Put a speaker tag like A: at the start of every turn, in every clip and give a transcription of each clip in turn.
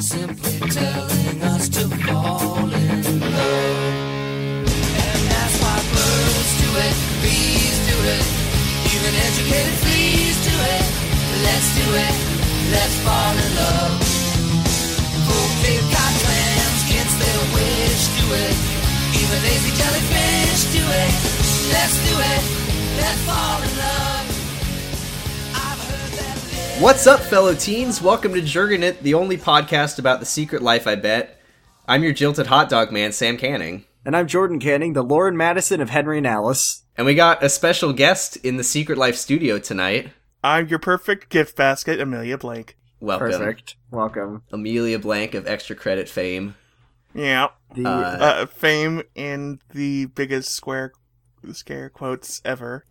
A: simply telling us to fall in love. And that's why birds do it, bees do it, even educated fleas do it. Let's do it, let's fall in love. Fulfill God plans, kids their wish, do it. Even lazy jellyfish do it. Let's do it, let's fall in love. I've heard that little
B: What's up, fellow teens? Welcome to Jurgen It, the only podcast about the secret life, I bet. I'm your jilted hot dog man, Sam Canning.
C: And I'm Jordan Canning, the Lauren Madison of Henry and Alice.
B: And we got a special guest in the Secret Life studio tonight.
D: I'm your perfect gift basket, Amelia Blake.
B: Welcome.
C: Perfect. Welcome.
B: Amelia Blank of Extra Credit fame.
D: Yeah.
C: The
B: Uh,
D: Uh, fame in the biggest square scare quotes ever.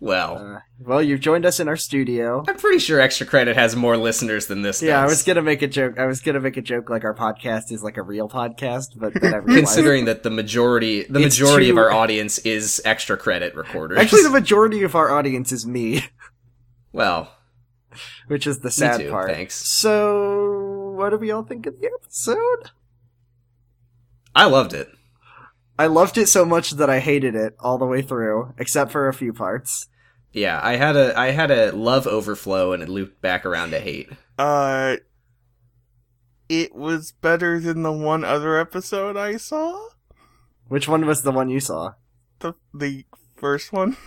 B: Well,
C: uh, well, you've joined us in our studio.
B: I'm pretty sure Extra Credit has more listeners than this
C: Yeah, I
B: does.
C: was gonna make a joke. I was gonna make a joke like our podcast is like a real podcast, but then I realized
B: Considering that the majority, the
C: It's
B: majority of
C: too-
B: our audience is Extra Credit recorders.
C: actually the majority of our audience is me,
B: well,
C: which is the sad
B: too,
C: part.
B: thanks.
C: So, what do we all think of the episode?
B: I loved it.
C: I loved it so much that I hated it all the way through, except for a few parts.
B: Yeah, I had a I had a love overflow and it looped back around to hate.
D: Uh, it was better than the one other episode I saw.
C: Which one was the one you saw?
D: The the first one.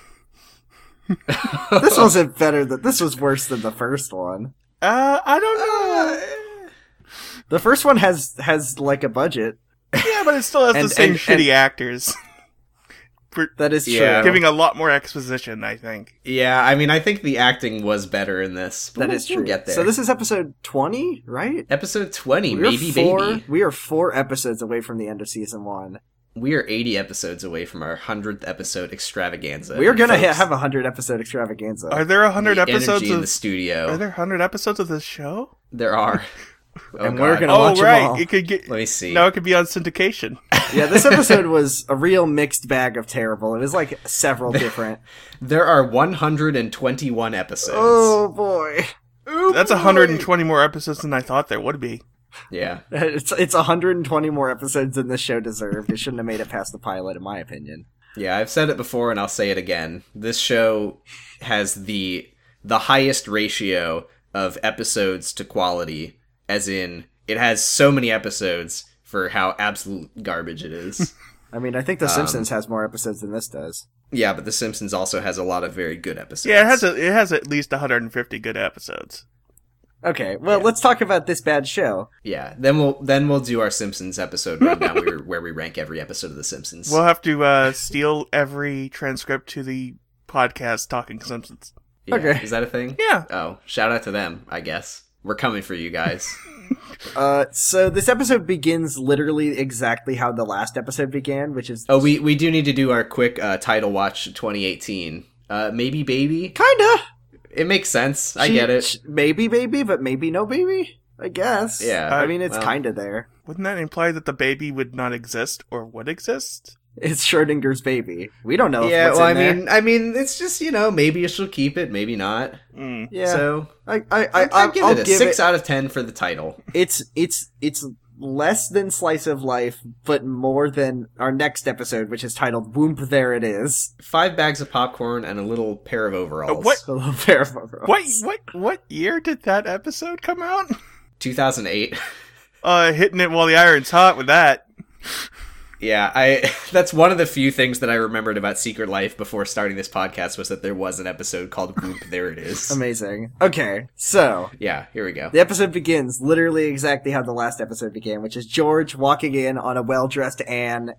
B: Oh.
C: This wasn't better than this was worse than the first one.
D: Uh, I don't know.
B: Uh,
C: The first one has has like a budget.
D: yeah, but it still has
C: and-
D: the same
C: and-
D: shitty actors. For
C: That is
B: Yeah.
C: true.
D: giving a lot more exposition, I think.
B: Yeah, I mean, I think the acting was better in this. But
C: That
B: we'll-
C: is true.
B: We'll get there.
C: So this is episode twenty, right?
B: episode twenty,
C: We are
B: maybe
C: four,
B: baby.
C: We are four episodes away from the end of season one.
B: We are eighty episodes away from our hundredth episode extravaganza.
C: we are gonna ha-
B: Folks,
C: have a hundred episode extravaganza.
D: Are there a hundred
B: the
D: episodes
B: energy in
D: of?
B: the studio.
D: Are there hundred episodes of this show?
B: There are. Oh,
C: And we're
B: God.
C: gonna-
D: Oh
C: watch 'em all.
D: right, it could get.
B: Let me see.
D: Now it could be on syndication.
C: yeah, this episode was a real mixed bag of terrible. It was like several different.
B: There are one hundred and twenty-one episodes.
C: oh boy,
D: That's 120 more episodes than I thought there would be.
B: Yeah.
C: it's it's hundred and twenty more episodes than this show deserved. It shouldn't have made it past the pilot, in my opinion.
B: Yeah, I've said it before and I'll say it again. This show has the the highest ratio of episodes to quality, as in it has so many episodes for how absolute garbage it is.
C: I mean, I think The
B: Um,
C: Simpsons has more episodes than this does.
B: yeah, but The Simpsons also has a lot of very good episodes.
D: Yeah, it has a, it has at least 150 good episodes.
C: Okay, well, let's talk about this bad show.
B: yeah. Then we'll then we'll do our Simpsons episode rundown where, where we rank every episode of The Simpsons.
D: We'll have to uh, steal every transcript to the podcast Talking Simpsons.
B: Yeah,
C: okay.
B: Is that a thing?
D: Yeah.
B: Oh, shout out to them, I guess. We're coming for you guys.
C: Uh, so this episode begins literally exactly how the last episode began, which is
B: Oh, we we do need to do our quick uh, title watch 2018. Uh, maybe baby.
C: kinda.
B: It makes sense. I
C: She-
B: get it.
C: sh- Maybe baby, but maybe no baby. I guess.
B: Yeah.
C: I mean, it's
B: Well.
C: kinda there.
D: Wouldn't that imply that the baby would not exist or would exist?
C: It's Schrodinger's baby. We don't know.
B: yeah.
C: What's
B: Well, I
C: in there.
B: mean, I mean, it's just you know maybe she'll keep it, maybe not.
D: Mm.
C: yeah.
B: So
C: I, I, I,
B: I,
C: I,
B: give
C: will
B: it a
C: give
B: six
C: it.
B: out of ten for the title.
C: It's it's it's less than slice of life, but more than our next episode, which is titled "Whoomp." There it is.
B: Five bags of popcorn and a little pair of overalls.
D: Uh, what?
C: A little pair of overalls.
D: What what what year did that episode come out?
B: 2008.
D: Uh, hitting it while the iron's hot with that.
B: yeah, I. That's one of the few things that I remembered about Secret Life before starting this podcast was that there was an episode called Group. there it is.
C: Amazing. Okay, so
B: yeah. Here we go.
C: The episode begins literally exactly how the last episode began, which is George walking in on a well-dressed Anne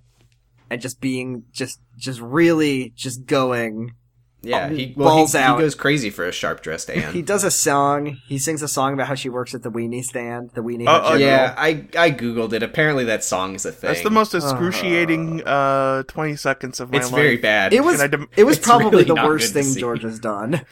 C: and just being just just really just going.
B: Yeah.
C: Um,
B: He well,
C: balls
B: he,
C: out.
B: he goes crazy for a sharp dressed Anne.
C: He does a song. He sings a song about how she works at the weenie stand, the weenie.
D: Uh,
C: hut
D: uh,
C: general.
B: yeah, I I googled it. Apparently, that song is a thing.
D: That's the most excruciating uh 20 seconds of my
B: Uh. It's
D: life.
B: very bad.
C: It was
D: Can I dem-
C: it was
B: It's
C: probably
B: really
C: the
B: not
C: worst
B: good to
C: thing
B: see.
C: George has done.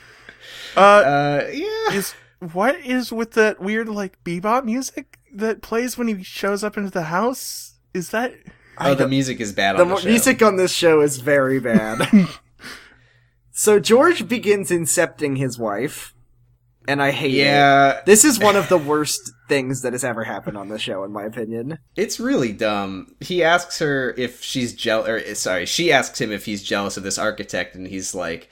D: Uh,
B: Uh, yeah.
D: is what is with that weird like bebop music that plays when he shows up into the house? Is that
B: Oh, the music is bad
C: The,
B: on the
C: mo-
B: show.
C: music on this show is very bad. so George begins incepting his wife. and I hate it.
B: Yeah,
C: This is one of the worst things that has ever happened on the show, in my opinion.
B: it's really dumb. He asks her if she's jealous. Or eh, sorry, she asks him if he's jealous of this architect, and he's like,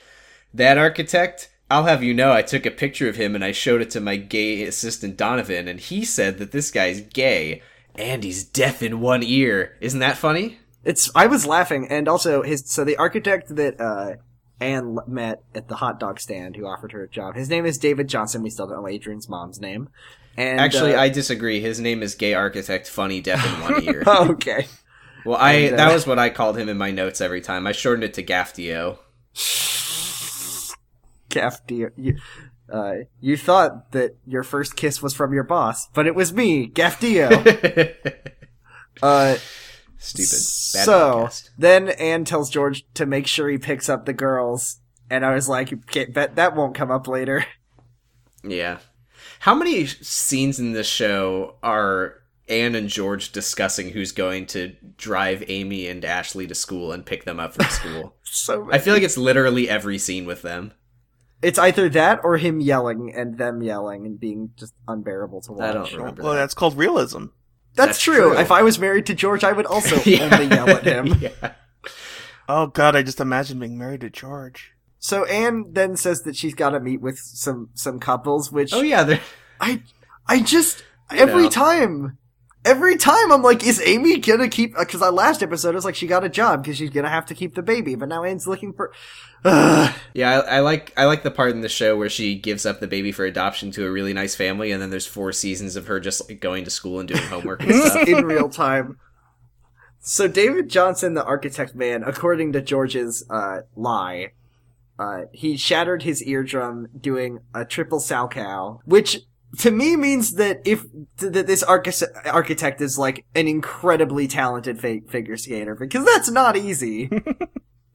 B: "That architect." I'll have you know, I took a picture of him and I showed it to my gay assistant Donovan, and he said that this guy's gay and he's deaf in one ear. Isn't that funny?
C: It's I was laughing, and also his so the architect that uh, Anne l- met at the hot dog stand who offered her a job. His name is David Johnson. We still don't know Adrian's mom's name. And
B: Actually,
C: uh,
B: I disagree. His name is Gay Architect Funny Deaf in One Ear.
C: oh, okay.
B: Well, I
C: And, uh,
B: that was what I called him in my notes every time. I shortened it to Gaftio.
C: Gaff, dear, you, uh, you thought that your first kiss was from your boss, but it was me, Gaff Dio. uh,
B: Stupid. Bad
C: so
B: podcast.
C: then Anne tells George to make sure he picks up the girls, and I was like, okay, bet that won't come up later.
B: yeah. How many scenes in this show are Anne and George discussing who's going to drive Amy and Ashley to school and pick them up from school?
C: So
B: I feel like it's literally every scene with them.
C: it's either that or him yelling and them yelling and being just unbearable to watch.
B: I don't remember.
D: Well,
B: that.
D: that's called realism.
C: That's,
B: That's
C: true.
B: true.
C: If I was married to George, I would also only yell at him.
B: yeah.
D: Oh God, I just imagine being married to George.
C: So Anne then says that she's got to meet with some some couples, which
B: Oh yeah, they're
C: I I just every
B: know.
C: time every time I'm like, is Amy gonna keep? Because I last episode I was like, she got a job because she's gonna have to keep the baby, but now Anne's looking for. Ugh.
B: Yeah, I, I like I like the part in the show where she gives up the baby for adoption to a really nice family, and then there's four seasons of her just like, going to school and doing homework and stuff.
C: in real time. So David Johnson, the architect man, according to George's uh, lie, uh, he shattered his eardrum doing a triple sow cow, which to me means that if th- that this archi- architect is like an incredibly talented fi- figure skater, because that's not easy.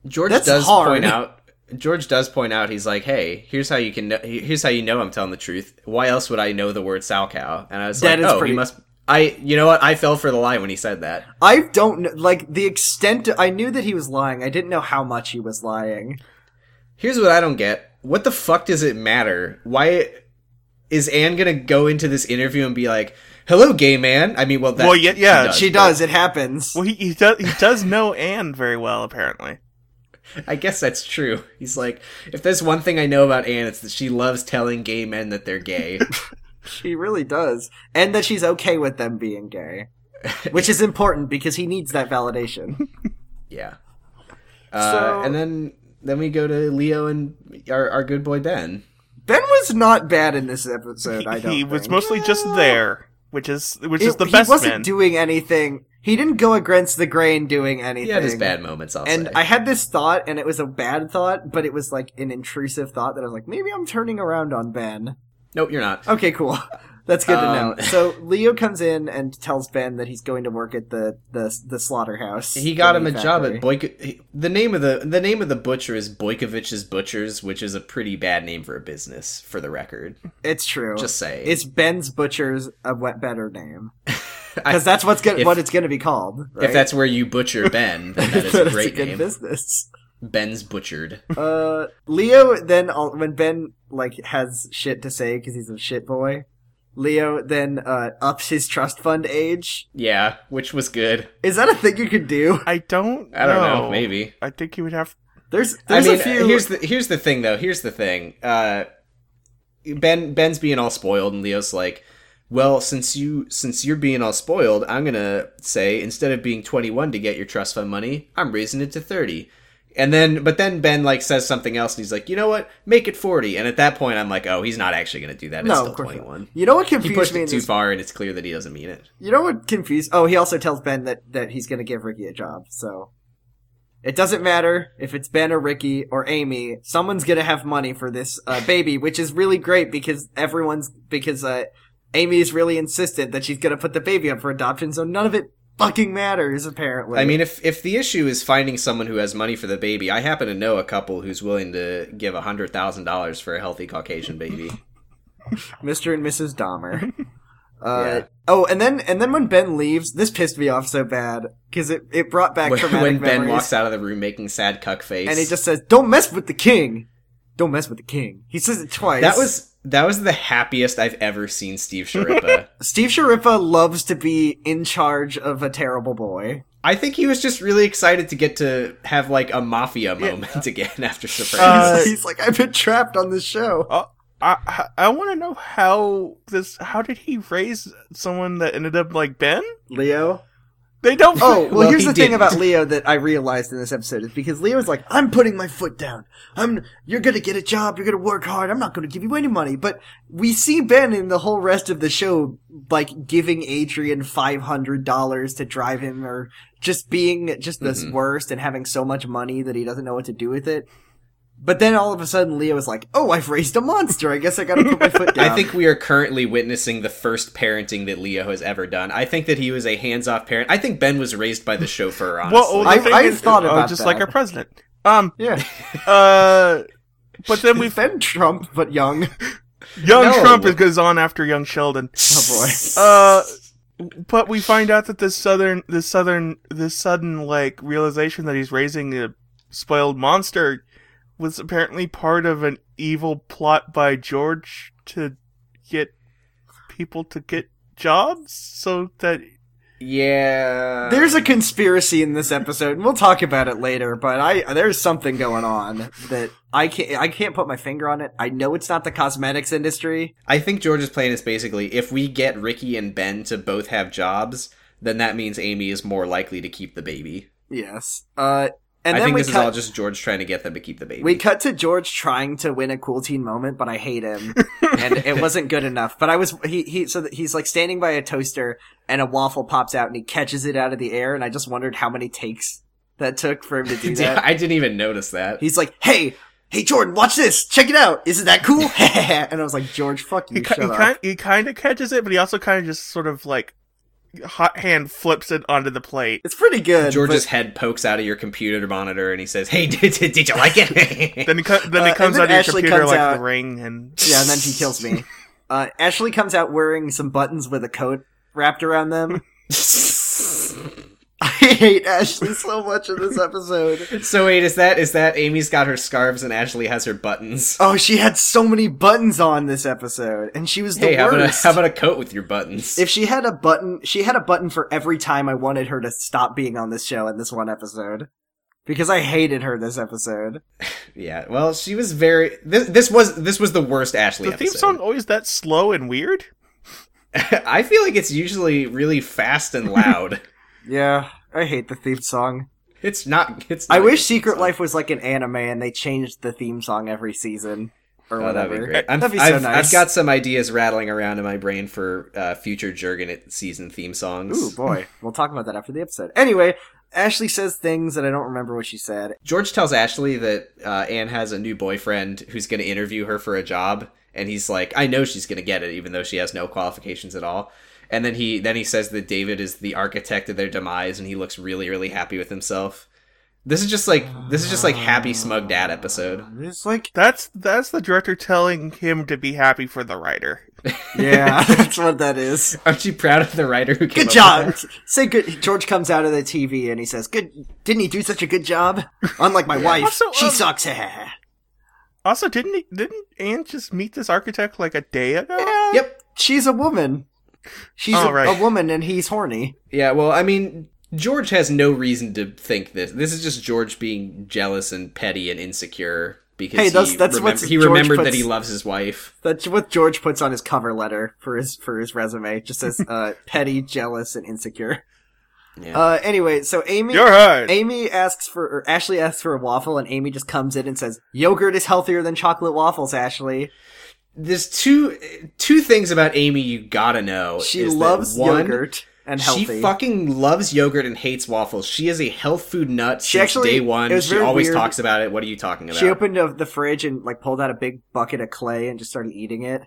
B: George
C: That's
B: does
C: hard.
B: point out. George does point out. He's like, "Hey, here's how you can. Know, here's how you know I'm telling the truth. Why else would I know the word sow cow?" And I was
C: That
B: like,
C: is
B: "Oh,
C: pretty-
B: he must." I. You know what? I fell for the lie when he said that.
C: I don't know, like the extent. I knew that he was lying. I didn't know how much he was lying.
B: Here's what I don't get. What the fuck does it matter? Why is Anne gonna go into this interview and be like, "Hello, gay man"? I mean, well, that
D: Well, yeah, yeah,
C: She
B: but-
C: does. It happens.
D: Well, he, he does he does know Anne very well, apparently.
B: I guess that's true. He's like, if there's one thing I know about Anne, it's that she loves telling gay men that they're gay.
C: She really does. And that she's okay with them being gay. Which is important because he needs that validation.
B: yeah. Uh,
C: So-
B: And then then we go to Leo and our, our good boy Ben.
C: Ben was not bad in this episode, I don't
D: he was
C: think.
D: mostly just there, which is which
C: It-
D: is the
C: he
D: best
C: wasn't
D: man.
C: doing anything. He didn't go against the grain doing anything.
B: He had his bad moments, I'll
C: And
B: say.
C: I had this thought, and it was a bad thought, but it was like an intrusive thought that I was like, maybe I'm turning around on Ben.
B: nope, you're not.
C: Okay, cool. That's good
B: Um,
C: to know. So Leo comes in and tells Ben that he's going to work at the the, the slaughterhouse.
B: He got
C: the
B: him a
C: meat
B: job
C: factory.
B: at Boyko. he- The name of the the name of the butcher is Boykovich's Butchers, which is a pretty bad name for a business, for the record.
C: It's true.
B: Just saying.
C: It's Ben's Butcher's a wet better name because that's what's gonna
B: if-
C: what it's gonna be called. Right?
B: If that's where you butcher Ben, then that is
C: That's
B: a great
C: good
B: name.
C: business.
B: Ben's butchered.
C: Uh, Leo then al- when Ben like has shit to say because he's a shit boy, Leo then uh ups his trust fund age.
B: Yeah, which was good.
C: Is that a thing you could do?
D: I don't.
B: I don't know, maybe.
D: I think he would have.
C: There's there's
B: I mean,
C: a few.
B: here's the here's the thing though. Here's the thing. Uh, ben Ben's being all spoiled, and Leo's like, "Well, since you since you're being all spoiled, I'm gonna say instead of being 21 to get your trust fund money, I'm raising it to 30." And then, but then Ben like says something else, and he's like, "You know what? Make it 40." And at that point, I'm like, "Oh, he's not actually gonna do that. It's
C: no,
B: still
C: of course not.
B: 21."
C: You know what
B: He
C: confused
B: pushed
C: me? in
B: it too
C: this-
B: far, and it's clear that he doesn't mean it.
C: You know what confused? Oh, he also tells Ben that that he's gonna give Ricky a job. So it doesn't matter if it's Ben or Ricky or Amy. Someone's gonna have money for this uh, baby, which is really great because everyone's because uh, Amy is really insistent that she's gonna put the baby up for adoption. So none of it fucking matters apparently.
B: I mean, if if the issue is finding someone who has money for the baby, I happen to know a couple who's willing to give hundred thousand dollars for a healthy Caucasian baby.
C: Mr. and Mrs. Dahmer. Uh,
B: Yeah.
C: Oh, and then and then when Ben leaves, this pissed me off so bad because it, it brought back
B: when
C: traumatic
B: when Ben
C: memories.
B: walks out of the room making sad cuck face,
C: and he just says, "Don't mess with the king." Don't mess with the king. He says it twice.
B: That was that was the happiest I've ever seen Steve Sharippa.
C: Steve Sharippa loves to be in charge of a terrible boy.
B: I think he was just really excited to get to have like a mafia moment again after
D: Uh,
B: Sopranos.
C: He's like, I've been trapped on this show.
D: I I want to know how this. How did he raise someone that ended up like Ben?
C: Leo.
D: They don't.
C: Oh, well,
B: Well,
C: here's
B: he
C: the thing
B: didn't.
C: about Leo that I realized in this episode is because Leo's like, I'm putting my foot down. I'm, you're gonna get a job. You're gonna work hard. I'm not gonna give you any money. But we see Ben in the whole rest of the show, like giving Adrian $500 to drive him or just being just the
B: Mm-hmm.
C: worst and having so much money that he doesn't know what to do with it. But then all of a sudden Leo is like, oh, I've raised a monster. I guess I gotta put my foot down.
B: I think we are currently witnessing the first parenting that Leo has ever done. I think that he was a hands-off parent. I think Ben was raised by the chauffeur, honestly.
D: well, the
C: I-
D: thing
C: I
D: is-
C: thought
D: oh,
C: about
D: just
C: that.
D: like our president. Um.
C: yeah.
D: Uh. But then we
C: We've been Trump, but young.
D: young
B: No.
D: Trump is goes on after young Sheldon.
C: Oh boy.
D: Uh. But we find out that this southern, this southern, this sudden like realization that he's raising a spoiled monster was apparently part of an evil plot by George to get people to get jobs so that
B: yeah.
C: There's a conspiracy in this episode, and we'll talk about it later. But I there's something going on that I can't I can't put my finger on it. I know it's not the cosmetics industry.
B: I think George's plan is basically if we get Ricky and Ben to both have jobs, then that means Amy is more likely to keep the baby.
C: Yes. Uh, and
B: I
C: then
B: think
C: we
B: this is all
C: cut
B: just George trying to get them to keep the baby.
C: we cut to George trying to win a cool teen moment, but I hate him, and it wasn't good enough. But I was he he so that he's like standing by a toaster, and a waffle pops out, and he catches it out of the air, and I just wondered how many takes that took for him to do that.
B: Yeah, I didn't even notice that.
C: He's like, hey, hey, Jordan, watch this. Check it out. Isn't that cool? and I was like, George, fuck you.
D: he, ki-
C: shut
D: he,
C: up.
D: kind, he kind of catches it, but he also kind of just sort of like hot hand flips it onto the plate.
C: it's pretty good.
B: George's
C: but-
B: head pokes out of your computer monitor and he says, "Hey, did, did, did you like it?"
D: Then it, co- then
C: Uh,
D: it
C: and
D: comes
C: then
D: out of your
C: Ashley
D: computer
C: comes
D: like
C: out-
D: the ring, and
C: yeah, and then he kills me. Uh, Ashley comes out wearing some buttons with a coat wrapped around them. I hate Ashley so much in this episode.
B: so wait, is that is that Amy's got her scarves and Ashley has her buttons?
C: Oh, she had so many buttons on this episode, and she was the
B: hey, how about, a,
C: worst.
B: how about a coat with your buttons?
C: if she had a button, she had a button for every time I wanted her to stop being on this show in this one episode. Because I hated her this episode.
B: yeah, well, she was very. This, this was this was the worst Ashley.
D: the theme
B: episode.
D: song always that slow and weird.
B: I feel like it's usually really fast and loud.
C: Yeah, I hate the theme song.
B: it's not. It's.
C: I
B: not- Oh,
C: wish Secret Life was like an anime and they changed the theme song every season or
B: Oh,
C: whatever.
B: that'd be great. I'm,
C: That'd be so
B: I've,
C: nice.
B: I've got some ideas rattling around in my brain for uh, future Jurgen season theme songs.
C: Ooh boy, we'll talk about that after the episode. Anyway, Ashley says things that I don't remember what she said.
B: George tells Ashley that uh, Anne has a new boyfriend who's going to interview her for a job, and he's like, "I know she's going to get it, even though she has no qualifications at all." And then he then he says that David is the architect of their demise, and he looks really really happy with himself. This is just like this is just like happy smug dad episode.
C: It's like,
D: That's that's the director telling him to be happy for the writer.
C: yeah, that's what that is.
B: Aren't you proud of the writer who? Came
C: Good
B: up
C: job.
B: with
C: Say good. George comes out of the TV and he says, "Good. Didn't he do such a good job? Unlike my wife,
D: Also,
C: she
D: um,
C: sucks."
D: Also, didn't he, didn't Anne just meet this architect like a day ago?
B: that? Yep.
C: She's a woman. She's a,
D: Oh, right.
C: a woman, and he's horny.
B: Yeah, well, I mean, George has no reason to think this. This is just George being jealous and petty and insecure because
C: Hey, that's-
B: he,
C: that's
B: remem-
C: what
B: he
C: George
B: remembered
C: puts-
B: that he loves his wife.
C: That's what George puts on his cover letter for his for his resume. It Just says uh, petty, jealous, and insecure.
B: Yeah.
C: Uh, anyway, so Amy
D: You're right.
C: Amy asks for or Ashley asks for a waffle, and Amy just comes in and says, "Yogurt is healthier than chocolate waffles." Ashley,
B: There's two two things about Amy you gotta know.
C: she
B: Oh, is that
C: loves
B: one,
C: yogurt and healthy.
B: She fucking loves yogurt and hates waffles. She is a health food nut
C: She
B: since
C: actually-
B: day
C: it
B: one.
C: was
B: She
C: very
B: always
C: weird.
B: talks about it. What are you talking about?
C: she opened up the fridge and like pulled out a big bucket of clay and just started eating it.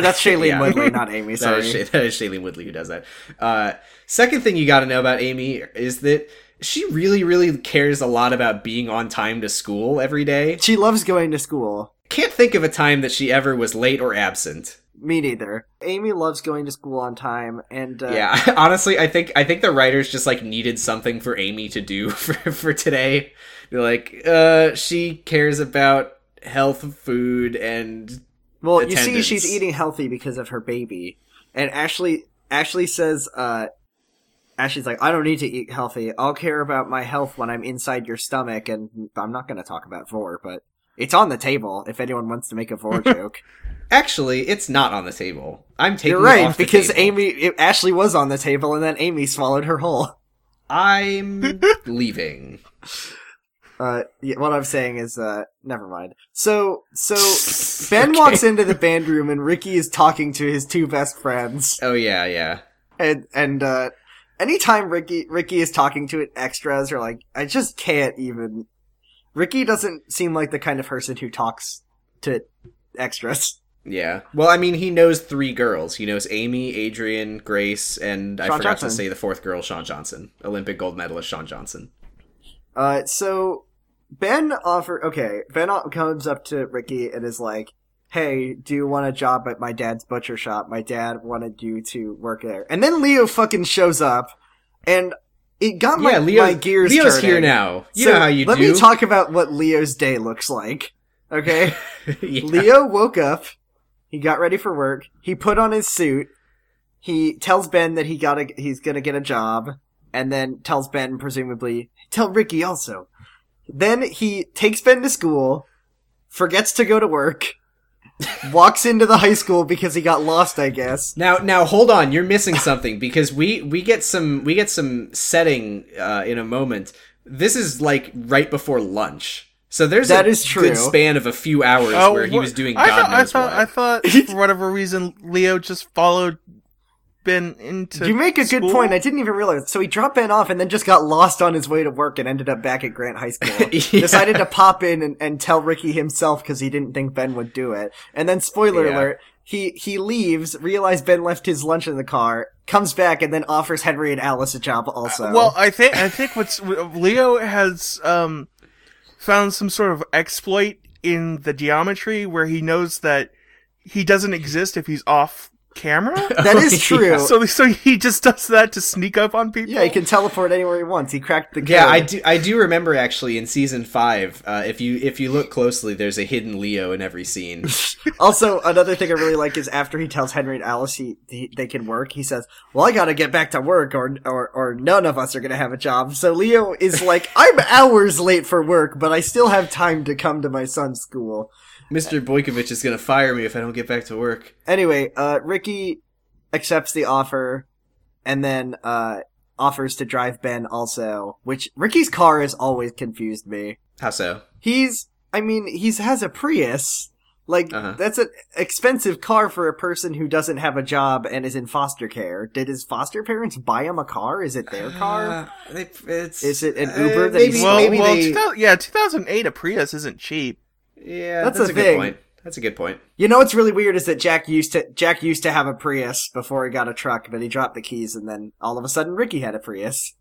C: that's Shailene
B: Yeah.
C: Woodley, not Amy.
B: That
C: Sorry.
B: is, Sha- that is Shailene Woodley who does that. Uh, second thing you got to know about Amy is that she really, really cares a lot about being on time to school every day.
C: She loves going to school.
B: Can't think of a time that she ever was late or absent.
C: Me neither. Amy loves going to school on time, and uh,
B: Yeah, honestly, I think I think the writers just like needed something for Amy to do for, for today. They're like, uh, she cares about health food and
C: Well, you see,
B: attendance.
C: she's eating healthy because of her baby, and Ashley Ashley says, uh, Ashley's like, I don't need to eat healthy. I'll care about my health when I'm inside your stomach, and I'm not going to talk about vor, but it's on the table if anyone wants to make a vor joke.
B: actually it's not on the table. I'm taking
C: You're
B: it
C: right
B: off the
C: because
B: table.
C: Amy it, Ashley was on the table, and then Amy swallowed her whole.
B: I'm leaving.
C: Uh, yeah, what I'm saying is, uh, never mind. So, so Ben walks into the band room, and Ricky is talking to his two best friends.
B: Oh yeah, yeah.
C: and and uh anytime ricky ricky is talking to it extras are like i just can't even ricky doesn't seem like the kind of person who talks to extras
B: Yeah. Well, I mean, he knows three girls. He knows Amy, Adrian, Grace, and I
C: Shawn
B: forgot to
C: Johnson.
B: say the fourth girl, Sean Johnson, Olympic gold medalist Sean Johnson.
C: uh so ben offer okay ben o- comes up to ricky and is like hey do you want a job at my dad's butcher shop my dad wanted you to work there and then leo fucking shows up and it got Oh, my,
B: yeah, Leo,
C: my gears
B: Leo's
C: turning.
B: here now. You
C: So
B: know how you
C: let
B: do.
C: me talk about what leo's day looks like okay
B: Yeah.
C: Leo woke up. He got ready for work. He put on his suit. He tells Ben that he got to he's gonna get a job, and then tells Ben presumably tell Ricky also. Then he takes Ben to school, forgets to go to work, walks into the high school because he got lost, I guess.
B: Now, now, hold on. You're missing something because we we get some we get some setting uh, in a moment. This is like right before lunch, so there's
C: That
B: a
C: is true. Oh,
B: good span of a few hours where he
D: Oh, what-
B: was doing
D: I
B: God
D: thought, I
B: knows
D: thought,
B: what.
D: I thought for whatever reason Leo just followed Ben into.
C: You make a good
D: school?
C: point. I didn't even realize. So he dropped Ben off and then just got lost on his way to work and ended up back at Grant High School.
B: Yeah.
C: Decided to pop in and, and tell Ricky himself because he didn't think Ben would do it. And then, spoiler
B: Yeah.
C: alert, he, he leaves, realized Ben left his lunch in the car, comes back, and then offers Henry and Alice a job also.
D: Well, I think I think what's Leo has um, found some sort of exploit in the geometry where he knows that he doesn't exist if he's off camera.
C: that is true. Yeah.
D: so so he just does that to sneak up on people.
C: he can teleport anywhere he wants. He cracked the code.
B: yeah, I do. I do remember actually in season five. Uh, if you if you look closely, there's a hidden Leo in every scene.
C: Also, another thing I really like is after he tells Henry and Alice he, he they can work, he says, "Well, I got to get back to work, or or or none of us are gonna have a job." So Leo is like, "I'm hours late for work, but I still have time to come to my son's school."
B: Mr. Boykovich is gonna fire me if I don't get back to work.
C: Anyway, uh, Ricky accepts the offer, and then uh offers to drive Ben also, which Ricky's car has always confused me.
B: How so?
C: He's, I mean, he's has a Prius. Like
B: Uh-huh.
C: that's an expensive car for a person who doesn't have a job and is in foster care. Did his foster parents buy him a car? Is it their car?
B: Uh, they- it's, uh,
C: Is it an Uber that
B: maybe,
C: he's-
D: Well,
B: maybe
D: well,
B: they-
D: 2000 yeah, 2008 a Prius isn't cheap.
B: yeah,
C: That's
B: that's, a
C: the
B: good
C: thing.
B: point. That's a good point.
C: You know what's really weird is that Jack used to Jack used to have a Prius before he got a truck, but he dropped the keys and then all of a sudden Ricky had a Prius.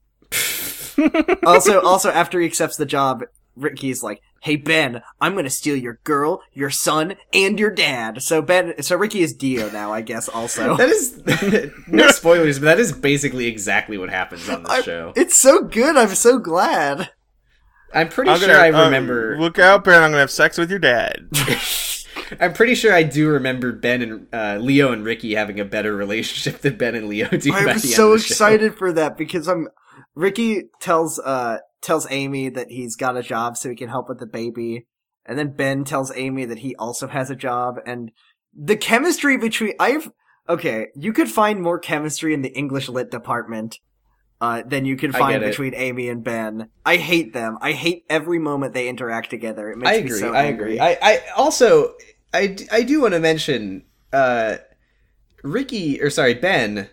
C: also, also after he accepts the job, Ricky's like, "Hey Ben, I'm gonna steal your girl, your son, and your dad." So Ben, so Ricky is Dio now, I guess. Also,
B: That is no spoilers, but that is basically exactly what happens on this
C: I-
B: show.
C: It's so good. I'm so glad.
B: I'm pretty
D: I'm
B: sure
D: gonna,
B: I
D: um,
B: remember.
D: look out, Ben! I'm gonna have sex with your dad.
B: I'm pretty sure I do remember Ben and uh, Leo and Ricky having a better relationship than Ben and Leo do. by
C: I'm
B: the end
C: so
B: of the show.
C: excited for that because I'm. Ricky tells uh tells Amy that he's got a job so he can help with the baby, and then Ben tells Amy that he also has a job, and the chemistry between I've okay, you could find more chemistry in the English lit department. Uh, than you can
B: I
C: find
B: get it.
C: between Amy and Ben. I hate them. I hate every moment they interact together. It makes
B: I
C: me
B: agree.
C: so
B: I
C: angry.
B: agree. I, I also I, d- I do want to mention uh, Ricky or sorry Ben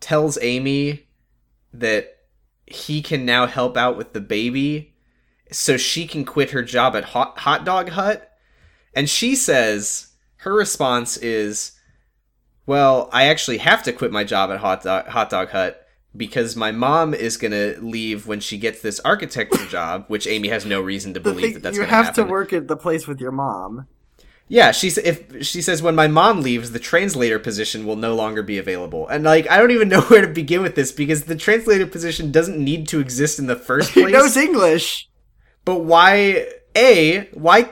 B: tells Amy that he can now help out with the baby, so she can quit her job at Hot, hot Dog Hut, and she says her response is, "Well, I actually have to quit my job at Hot Dog, hot dog Hut." Because my mom is gonna leave when she gets this architecture job, which Amy has no reason to
C: The
B: believe
C: thing-
B: that that's
C: you
B: gonna
C: have
B: happen.
C: to work at the place with your mom.
B: Yeah, she's if she says when my mom leaves, the translator position will no longer be available. And like I don't even know where to begin with this because the translator position doesn't need to exist in the first
C: He knows
B: place.
C: English.
B: but why a why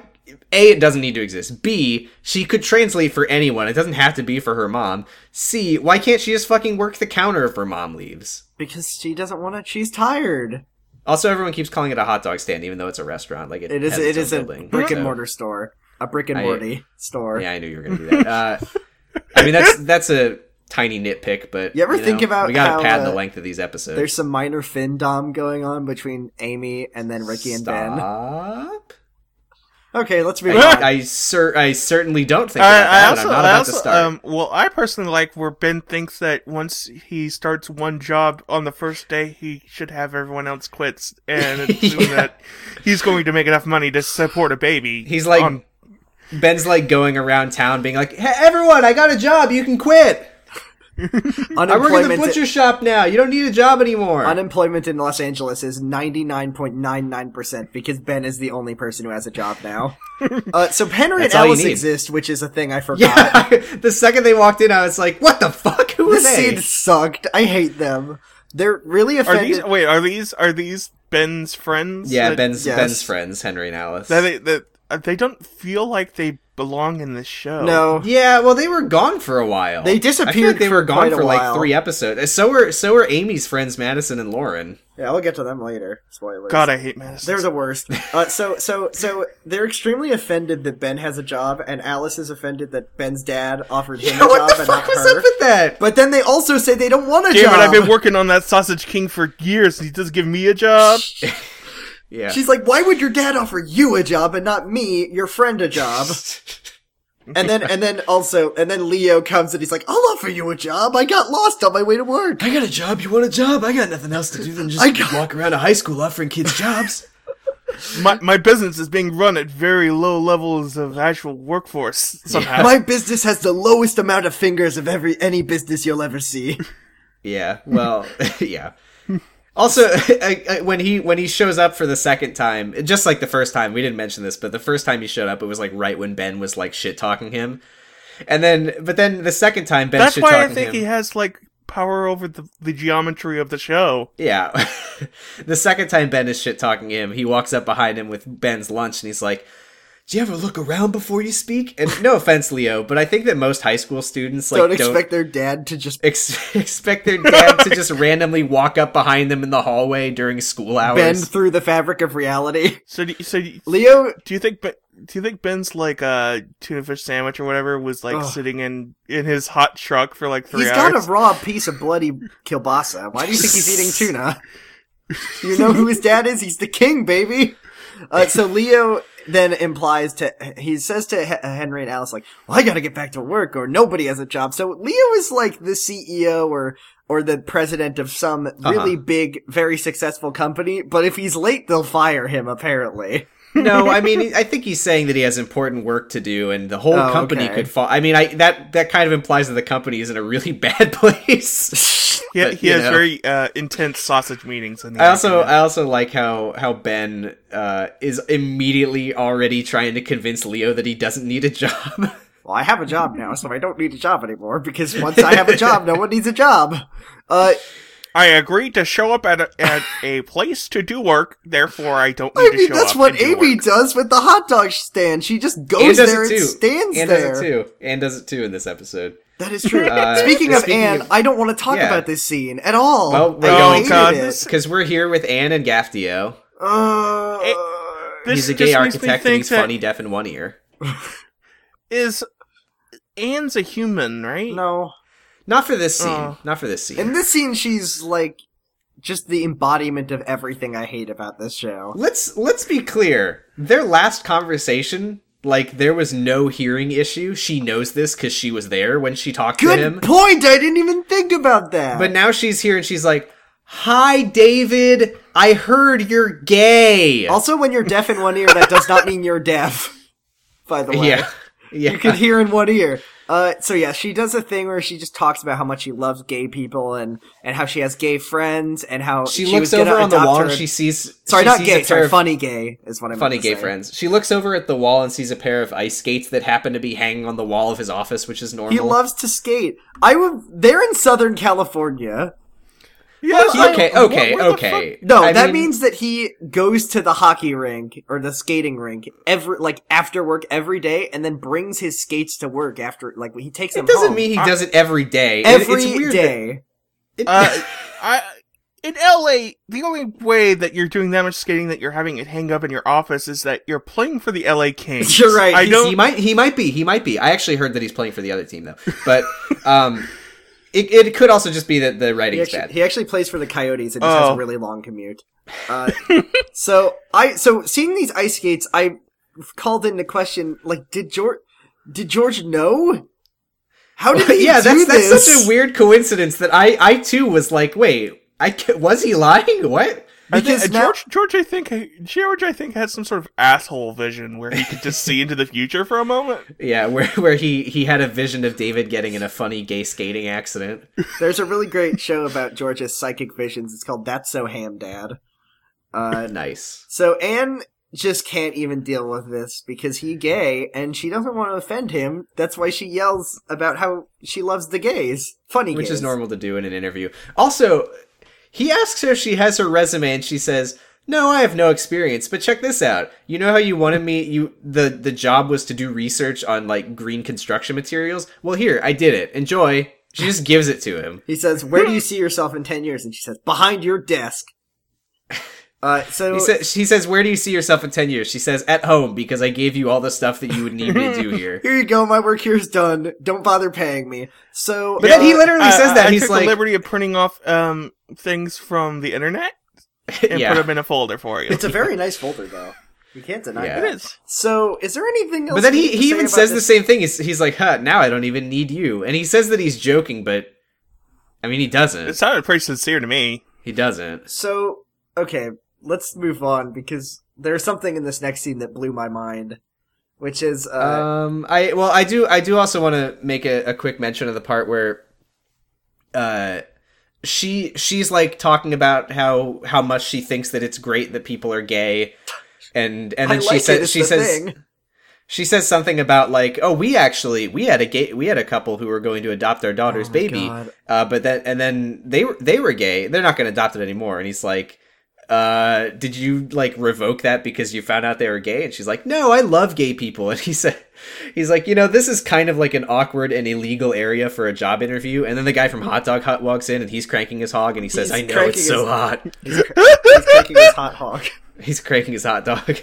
B: A, it doesn't need to exist. B, she could translate for anyone. It doesn't have to be for her mom. C, why can't she just fucking work the counter if her mom leaves?
C: because she doesn't want to. She's tired.
B: Also, everyone keeps calling it a hot dog stand, even though it's a restaurant. Like it,
C: It is.
B: has its
C: It
B: own
C: is a
B: building,
C: brick and
B: so-
C: mortar store. A brick and
B: I-
C: morty store.
B: Yeah, I knew you were gonna do that. Uh, I mean, that's that's a tiny nitpick, but
C: You ever think
B: know,
C: about
B: we gotta
C: how,
B: pad
C: uh,
B: the length of these episodes.
C: There's some minor fin dom going on between Amy and then Ricky and Ben.
B: Stop.
C: Okay, let's move
B: I,
C: on.
B: I, cer- I certainly don't think about
D: I, I
B: that. and
D: also,
B: I'm not
D: I
B: about
D: also,
B: to start.
D: um, well, I personally like where Ben thinks that once he starts one job on the first day, he should have everyone else quits, and assume
B: Yeah.
D: that he's going to make enough money to support a baby.
B: He's like
D: on-
B: Ben's like going around town, being like, "Hey, everyone, I got a job. You can quit. I work at the
C: Unemployment.
B: butcher shop now. You don't need a job anymore."
C: Unemployment in Los Angeles is 99.99% because Ben is the only person who has a job now. uh, so Henry and
B: That's all you
C: Alice
B: need.
C: exist, which is a thing I forgot.
B: yeah. the second they walked in, I was like, "What the fuck? Who are
C: This
B: they?"
C: scene sucked. I hate them. They're really
D: are
C: offended.
D: these? Wait, are these? Are these Ben's friends?
B: yeah,
D: that-
B: Ben's
C: yes.
B: Ben's friends, Henry and Alice.
D: that they that uh, they don't feel like they belong in this show.
C: no.
B: Yeah, well, they were gone for a while.
C: They
B: I feel
C: disappeared
B: like they were
C: for
B: gone
C: quite a
B: for like
C: while.
B: three episodes. So were so were Amy's friends, Madison and Lauren.
C: Yeah, we'll get to them later. Spoilers.
D: God, I hate Madison.
C: They're the worst. Uh, so, so, so they're extremely offended that Ben has a job, and Alice is offended that Ben's dad offered him a job
B: what the
C: and
B: fuck
C: not
B: was
C: her.
B: up with that?
C: but then they also say they don't want a
D: Damn
C: job.
D: it! I've been working on that Sausage King for years. and He doesn't give me a job.
B: Yeah,
C: She's like, "Why would your dad offer you a job and not me, your friend, a job?" and then, and then also, and then Leo comes and he's like, "I'll offer you a job. I got lost on my way to work."
B: I got a job. You want a job? I got nothing else to do than just
C: I got-
B: walk around a high school offering kids jobs.
D: my my business is being run at very low levels of actual workforce somehow.
C: My business has the lowest amount of fingers of every any business you'll ever see.
B: Yeah. Well, yeah. Also, I, I, when he when he shows up for the second time, just like the first time, we didn't mention this, but the first time he showed up, it was like right when Ben was like shit talking him, and then but then the second time Ben
D: That's
B: shit
D: why I
B: talking
D: think
B: him.
D: he has like power over the, the geometry of the show.
B: yeah, the second time Ben is shit talking him, he walks up behind him with Ben's lunch, and he's like. Do you ever look around before you speak? And no offense, Leo, but I think that most high school students like
C: don't expect their dad to just
B: ex- expect their dad to just randomly walk up behind them in the hallway during school hours.
C: bend through the fabric of reality.
D: So do, so do,
C: Leo,
D: do you think? But do you think Ben's like uh, tuna fish sandwich or whatever was like
C: Ugh.
D: sitting in in his hot truck for like three
C: he's
D: hours?
C: got a raw piece of bloody kielbasa. Why do you think he's eating tuna? You know who his dad is? He's the king, baby. Uh, so Leo then implies to he says to H- Henry and Alice like, "Well, I got to get back to work, or nobody has a job." So Leo is like the CEO or or the president of some really big, very successful company. But if he's late, they'll fire him. Apparently,
B: no, I mean, I think he's saying that he has important work to do, and the whole
C: Oh,
B: company
C: okay.
B: could fall. I mean, I that that kind of implies that the company is in a really bad place.
D: he,
B: but,
D: he
B: you
D: has
B: know.
D: very uh, intense sausage meetings. In the
B: I also
D: afternoon.
B: I also like how how Ben uh, is immediately already trying to convince Leo that he doesn't need a job.
C: well, I have a job now, so I don't need a job anymore because once I have a job, no one needs a job. Uh,
D: I agreed to show up at a, at a place to do work. Therefore, I don't need
C: I
D: to
C: mean,
D: show
C: that's
D: up
C: what
D: and do
C: Amy
D: work.
C: does with the hot dog stand. She just
B: Anne
C: goes
B: does
C: there
B: it
C: and
B: too.
C: stands
B: Anne
C: there.
B: does it too. Anne does it too in this episode.
C: That is true.
B: Uh,
C: speaking of
B: speaking
C: Anne,
B: of-
C: I don't want to talk
B: yeah.
C: about this scene at all.
B: Well, we're
C: I
B: going-
C: hated
D: God,
C: it.
D: this-
B: Because we're here with Anne and Gaftio.
C: Uh,
D: It- This
B: He's a
D: just
B: gay
D: makes me
B: architect and
D: think
B: he's
D: that-
B: funny, deaf, in one ear.
D: is Anne's a human, right?
C: no.
B: Not for this scene.
D: Oh.
B: Not for this scene.
C: In this scene, she's like just the embodiment of everything I hate about this show.
B: Let's let's be clear. Their last conversation, like there was no hearing issue. She knows this because she was there when she talked
C: Good
B: to him.
C: point. I didn't even think about that.
B: But now she's here and she's like, "Hi, David. I heard you're gay."
C: also, when you're deaf in one ear, that does not mean you're deaf. By the way,
B: yeah, yeah.
C: you could hear in one ear. Uh, so yeah, she does a thing where she just talks about how much she loves gay people and and how she has gay friends and how
B: she,
C: was
B: looks
C: gonna
B: over on the
C: adopt
B: wall
C: her-
B: and she sees.
C: sorry,
B: she
C: not
B: sees a
C: gay,
B: pair
C: sorry,
B: of
C: funny gay is what I meant.
B: funny
C: to
B: gay
C: say.
B: friends. She looks over at the wall and sees a pair of ice skates that happen to be hanging on the wall of his office, which is normal.
C: He loves to skate. I would. They're in Southern California.
D: Yeah, I-
B: okay,
D: what-
B: okay,
D: what the
B: okay.
C: No,
B: I
C: that
B: mean-
C: means that he goes to the hockey rink or the skating rink every like after work every day, and then brings his skates to work after. Like he takes them.
B: It doesn't
C: home.
B: mean he does it every day. It-
C: every day.
B: it's weird that- it-
D: Uh, I in LA, the only way that you're doing that much skating that you're having it hang up in your office is that you're playing for the LA Kings.
C: You're right.
D: I
C: He's-
D: don't.
B: he might he might be he might be i actually heard that he's playing for the other team though but um it, it could also just be that the
C: He
B: writing's
C: actually,
B: bad
C: he actually plays for the Coyotes and just has a
D: Oh.
C: really long commute. Uh, so I so seeing these ice skates, I called into question like did George did George know? How did he
B: yeah
C: do
B: that's
C: this?
B: that's such a weird coincidence that i i too was like wait i ca- was he lying what
D: I think,
C: because
D: uh,
C: now-
D: George, George, I think George, I think had some sort of asshole vision where he could just see into the future for a moment.
B: yeah where where he he had a vision of david getting in a funny gay skating accident
C: There's a really great show about George's psychic visions. It's called That's So Ham Dad. Uh,
B: nice
C: so Anne just can't even deal with this because he gay and she doesn't want to offend him. That's why she yells about how she loves the gays. Funny
B: which
C: gays.
B: is normal to do in an interview also he asks her if she has her resume and she says no i have no experience but check this out you know how you wanted me you the the job was to do research on like green construction materials well here i did it enjoy she just gives it to him
C: He says, "Where do you see yourself in ten years?" And she says, "Behind your desk." Uh, so
B: he says she says where do you see yourself in 10 years she says at home because i gave you all the stuff that you would need me to do here
C: here you go. My work here is done. Don't bother paying me. So uh,
B: but then he literally
D: I-
B: says
D: Uh, I-
B: that
D: I
B: he's
D: took
B: like
D: the liberty of printing off um things from the internet and
B: yeah
D: put them in a folder for you.
C: it's a very nice folder, though. You can't deny
B: Yeah.
D: It
C: that.
D: is.
C: So, is there anything else?
B: But then
C: we
B: he,
C: need to
B: he
C: say
B: even
C: about
B: says the
C: this?
B: same thing. He's, he's like, huh, now I don't even need you. And he says that he's joking, but I mean, he
D: It
B: doesn't.
D: sounded pretty sincere to me.
B: He doesn't.
C: So, okay, let's move on because there's something in this next scene that blew my mind, which is uh,
B: Um, I, well, I do, I do also want to make a, a quick mention of the part where, uh, she, she's like talking about how, how much she thinks that it's great that people are gay. And, and then
C: I
B: she
C: like it,
B: says,
C: it's
B: she
C: the
B: says,
C: thing.
B: she says something about like, oh, we actually we had a gay we had a couple who were going to adopt our daughter's
C: Oh my
B: baby,
C: God.
B: uh, but then and then they were they were gay. They're not going to adopt it anymore. And he's like, uh, did you like revoke that because you found out they were gay? And she's like, no, I love gay people. And he said, he's like, you know, this is kind of like an awkward and illegal area for a job interview. And then the guy from Hot Dog Hut walks in and he's cranking his hog and he says,
C: He's
B: I know
C: cranking
B: it's so
C: his-
B: hot.
C: he's taking his hot hog.
B: he's cranking his hot dog.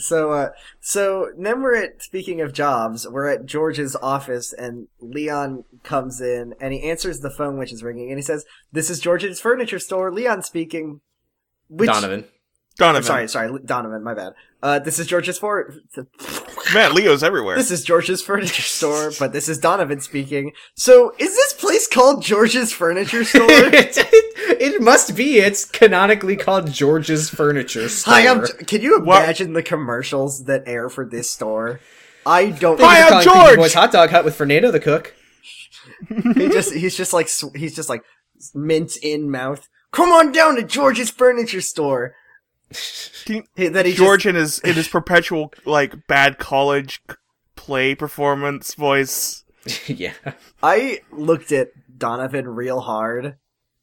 C: So, uh, so then we're at speaking of jobs, we're at George's office, and Leon comes in, and he answers the phone which is ringing, and he says, "This is George's furniture store." Leon speaking. Which,
B: Donovan.
D: Donovan.
C: I'm sorry, sorry, Le- Donovan. My bad. Uh, this is George's for.
D: Man, Leo's everywhere.
C: This is George's furniture store, but this is Donovan speaking. So, is this place called George's furniture store?
B: it, it, it must be. It's canonically called George's Furniture Store.
C: Hi, I'm. Can you
D: What-
C: imagine the commercials that air for this store? I don't.
D: Hi, I'm
B: Calling Pinky
D: George!
B: Boy's Hot Dog Hut with Fernando the cook.
C: He just he's just like sw- he's just like mint in mouth. Come on down to George's furniture store.
D: Can you-
C: He, that he
D: George
C: just,
D: in his in his perpetual like bad college c- play performance voice.
B: yeah,
C: I looked at Donovan real hard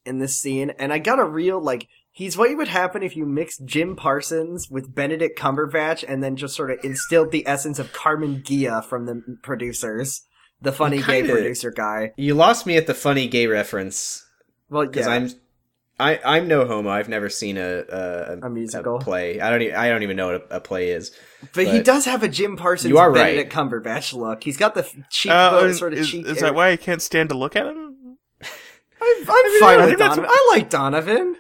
C: in this scene, and I got a real like he's what would happen if you mixed Jim Parsons with Benedict Cumberbatch, and then just sort of instilled the essence of Carmen Gia from the producers, the funny gay
B: kinda-
C: producer guy.
B: you lost me at the funny gay reference
C: Well,
B: because
C: yeah,
B: I'm, I I'm no homo. I've never seen a a,
C: A musical.
B: play. I don't even, I don't even know what a, a play is.
C: but he
B: but-
C: does have a Jim Parsons
B: You are right.
C: Benedict Cumberbatch look. He's got the f-
D: Uh,
C: cheekbone
D: is,
C: sort of
D: is-
C: cheek.
D: is
C: area.
D: that why I can't stand to look at him?
C: I'm, I'm fine
D: I
C: with
D: think that's-
C: Donovan. I like Donovan.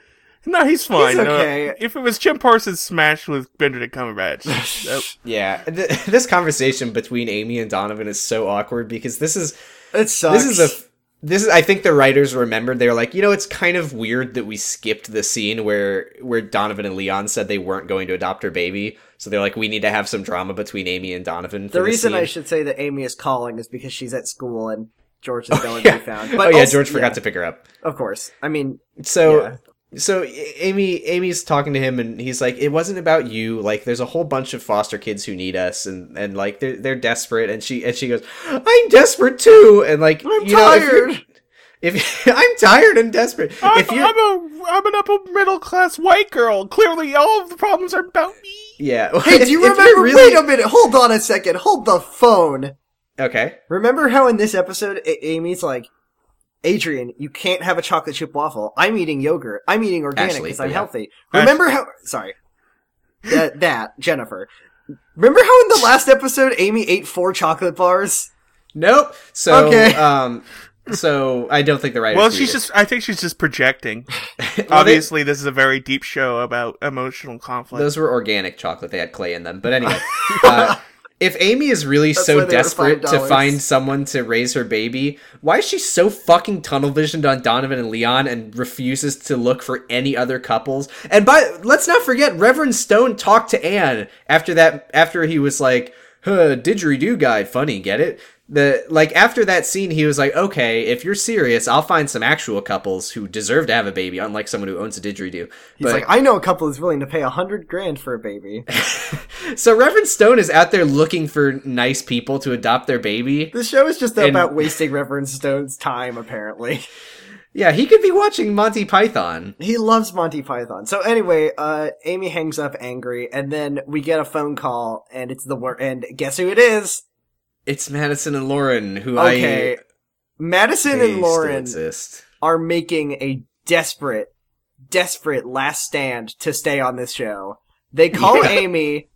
D: No, he's fine. No,
C: okay.
D: if it was Jim Parsons smashed with Benedict Cumberbatch, that-
B: Yeah, Th- this conversation between Amy and Donovan is so awkward because this is
C: It sucks.
B: this is a this is I think the writers remembered they were like, you know, it's kind of weird that we skipped the scene where where Donovan and Leon said they weren't going to adopt her baby. So they're like, we need to have some drama between Amy and Donovan. For
C: the
B: this
C: reason I
B: scene.
C: should say that Amy is calling is because she's at school and George is going to
B: yeah.
C: be found.
B: oh yeah,
C: also-
B: George forgot
C: yeah,
B: to pick her up.
C: Of course. I mean,
B: So
C: Yeah.
B: so A- Amy Amy's talking to him and he's like, It wasn't about you. Like there's a whole bunch of foster kids who need us and, and like they're they're desperate and she and she goes, I'm desperate too and like
C: I'm
B: you know, if you're-
C: tired.
B: If I'm tired and desperate,
D: I'm,
B: if you're
D: I'm a I'm an upper middle class white girl. Clearly, all of the problems are about me.
B: yeah, well,
C: Hey,
B: if-
C: do you
B: if you're
C: remember?
B: really-
C: Wait a minute. Hold on a second. Hold the phone.
B: okay,
C: Remember how in this episode, A- Amy's like, Adrian, you can't have a chocolate chip waffle. I'm eating yogurt. I'm eating organic
B: Ashley,
C: because I'm
B: yeah.
C: healthy. Remember how? Sorry, that, that Jennifer. Remember how in the last episode, Amy ate four chocolate bars?
B: nope. So,
C: Okay.
B: um, so I don't think the writers.
D: Well,
B: do
D: she's
B: this.
D: just. I think she's just projecting.
B: Well, they-
D: Obviously, this is a very deep show about emotional conflict.
B: Those were organic chocolate. They had clay in them. But anyway, uh, if Amy is really
C: why
B: so
C: they were
B: desperate to
C: $5.
B: find someone to raise her baby, why is she so fucking tunnel visioned on Donovan and Leon and refuses to look for any other couples? And by let's not forget, Reverend Stone talked to Anne after that. After he was like, "Huh, didgeridoo guy, funny, get it." The like after that scene, he was like, "Okay, if you're serious, I'll find some actual couples who deserve to have a baby, unlike someone who owns a didgeridoo."
C: He's like, I know a couple is willing to pay a hundred grand for a baby.
B: So Reverend Stone is out there looking for nice people to adopt their baby.
C: The show is just
B: And-
C: about wasting Reverend Stone's time, apparently.
B: Yeah, he could be watching Monty Python.
C: He loves Monty Python. So anyway, uh, Amy hangs up angry, and then we get a phone call, and it's the wor- and guess who it is?
B: It's Madison and Lauren who
C: Okay,
B: I
C: Madison
B: they
C: and Lauren
B: still exist.
C: are making a desperate, desperate last stand to stay on this show. They call
B: Yeah.
C: Amy,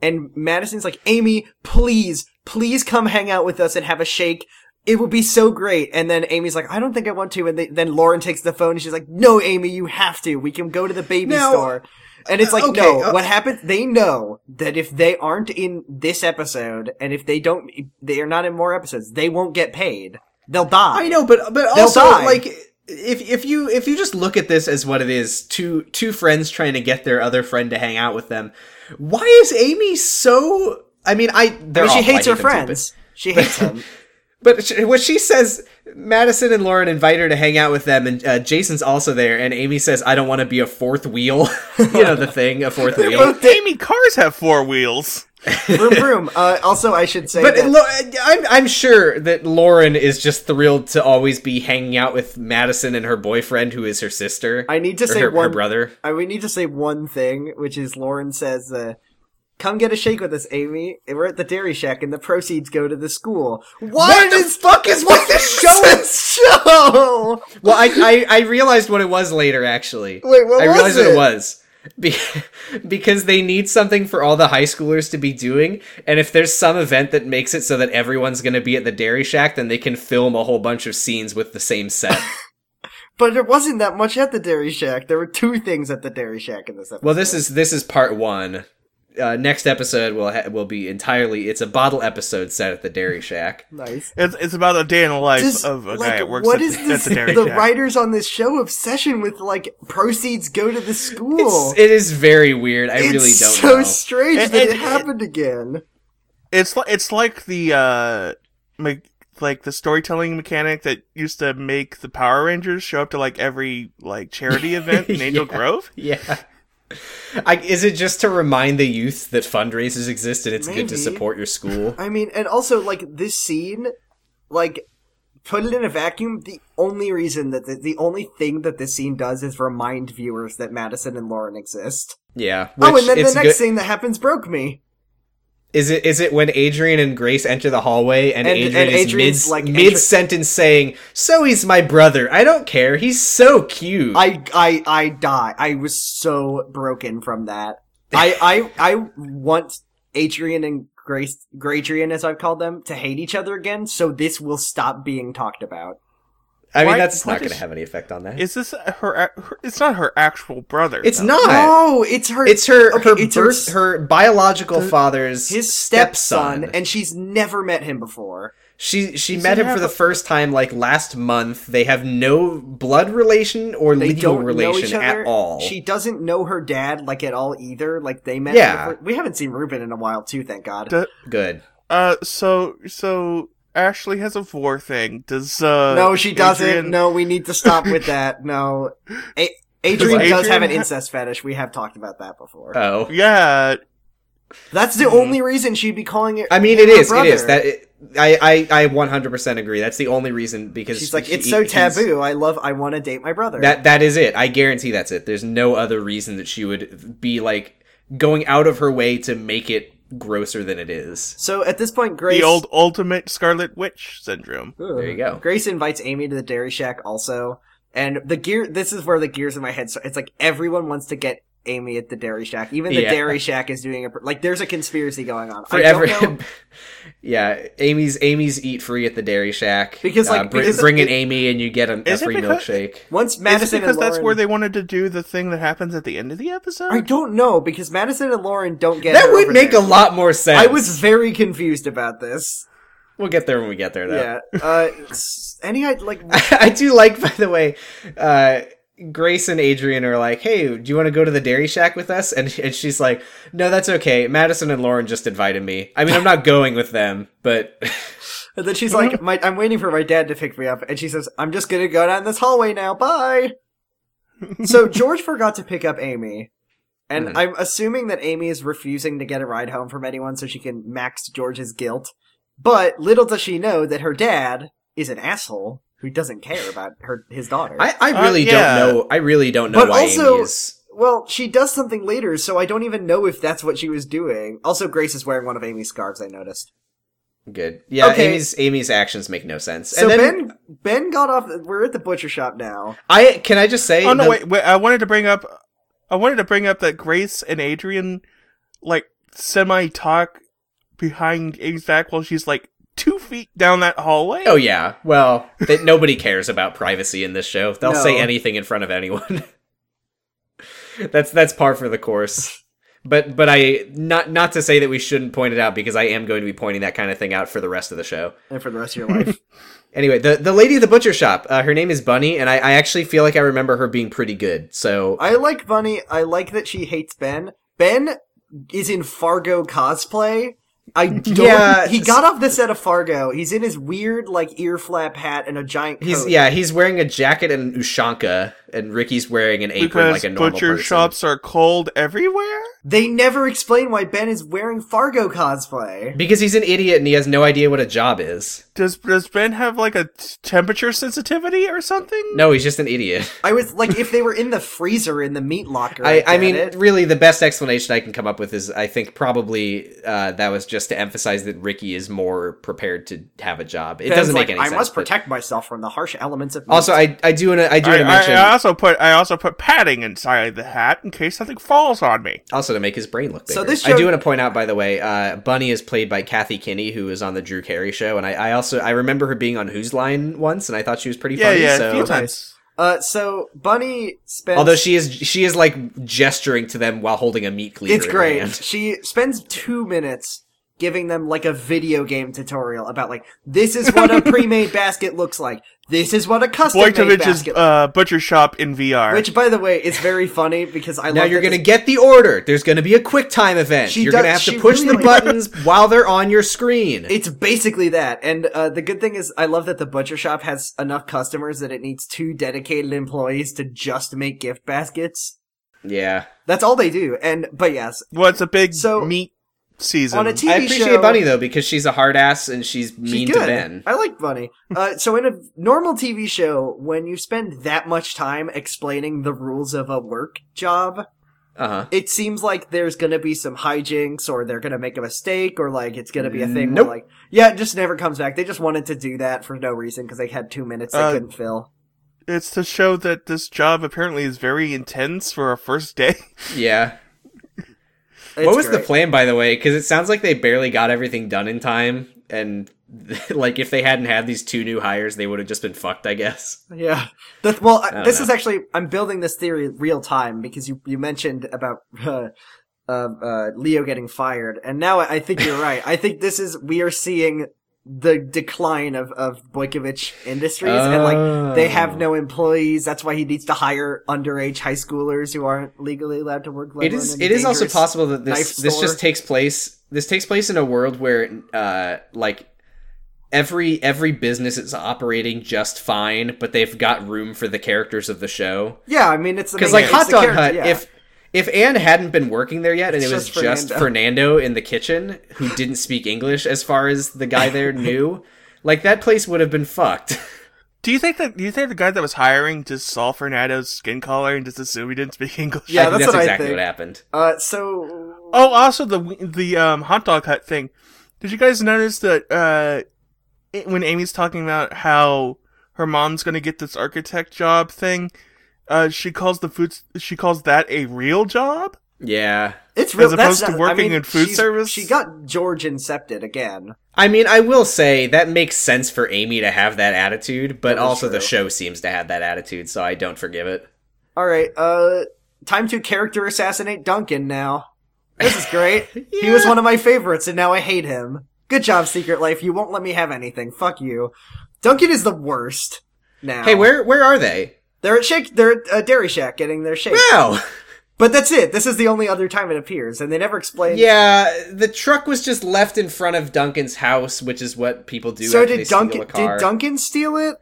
C: and Madison's like, Amy, please, please come hang out with us and have a shake. It would be so great. And then Amy's like, I don't think I want to. And they, then Lauren takes the phone and she's like, No, Amy, you have to. We can go to the baby
B: Now-
C: store. And it's like,
B: okay,
C: no,
B: uh-
C: what happens? They know that if they aren't in this episode and if they don't, they are not in more episodes, they won't get paid. They'll die.
B: I know, but but
C: They'll
B: also
C: die.
B: like if if you if you just look at this as what it is, two two friends trying to get their other friend to hang out with them. Why is Amy so? I mean, I,
C: I
B: they're
C: mean,
B: awful.
C: she
B: I hate
C: hates her
B: them too, but-
C: friends. She hates them.
B: But sh- what she says, Madison and Lauren invite her to hang out with them, and uh, Jason's also there. And Amy says, "I don't want to be a fourth wheel." you know the thing, a fourth wheel.
D: Both Amy cars have four wheels.
C: Vroom vroom. Uh, also, I should say
B: But
C: that
B: Lo- I'm I'm sure that Lauren is just thrilled to always be hanging out with Madison and her boyfriend, who is her sister.
C: I need to
B: or
C: say
B: her, her
C: one-
B: brother.
C: I uh, we need to say one thing, which is Lauren says, uh, "Come get a shake with us, Amy. We're at the Dairy Shack, and the proceeds go to the school." What, is
B: fuck is what this
C: this show?
B: Well, I, I I realized what it was later. Actually,
C: Wait, what
B: I
C: was
B: realized what
C: it?
B: it was. Be- because they need something for all the high schoolers to be doing, and if there's some event that makes it so that everyone's going to be at the Dairy Shack, then they can film a whole bunch of scenes with the same set.
C: But there wasn't that much at the Dairy Shack. There were two things at the Dairy Shack in this episode.
B: well, this is this is part one. Uh, next episode will ha- will be entirely it's a bottle episode set at the Dairy Shack.
C: nice.
D: It's, it's about a day in the life
C: Just,
D: of a guy
C: like,
D: that works
C: what
D: at,
C: is
D: the,
C: this?
D: at the dairy
C: the
D: shack.
C: writers on this show obsession with like proceeds go to the school.
B: It's, it is very weird. I
C: It's
B: really don't
C: so
B: know.
C: strange
D: And-
C: that
D: and-
C: it happened again.
D: It's like it's like the uh, me- like the storytelling mechanic that used to make the Power Rangers show up to like every like charity event in Angel
B: Yeah.
D: Grove.
B: Yeah. I, is it just to remind the youth that fundraisers exist and it's good
C: Maybe.
B: to support your school?
C: I mean, and also like this scene, like put it in a vacuum. The only reason that the, the only thing that this scene does is remind viewers that Madison and Lauren exist.
B: Yeah.
C: oh,
B: which
C: and then the
B: it's
C: next
B: good-
C: thing that happens broke me.
B: is it is it when Adrian and Grace enter the hallway and,
C: And-
B: Adrian
C: and Adrian's
B: is mid
C: like-
B: mid sentence saying, "So he's my brother. I don't care. He's so cute."
C: I I I die. I was so broken from that. I I I want Adrian and Grace Gradrian, as I've called them, to hate each other again, so this will stop being talked about.
B: I mean,
D: why-
B: that's
D: why
B: not going to
D: does-
B: have any effect on that.
D: Is this her, her? It's not her actual brother.
B: It's
D: though.
B: not.
C: No, it's her.
B: It's her
C: Okay,
B: her
C: it's her
B: birth,
C: s-
B: her biological father's
C: his
B: stepson,
C: stepson, and she's never met him before.
B: She she
D: Does
B: met
D: it
B: him for
D: have
B: the
D: a-
B: first time like last month. They have no blood relation or
C: They
B: legal
C: don't know each
B: relation
C: other.
B: at all.
C: She doesn't know her dad like at all either. Like they met.
B: Yeah.
C: before- we haven't seen Ruben in a while too. Thank God.
D: Do-
B: Good.
D: Uh, so so Ashley has a war thing. Does uh?
C: no, she doesn't.
D: Adrian-
C: No, we need to stop with that. No, a- Adrian
D: Does
C: does have an
D: Adrian ha-
C: incest fetish. We have talked about that before.
B: Oh.
D: Yeah,
C: That's the only reason she'd be calling it.
B: hmm. I mean
C: him
B: it
C: her
B: is it is
C: brother.
B: that it, I, I, I 100% agree. That's the only reason because
C: She's like,
B: he-
C: it's so
B: he's-
C: taboo. I love. I want to date my brother.
B: That that is it. I guarantee that's it. There's no other reason that she would be like going out of her way to make it grosser than it is.
C: so at this point, Grace.
D: The old ultimate Scarlet Witch syndrome.
B: There you go.
C: Grace invites Amy to the Dairy Shack also, and the gear. This is where the gears in my head. start. It's like everyone wants to get Amy at the Dairy Shack. Even the
B: Yeah.
C: Dairy Shack is doing a like. There's a conspiracy going on. I
B: Forever.
C: don't know-
B: yeah, Amy's Amy's eat free at the Dairy Shack
C: Because, like,
B: Uh, br-
C: because-
B: bring in Amy and you get a, a
D: Is it
B: free
D: because-
B: milkshake.
C: Once
D: Is
C: Madison
D: it because
C: and Lauren,
D: that's where they wanted to do the thing that happens at the end of the episode?
C: I don't know because Madison and Lauren don't get.
B: That
C: her
B: would
C: over
B: make
C: there.
B: a lot more sense.
C: I was very confused about this.
B: We'll get there when we get there, though.
C: Yeah. Uh, s- any I- like
B: I do like, by the way, uh, Grace and Adrian are like, "Hey, do you want to go to the Dairy Shack with us?" And and she's like, "No, that's okay. Madison and Lauren just invited me. I mean, I'm not going with them, but
C: And then she's like, my, I'm waiting for my dad to pick me up. And she says, I'm just going to go down this hallway now. Bye. so George forgot to pick up Amy. And
B: Mhm.
C: I'm assuming that Amy is refusing to get a ride home from anyone so she can max George's guilt. But little does she know that her dad is an asshole who doesn't care about her his daughter.
B: I, I
D: Uh,
B: really
D: yeah.
B: don't know. I really don't know
C: But
B: why
C: also-
B: Amy is.
C: well, she does something later, so I don't even know if that's what she was doing. Also, Grace is wearing one of Amy's scarves, I noticed.
B: Good. Yeah,
C: Okay.
B: Amy's Amy's actions make no sense.
C: So
B: and then
C: Ben Ben got off. We're at the butcher shop now.
B: I can I just say
D: Oh no!
B: the-
D: Wait, wait, I wanted to bring up, I wanted to bring up that Grace and Adrian, like semi talk behind Amy's back while she's like two feet down that hallway.
B: Oh yeah. Well, that nobody cares about privacy in this show. They'll
C: No.
B: say anything in front of anyone. that's that's par for the course. But but I not not to say that we shouldn't point it out because I am going to be pointing that kind of thing out for the rest of the show.
C: And for the rest of your life,
B: Anyway, the the lady at the butcher shop, uh, her name is Bunny, and I, I actually feel like I remember her being pretty good. So
C: I like Bunny. I like that she hates Ben. Ben is in Fargo cosplay. I don't.
B: Yeah.
C: he got off the set of Fargo. He's in his weird like ear flap hat and a giant.
B: he's
C: coat.
B: yeah he's wearing a jacket and an ushanka, and Ricky's wearing an apron
D: because
B: like a normal
D: butcher
B: person.
D: shops are cold everywhere.
C: They never explain why Ben is wearing Fargo cosplay.
B: Because he's an idiot and he has no idea what a job is.
D: Does does Ben have like a t- temperature sensitivity or something?
B: No, he's just an idiot.
C: I was like, if they were in the freezer in the meat locker.
B: I, I
C: get
B: mean,
C: it.
B: really, the best explanation I can come up with is I think probably uh, that was just to emphasize that Ricky is more prepared to have a job. It
C: Ben's
B: doesn't make
C: like,
B: any
C: I
B: sense.
C: must
B: but-
C: protect myself from the harsh elements of. Meat.
B: Also, I I do want to I do want
D: I,
B: to
D: I,
B: mention
D: I also put I also put padding inside the hat in case something falls on me.
B: also to make his brain look bigger.
C: So this
B: I
C: show-
B: do want to point out, by the way, uh, Bunny is played by Kathy Kinney, who is on the Drew Carey show, and I, I also I remember her being on Whose Line once, and I thought she was pretty
D: Yeah,
B: funny.
D: yeah, a
B: so.
D: few
C: Okay.
D: times.
C: Uh, so Bunny spends.
B: Although she is she is like gesturing to them while holding a meat cleaver.
C: it's
B: in her
C: great.
B: hand.
C: She spends two minutes giving them like a video game tutorial about like this is what a pre-made basket looks like. This is what a custom-made
D: Boytovich's
C: basket.
D: uh, butcher shop in VR.
C: which, by the way, is very funny because I
B: Now
C: love
B: you're
C: that
B: gonna
C: this-
B: get the order. There's gonna be a quick time event.
C: She
B: you're
C: does-
B: gonna have
C: she
B: to push
C: really-
B: the buttons while they're on your screen.
C: It's basically that, and uh, the good thing is, I love that the butcher shop has enough customers that it needs two dedicated employees to just make gift baskets.
B: yeah,
C: That's all they do, and but yes,
D: well, it's a big
C: So,
D: meat season.
C: on a TV
B: I appreciate
C: show,
B: Bunny though because she's a hard ass and she's mean
C: She's
B: to
C: good.
B: Ben.
C: I like Bunny. Uh, so in a normal TV show, when you spend that much time explaining the rules of a work job,
B: Uh huh.
C: it seems like there's gonna be some hijinks or they're gonna make a mistake or like it's gonna be a thing
B: Nope.
C: where like, yeah, it just never comes back. They just wanted to do that for no reason because they had two minutes they
D: Uh,
C: couldn't fill.
D: It's to show that this job apparently is very intense for a first day.
B: Yeah.
C: It's
B: what was the
C: great.
B: plan, by the way? Because it sounds like they barely got everything done in time, and like if they hadn't had these two new hires, they would have just been fucked. I guess.
C: Yeah. That, well, I
B: don't
C: this
B: know.
C: is actually I'm building this theory real time because you you mentioned about uh, uh, uh, Leo getting fired, and now I I think you're right. I think this is we are seeing the decline of of Boykovich Industries, and like they have
B: Oh.
C: no employees. That's why he needs to hire underage high schoolers who aren't legally allowed to work. let
B: It is.
C: alone in a
B: It is also
C: dangerous-
B: possible that
C: knife
B: this this
C: store.
B: just takes place. This takes place in a world where, uh, like every every business is operating just fine, but they've got room for the characters of the show.
C: Yeah, I mean it's the
B: Because
C: main-
B: like
C: it's
B: Hot
C: the
B: Dog
C: character,
B: Hut,
C: yeah.
B: if If Anne hadn't been working there yet, and
C: It's
B: it was
C: just
B: just Fernando in the kitchen who didn't speak English as far as the guy there knew, like that place would have been fucked.
D: Do you think that? Do you think the guy that was hiring just saw Fernando's skin color and just assumed he didn't speak English?
C: Yeah,
B: I think
C: that's
B: that's
C: what I
B: exactly
C: think.
B: what happened.
C: Uh, so
D: Oh, also the the um, hot dog hut thing. Did you guys notice that uh, it- when Amy's talking about how her mom's gonna get this architect job thing, uh, she calls the food she calls that a real job.
B: Yeah.
C: it's real.
D: As
C: that's
D: opposed to
C: not- I
D: working
C: mean,
D: in food
C: she's-
D: service?
C: She got George incepted again.
B: I mean, I will say that makes sense for Amy to have that attitude, but
C: That is
B: also the
C: true.
B: show seems to have that attitude, so I don't forgive it.
C: All right. Uh, time to character assassinate Duncan now. This is great. He was one of my favorites, and now I hate him. Good job, Secret Life. You won't let me have anything. Fuck you. Duncan is the worst. Now,
B: Hey, where where are they?
C: they're at shake, they're at uh, Dairy Shack getting their shake.
B: Wow.
C: But that's it. This is the only other time it appears, and they never explain.
B: Yeah, the truck was just left in front of Duncan's house, which is what people do.
C: So
B: after they
C: did
B: steal
C: Duncan?
B: a car.
C: Did Duncan steal it?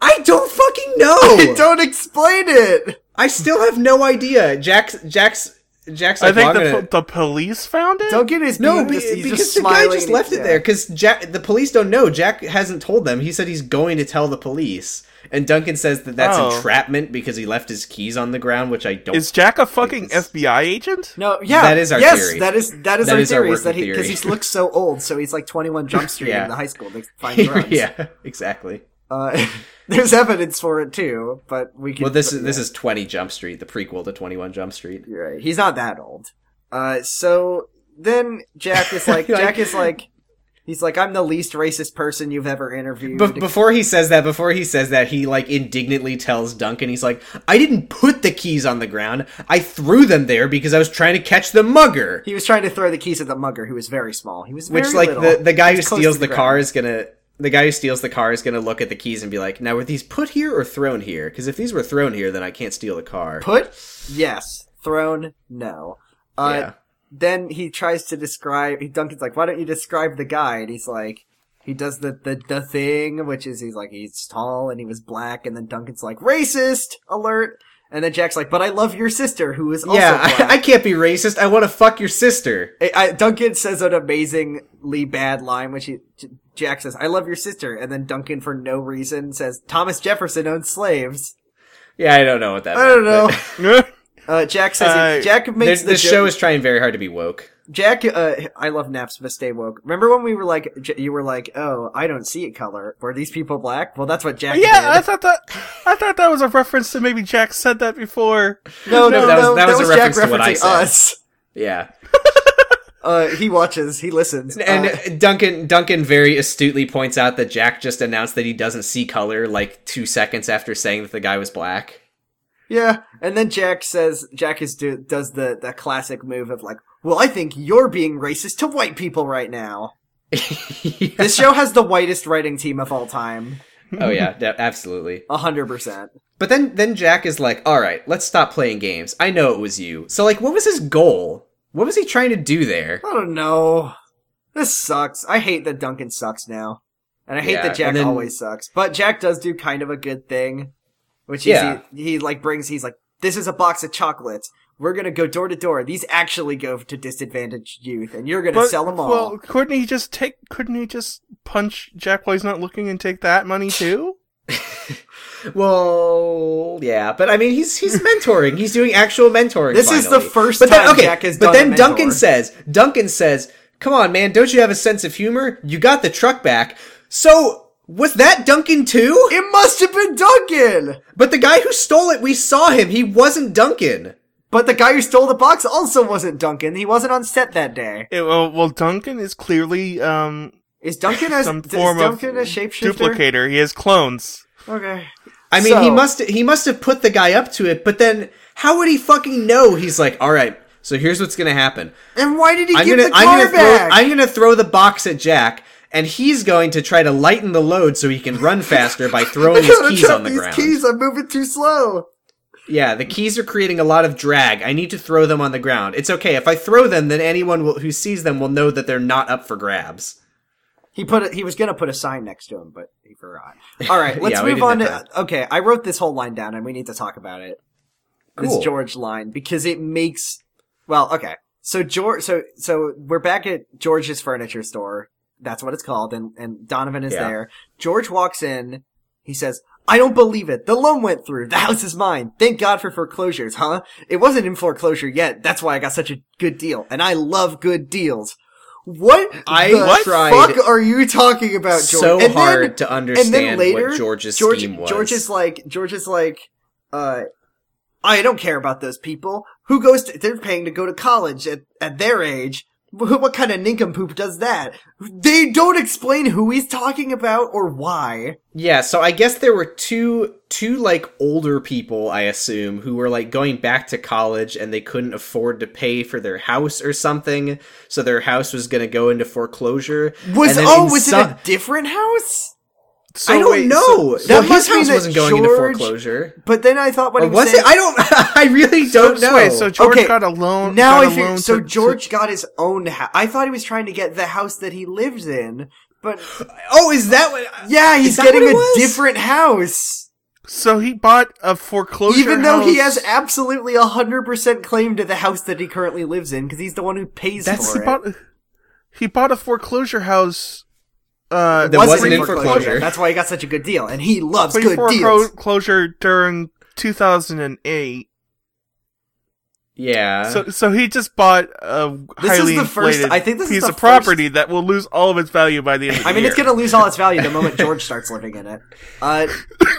B: I don't fucking
C: They
B: know.
C: don't explain it.
B: I still have no idea. Jack's Jack's Jack's. Like,
D: I think
B: "Well,
D: the,
B: I'm gonna-"
D: po- the police found it.
C: Duncan is
B: no,
C: being
B: be-
C: just, he's
B: because
C: just
B: the guy
C: smiling
B: just
C: and he-
B: left it
C: yeah.
B: there. Because Jack, the police don't know. Jack hasn't told them. He said he's going to tell the police. And Duncan says that that's
D: Oh.
B: entrapment because he left his keys on the ground, which I don't.
D: Is Jack a fucking FBI agent?
C: No, yeah,
B: That is our
C: yes,
B: theory.
C: that is that is
B: That
C: our
B: is our
C: theory. Is that
B: working
C: he because
B: theory.
C: he looks so old, so he's like Twenty One Jump Street
B: Yeah.
C: in the high school. They find drugs.
B: yeah, exactly.
C: Uh, there's evidence for it too, but we can.
B: Well, this is this is Twenty Jump Street, the prequel to Twenty One Jump Street.
C: You're right. He's not that old. Uh, so then Jack is like,
B: Like-
C: Jack is like, he's like, I'm the least racist person you've ever interviewed.
B: But before he says that, before he says that, he like indignantly tells Duncan, he's like, "I didn't put the keys on the ground. I threw them there because I was trying to catch the mugger."
C: he was trying to throw the keys at the mugger, who was very small. He was very
B: Which like
C: little.
B: the the guy
C: He
B: who
C: was close
B: steals
C: to
B: the,
C: ground.
B: car is gonna the guy who steals the car is gonna look at the keys and be like, "Now were these put here or thrown here? Because if these were thrown here, then I can't steal the car."
C: Put yes, thrown no. Uh,
B: Yeah.
C: Then he tries to describe. He Duncan's like, "Why don't you describe the guy?" And he's like, he does the the the thing, which is he's like he's tall and he was black. And then Duncan's like, "Racist alert!" And then Jack's like, "But I love your sister, who is also
B: yeah,
C: black."
B: I, I can't be racist. I want to fuck your sister.
C: I, I, Duncan says an amazingly bad line, which he, J- Jack says, "I love your sister," and then Duncan, for no reason, says, "Thomas Jefferson owned slaves."
B: Yeah, I don't know what that.
C: I don't
B: meant,
C: know.
B: but-
C: Uh, Jack says,
D: Uh,
C: "Jack makes
B: There's-
C: the
B: This
C: joke-
B: show is trying very hard to be woke.
C: Jack, uh, I love naps, but stay woke. Remember when we were like, J- you were like, oh, I don't see it color. Were these people black? Well, that's what Jack did.
D: Yeah, I thought that I thought that was a reference to maybe Jack said that before.
C: no,
B: no,
C: no, no,
B: that was- that
C: that
B: was
C: was,
B: a
C: Jack
B: reference to what I
C: referencing
B: said.
C: us.
B: Yeah.
C: Uh, he watches, he listens.
B: And
C: Uh,
B: Duncan Duncan very astutely points out that Jack just announced that he doesn't see color like two seconds after saying that the guy was black.
C: yeah, and then Jack says, Jack is do, does the, the classic move of like, well, I think you're being racist to white people right now. This show has the whitest writing team of all time.
B: Oh yeah, de- absolutely.
C: A hundred percent.
B: But then then Jack is like, "All right, let's stop playing games. I know it was you." So like, what was his goal? What was he trying to do there?
C: I don't know. This sucks. I hate that Duncan sucks now. And I hate
B: Yeah,
C: that Jack
B: and then-
C: always sucks. But Jack does do kind of a good thing. Which is
B: Yeah.
C: he, he like brings he's like, This is a box of chocolates. We're gonna go door to door. These actually go to disadvantaged youth, and you're gonna
D: But-
C: sell them all.
D: Well, couldn't he just take? Couldn't he just punch Jack while he's not looking and take that money too?
B: Well, yeah, but I mean, he's he's mentoring. He's doing actual mentoring.
C: This is the
B: finally.
C: first
B: but then,
C: time
B: okay,
C: Jack has
B: But
C: done
B: then
C: a
B: Duncan
C: mentor.
B: says, Duncan says, "Come on, man, don't you have a sense of humor? You got the truck back." So was that Duncan too?
C: it must have been Duncan!
B: But the guy who stole it, we saw him. He wasn't Duncan.
C: But the guy who stole the box also wasn't Duncan. He wasn't on set that day.
D: It- well, well, Duncan is clearly um
C: Is Duncan a,
D: some
C: is
D: form
C: Duncan
D: of
C: a shapeshifter?
D: duplicator. He has clones.
C: Okay.
B: I mean, he
C: So-
B: must he must have put the guy up to it. But then, how would he fucking know? He's like, "All right, so here's what's gonna happen."
C: And why did he
B: I'm
C: give
B: gonna,
C: the
B: I'm
C: car
B: gonna throw,
C: back?
B: I'm gonna throw the box at Jack, and he's going to try to lighten the load so he can run faster by throwing his
C: gotta
B: keys
C: drop
B: on the
C: these
B: ground.
C: keys. I'm moving too slow.
B: Yeah, the keys are creating a lot of drag. I need to throw them on the ground. It's okay if I throw them, then anyone will, who sees them will know that they're not up for grabs.
C: He put a, he was gonna put a sign next to him, but he forgot. All right, let's
B: Yeah, we
C: move
B: didn't
C: on
B: have
C: to okay. I wrote this whole line down, and we need to talk about it. this
B: Cool.
C: George line because it makes well, okay. So George so so we're back at George's furniture store. That's what it's called, and, and Donovan is
B: Yeah.
C: there. George walks in, he says, I don't believe it. The loan went through. The house is mine. Thank God for foreclosures, huh? It wasn't in foreclosure yet. That's why I got such a good deal. And I love good deals. What
B: I
C: the
B: tried
C: fuck are you talking about, George?
B: so
C: And then-
B: hard to understand
C: later,
B: what George's
C: George,
B: scheme was.
C: George is like, George is like, uh, I don't care about those people. Who goes to, they're paying to go to college at, at their age. Wh- What kind of nincompoop does that? They don't explain who he's talking about or why.
B: Yeah, so I guess there were two two like older people, I assume, who were like going back to college and they couldn't afford to pay for their house or something, so their house was going to go into foreclosure.
C: Was,
B: And then
C: oh,
B: in
C: was
B: some-
C: it a different house?
D: So
B: I don't
D: wait,
B: know.
D: so-
C: That
B: well, his
C: must mean
B: house
C: that
B: wasn't going into
C: George-
B: foreclosure.
C: But then I thought what
B: Or
C: he
B: was
C: saying,
B: it? I don't. I really
D: so,
B: don't know.
D: so wait, so George
C: Okay,
D: got a loan.
C: now
D: got
C: I
D: a
C: feel,
D: loan
C: so
D: to-
C: George got his own house. I thought he was trying to get the house that he lives in, but
B: oh, is that what?
C: yeah,
B: Is
C: he's
B: that
C: getting
B: what it
C: a
B: was?
C: different house.
D: So he bought a foreclosure.
C: Even though he
D: house-
C: has absolutely a hundred percent claim to the house that he currently lives in, because he's the one who pays
D: that's
C: for
D: he
C: it.
D: bought. He bought a foreclosure house. Uh,
B: That wasn't in foreclosure.
C: That's why he got such a good deal, and he loves
D: but
C: good deals.
D: foreclosure during 2008.
B: Yeah.
D: So, so he just bought a
C: Uh. This is
D: highly
C: the first-
D: inflated
C: I think this is
D: piece
C: the
D: of property that will lose all of its value by the end. Of the
C: I mean, it's
D: year.
C: gonna lose all its value the moment George starts living in it. Uh,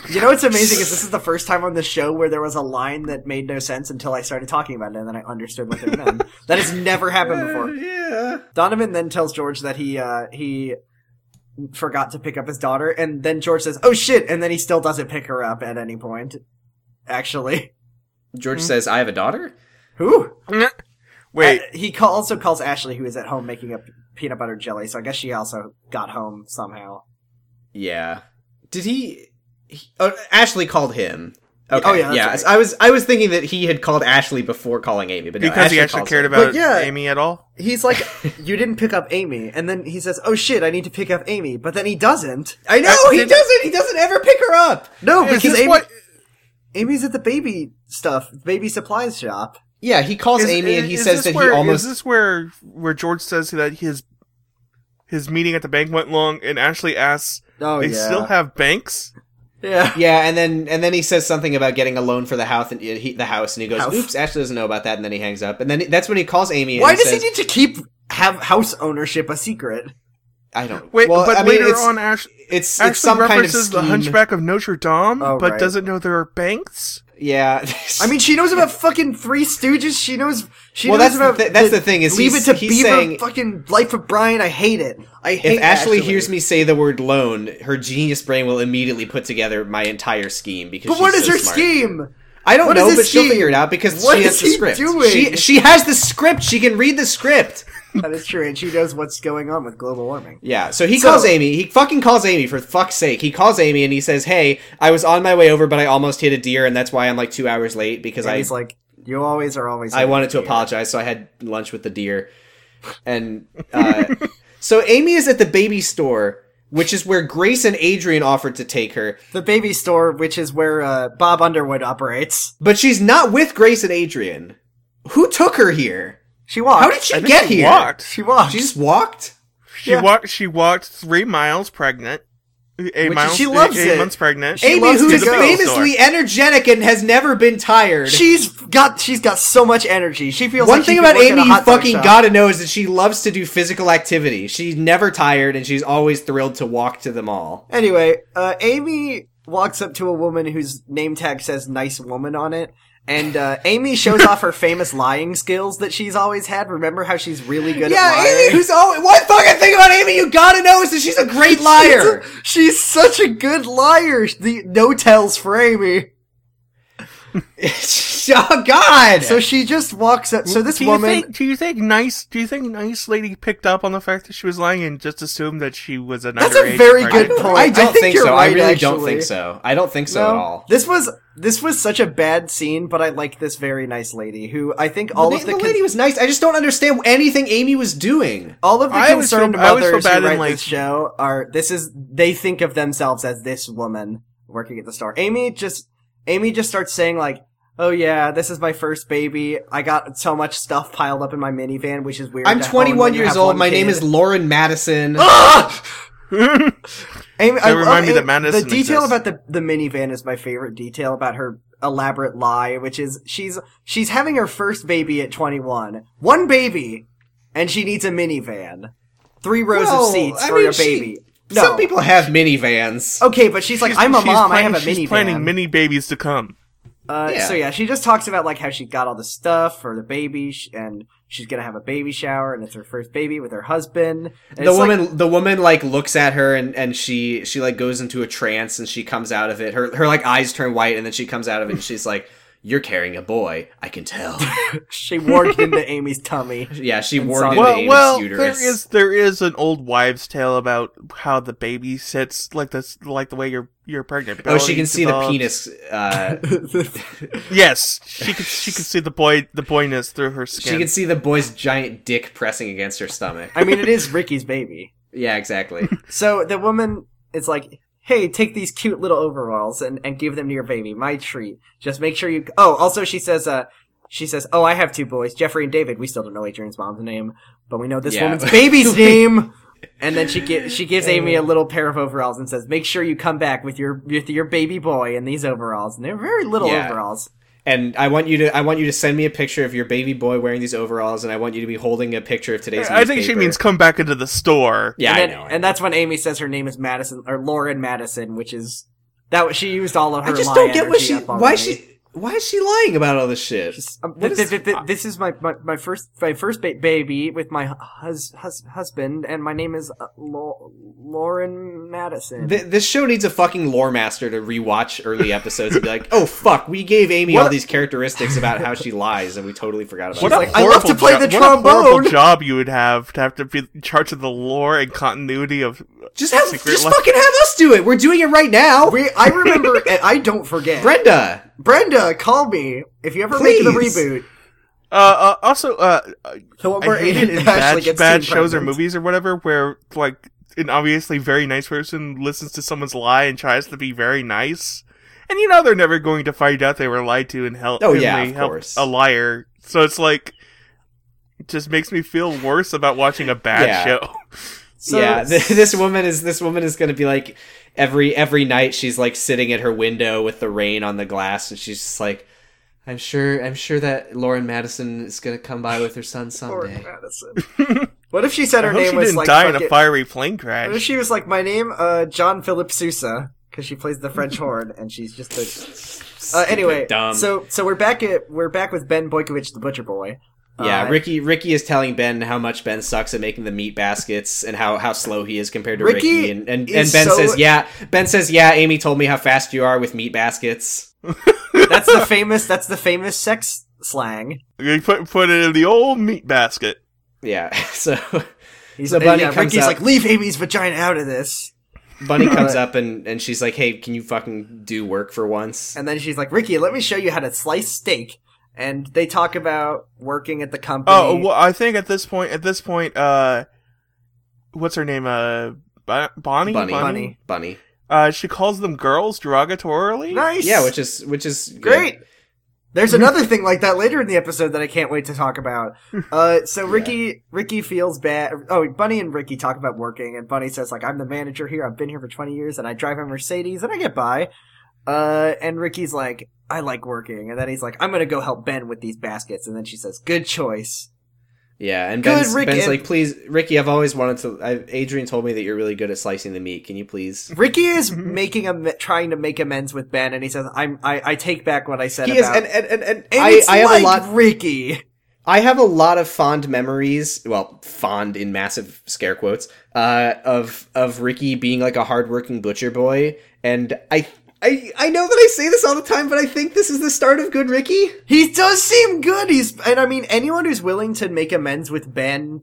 C: you know what's amazing is this is the first time on the show where there was a line that made no sense until I started talking about it, and then I understood what they meant. that has never happened before.
B: Uh, yeah.
C: Donovan then tells George that he uh, he forgot to pick up his daughter, and then George says, "Oh shit!" and then he still doesn't pick her up at any point. Actually,
B: George
C: Hmm.
B: says, "I have a daughter."
C: who?
D: Wait,
C: Uh, he call- also calls Ashley, who is at home making up peanut butter jelly. So I guess she also got home somehow.
B: Yeah. Did he? he oh, Ashley called him. Okay.
C: Oh, yeah, that's
B: yeah.
C: right.
B: I was I was thinking that he had called Ashley before calling Amy, but no,
D: because he actually
B: calls
D: cared
B: him.
D: about
C: But yeah.
D: Amy at all.
C: He's like, "You didn't pick up Amy," and then he says, "Oh shit! I need to pick up Amy," but then he doesn't.
B: I know
D: Uh,
B: he
D: did-
B: doesn't. He doesn't ever pick her up.
C: No,
D: Is
C: because
D: this
C: Amy,
D: what-
C: Amy's at the baby stuff, baby supplies shop.
B: Yeah, he calls
D: is-
B: Amy and he
D: is
B: says that
D: this where-
B: he
D: Is
B: almost.
D: this where where George says that his his meeting at the bank went long, and Ashley asks,
C: Oh
D: "They
C: yeah,
D: still have banks?"
C: yeah.
B: Yeah, and then and then he says something about getting a loan for the house, and he, the house, and he goes,
C: House.
B: "Oops, Ashley doesn't know about that," and then he hangs up, and then that's when he calls Amy. And
C: Why does
B: says,
C: he need to keep have house ownership a secret?
B: I don't.
D: Wait,
B: well,
D: but
B: I mean,
D: later
B: it's-
D: on, Ash,
B: it's
D: Ashley
B: it's some kind of
D: references
B: scheme.
D: the Hunchback of Notre Dame,
C: Oh,
D: but
C: right.
D: doesn't know there are banks.
B: Yeah,
C: I mean, she knows about fucking Three Stooges. She knows. She
B: Well,
C: knows
B: that's the
C: about.
B: thi- that's the thing is
C: leave
B: he's-
C: it to
B: he's
C: Beaver.
B: saying-
C: fucking Life of Brian. I hate it. I hate.
B: If Ashley, hears me say the word loan, her genius brain will immediately put together my entire scheme because.
C: but
B: she's
C: what is
B: so
C: her
B: smart.
C: scheme?
B: I don't
C: What
B: know,
C: is
B: but
C: his
B: she'll
C: scheme?
B: figure it out because
C: What
B: she has
C: is
B: the
C: he
B: script.
C: doing?
B: She she has the script. She can read the script.
C: That is true, and she knows what's going on with global warming.
B: Yeah. So he
C: So-
B: calls Amy. He fucking calls Amy for fuck's sake. He calls Amy and he says, "Hey, I was on my way over, but I almost hit a deer, and that's why I'm like two hours late because
C: And
B: I
C: he's like, "You always are always."
B: I
C: here."
B: wanted to apologize, so I had lunch with the deer. And uh, so Amy is at the baby store, which is where Grace and Adrian offered to take her,
C: The baby store, which is where uh, Bob Underwood operates.
B: but she's not with Grace and Adrian. Who took her here?
C: She walked.
B: How did she
D: I think
B: get
D: she
B: here?
D: walked.
C: She walked.
B: She just walked.
D: She
C: Yeah.
D: walked. She walked three miles pregnant. Eight
C: Which
D: miles.
C: she loves
D: eight
C: it.
D: months pregnant.
C: She
B: Amy,
C: loves
B: who
C: to
B: is
C: go.
B: famously energetic and has never been tired.
C: She's got. She's got so much energy. She feels.
B: One
C: like
B: thing
C: she could
B: about
C: work at a
B: Amy, you
C: hot dog
B: fucking
C: shop.
B: gotta know, is that she loves to do physical activity. She's never tired, and she's always thrilled to walk to the mall.
C: Anyway, uh, Amy walks up to a woman whose name tag says nice woman on it. And uh, Amy shows off her famous lying skills that she's always had. Remember how she's really good at
B: Yeah,
C: lying?
B: Amy, who's always one fucking thing about Amy you gotta know is that she's a great liar.
C: She's, such a good liar. The no tells for Amy.
B: oh God!
C: So she just walks up. So this
D: do
C: woman,
D: You think, do you think nice? Do you think nice lady picked up on the fact that she was lying and just assumed that she was an
C: That's a
D: underage
C: very
D: pregnant
C: good
D: woman?
C: point.
B: I don't
C: think
B: think
C: you're
B: so. I
C: right,
B: really don't
C: actually.
B: think so. I don't think so
C: No,
B: at all.
C: This was this was such a bad scene, but I like this very nice lady who I think all
B: the,
C: of the,
B: the
C: con-
B: lady was nice. I just don't understand anything Amy was doing.
C: all of the
D: I always feel-
C: concerned
D: I always feel
C: mothers who
D: bad in,
C: write
D: like-
C: this show are this is they think of themselves as this woman working at the store. Amy just Amy just starts saying like, oh yeah, this is my first baby. I got so much stuff piled up in my minivan, which is weird.
B: I'm
C: to own when
B: 21
C: you
B: years
C: have
B: old.
C: one
B: My name
C: kid.
B: is Lauren Madison.
C: Amy,
D: They remind me that Madison
C: The detail
D: exists.
C: about the the minivan is my favorite detail about her elaborate lie, which is she's she's having her first baby at 21, one baby, and she needs a minivan, three rows
B: Well,
C: of seats
B: I
C: for
B: mean,
C: a
B: she-
C: baby. No.
B: Some people have minivans.
C: Okay, but she's like, I'm a
D: She's
C: mom. I
D: planning-
C: have a minivan.
D: She's planning mini babies to come.
C: Uh,
B: Yeah.
C: So yeah, she just talks about like how she got all the stuff for the baby, sh- and she's gonna have a baby shower, and it's her first baby with her husband. And
B: the
C: it's like-
B: woman, the woman, like looks at her and and she she like goes into a trance and she comes out of it. Her her like eyes turn white and then she comes out of it and she's like, "You're carrying a boy. I can tell."
C: she warged into Amy's tummy.
B: Yeah, she
C: so-
B: warned
D: Well,
B: well,
D: well,
B: uterus.
D: there is there is an old wives' tale about how the baby sits like this, like the way you're you're pregnant.
B: Oh, she can see the
D: develops.
B: penis. Uh,
D: Yes, she could she could see the boy the boyness through her skin.
B: she can see the boy's giant dick pressing against her stomach.
C: I mean, it is Ricky's baby.
B: Yeah, exactly.
C: So the woman is like, "Hey, take these cute little overalls and and give them to your baby. My treat. Just make sure you." Oh, also she says, "Uh, she says, oh, I have two boys, Jeffrey and David. We still don't know Adrian's mom's name, but we know this
B: Yeah.
C: woman's baby's name." And then she gives she gives Amy a little pair of overalls and says, "Make sure you come back with your with your baby boy and these overalls." And they're very little
B: Yeah.
C: overalls.
B: And I want you to I want you to send me a picture of your baby boy wearing these overalls, and I want you to be holding a picture of today's.
D: I think she
B: newspaper.
D: means come back into the store.
B: Yeah,
C: and,
B: I
C: then-
B: know.
C: and that's when Amy says her name is Madison or Lauren Madison, which is that was- she used all of her.
B: I just
C: lie
B: don't get what
C: energy
B: she
C: up
B: why
C: already.
B: she why is she lying about all this shit?
C: Um,
B: What
C: th-
B: is-
C: th- th- this is my, my, my first my first ba- baby with my hus- hus- husband, and my name is uh, Lau- Lauren Madison.
B: Th- this show needs a fucking lore master to rewatch early episodes and be like, "Oh fuck, we gave Amy all
D: What-
B: these characteristics about how she lies, and we totally forgot about."
D: What
B: it."
D: a
C: like, "I
D: horrible
C: love to play
D: jo-
C: the
D: what a horrible
C: trombone."
D: job you would have to have to be in charge of the lore and continuity of. uh,
B: Just have,
D: Secret
B: just
D: life.
B: fucking have us do it. We're doing it right now.
C: we, I remember, and I don't forget.
B: Brenda,
C: Brenda, call me if you ever make the
B: Please.
C: reboot.
D: Uh, uh, also, uh,
C: The one
D: I
C: where
D: hate it in
C: Aiden
D: bad,
C: actually gets
D: bad
C: teen
D: shows or
C: pregnant.
D: movies or whatever where like an obviously very nice person listens to someone's lie and tries to be very nice, and you know they're never going to find out they were lied to and help.
B: Oh,
D: and
B: yeah,
D: they
B: of
D: helped
B: course.
D: a liar. So it's like, it just makes me feel worse about watching a bad
B: Yeah.
D: show.
C: So-
B: yeah, th- this woman is this woman is going to be like every every night she's like sitting at her window with the rain on the glass, and she's just like, "I'm sure, I'm sure that Lauren Madison is going to come by with her son
C: Lauren
B: someday."
C: Madison. what if she said
D: I
C: her
D: hope she
C: name was
D: didn't
C: like
D: die in a
C: fucking-
D: fiery plane
C: What if
D: crash.
C: she was like my name, uh, John Philip Sousa, because she plays the French horn, and she's just a Uh, anyway,
B: Stupid dumb.
C: so so we're back at we're back with Ben Boykovich, the butcher boy.
B: yeah,
C: Uh,
B: Ricky Ricky is telling Ben how much Ben sucks at making the meat baskets and how, how slow he is compared to Ricky,
C: Ricky
B: and and, and
C: is
B: Ben
C: so-
B: says, "Yeah, Ben says, yeah, Amy told me how fast you are with meat baskets."
C: That's the famous. That's the famous sex slang.
D: We put put it in the old meat basket.
B: Yeah. So
C: He's
B: So
C: and
B: Bunny
C: yeah,
B: comes
C: Ricky's
B: up-
C: like, leave Amy's vagina out of this,
B: Bunny comes up and and she's like, "Hey, can you fucking do work for once?"
C: and then she's like, Ricky, let me show you how to slice steak. And they talk about working at the company.
D: Oh, well, I think at this point, at this point, uh, what's her name? Uh, Bo- Bonnie.
B: Bunny.
C: Bunny.
B: Bunny.
D: Uh, she calls them girls derogatorily.
C: nice,
B: Yeah, which is which is good.
C: great. There's another thing like that later in the episode that I can't wait to talk about. Uh, so Ricky, Ricky feels bad. Oh, Bunny and Ricky talk about working, and Bunny says like, "I'm the manager here. I've been here for 20 years, and I drive a Mercedes, and I get by." Uh, and Ricky's like, "I like working," and then he's like, "I'm gonna go help Ben with these baskets," and then she says, "Good choice."
B: Yeah, and
C: Good,
B: Ben's,
C: Rick,
B: Ben's
C: and-
B: like, "Please, Ricky, I've always wanted to. I, Adrian told me that you're really good at slicing the meat. Can you please?"
C: Ricky is making a trying to make amends with Ben, and he says, "I'm I, I take back what I said."
B: He is,
C: about
B: and and and, and,
C: And
B: I,
C: it's
B: I have
C: like
B: a lot.
C: Ricky.
B: I have a lot of fond memories. Well, fond in massive scare quotes uh, of of Ricky being like a hardworking butcher boy, and I I I know that I say this all the time, but I think this is the start of good Ricky.
C: He does seem good. He's and I mean anyone who's willing to make amends with Ben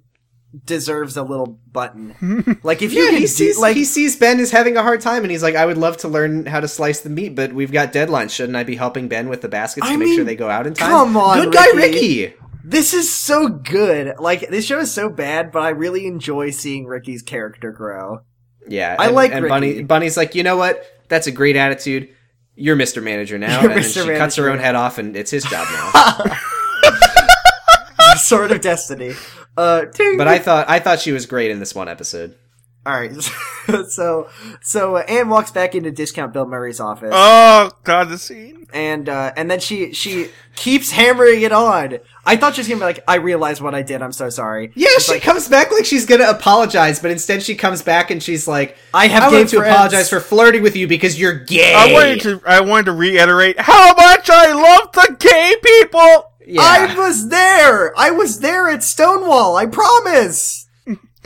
C: deserves a little button. like if you
B: Yeah,
C: can
B: he
C: do-
B: sees
C: like
B: he sees Ben is having a hard time, and he's like, "I would love to learn how to slice the meat, but we've got deadlines. Shouldn't I be helping Ben with the baskets
C: I
B: to make sure
C: mean,
B: they go out in time?"
C: come on,
B: good guy
C: Ricky.
B: Ricky.
C: this is so good. Like this show is so bad, but I really enjoy seeing Ricky's character grow.
B: Yeah,
C: I
B: and-
C: like
B: and
C: Ricky.
B: Bunny. Bunny's like, you know what? That's a great attitude. you're Mr. Manager now.
C: You're
B: and then
C: Mr.
B: she cuts her
C: Manager.
B: own head off, and it's his job now.
C: Sword of Destiny. Uh, ding.
B: but I thought I thought she was great in this one episode.
C: all right. so, so uh, Anne walks back into discount Bill Murray's office,
D: Oh god, the scene.
C: and uh, and then she she keeps hammering it on. I thought she was gonna be like, I realize what I did. I'm so sorry.
B: Yeah,
C: She's
B: she
C: like,
B: comes back like she's gonna apologize, but instead she comes back and she's like,
C: I have
B: I
C: gay
B: want to
C: friends."
B: apologize for flirting with you because you're gay."
D: I wanted to. I wanted to reiterate how much I love the gay people.
B: Yeah.
C: I was there. I was there at Stonewall. I promise.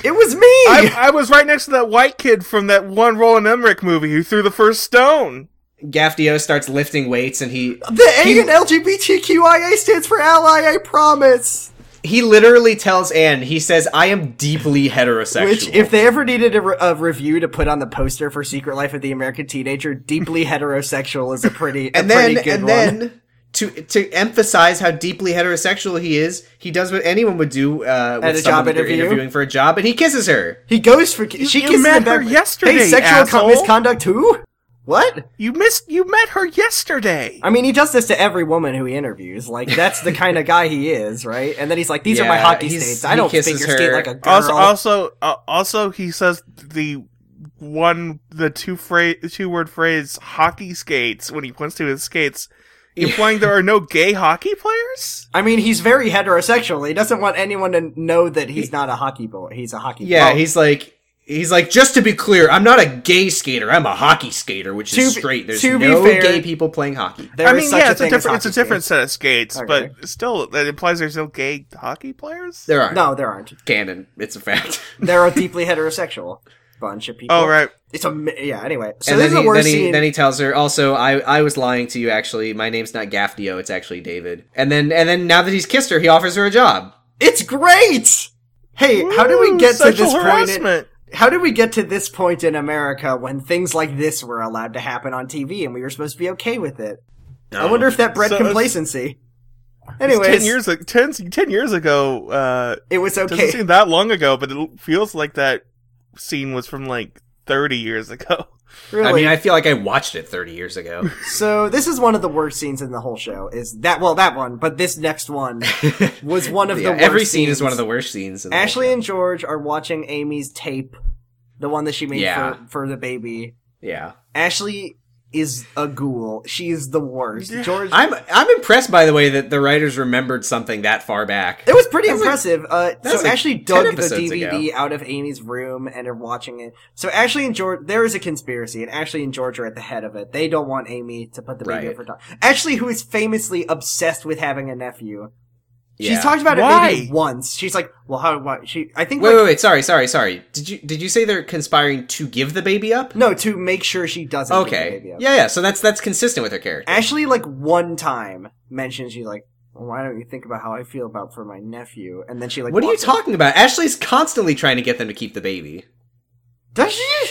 C: It was me.
D: I, I was right next to that white kid from that one Roland Emmerich movie who threw the first stone.
B: Gaffdio starts lifting weights and he
C: the A in LGBTQIA stands for ally. I promise.
B: he literally tells Anne, he says, "I am deeply heterosexual."
C: Which, if they ever needed a, re- a review to put on the poster for Secret Life of the American Teenager, deeply heterosexual is a pretty, a
B: and then
C: pretty good
B: and
C: one.
B: then to to emphasize how deeply heterosexual he is, he does what anyone would do uh, with
C: a
B: someone
C: job
B: that they're
C: interview?
B: interviewing for a job, and he kisses her.
C: he goes for she
D: you
C: kisses
D: met
C: him back
D: her
C: with,
D: yesterday,
C: Hey, sexual
D: asshole."
C: misconduct. Who? What?
D: You missed. You met her yesterday.
C: I mean, he does this to every woman who he interviews. Like that's the kind of guy he is, right? And then he's like, "These are my
B: Yeah,
C: hockey
B: he's-
C: skates.
B: he
C: I don't
B: kisses
C: figure skate
B: her.
C: like a girl."
D: Also, also, uh, also, he says the one, the two phrase, two word phrase, hockey skates when he points to his skates, implying there are no gay hockey players.
C: I mean, he's very heterosexual. He doesn't want anyone to know that he's not a hockey boy. He's a hockey.
B: Yeah,
C: well,
B: he's like. He's like, just to be clear, I'm not a gay skater. I'm a hockey skater, which is
C: To be-
B: straight. There's
C: to be
B: no
C: fair-
B: gay people playing hockey.
C: there
D: I
C: is
D: mean,
C: such
D: yeah, it's a,
C: thing as
D: different, it's a
C: hockey
D: different set of skates,
C: Okay.
D: but still, that implies there's no gay hockey players.
B: There are
C: skates. No, there aren't.
B: canon. It's a fact.
C: They're a deeply heterosexual bunch of people.
D: Oh right,
C: It's a mi- yeah. Anyway, so
B: and
C: this
B: then
C: is the
B: he,
C: worst
B: then, he,
C: scene.
B: then he tells her, also, I, I was lying to you, actually. My name's not Gaffdio, it's actually David. And then and then now that he's kissed her, he offers her a job.
C: it's great. Hey, how did we
D: Ooh,
C: get to
D: sexual
C: this point? In,
D: harassment.
C: how did we get to this point in America when things like this were allowed to happen on TV and we were supposed to be okay with it? I wonder if that bred
D: So it's-
C: complacency.
D: ten
C: Anyways,
D: years, ag- ten, ten years ago, uh,
C: it was
D: doesn't
C: okay.
D: seem that long ago, but it feels like that scene was from like thirty years ago.
C: Really.
B: I mean, I feel like I watched it 30 years ago.
C: so this is one of the worst scenes in the whole show. Is that well that one? But this next one was one of
B: Yeah,
C: the worst
B: every scene is
C: scenes.
B: one of the worst scenes. In the
C: Ashley
B: whole
C: and George are watching Amy's tape, the one that she made
B: Yeah.
C: for, for the baby.
B: show. yeah,
C: Ashley is a ghoul. She is the worst. George.
B: I'm I'm impressed by the way that the writers remembered something that far back.
C: it was pretty
B: That was like-
C: impressive. uh,
B: that was
C: so
B: like
C: Ashley
B: 10
C: dug the
B: episodes
C: DVD out of Amy's room and are watching it. So Ashley and George, there is a conspiracy, and Ashley and George are at the head of it. They don't want Amy to put the baby
B: Right.
C: up for adop- Ashley, who is famously obsessed with having a nephew,
B: Yeah.
C: she's talked about it
D: Why?
C: maybe once. She's like, "Well, how? Why?" She, I think,
B: Wait,
C: like,
B: wait, wait. Sorry, sorry, sorry. Did you did you say they're conspiring to give the baby up?
C: no, Mm-hmm. to make sure she doesn't. give the
B: Okay.
C: baby up.
B: Yeah, yeah. So that's that's consistent with her character.
C: Ashley, like one time, mentions you like, well, why don't you think about how I feel about for my nephew? And then she like,
B: what are you
C: walks-
B: talking about? Ashley's constantly trying to get them to keep the baby.
C: Does she?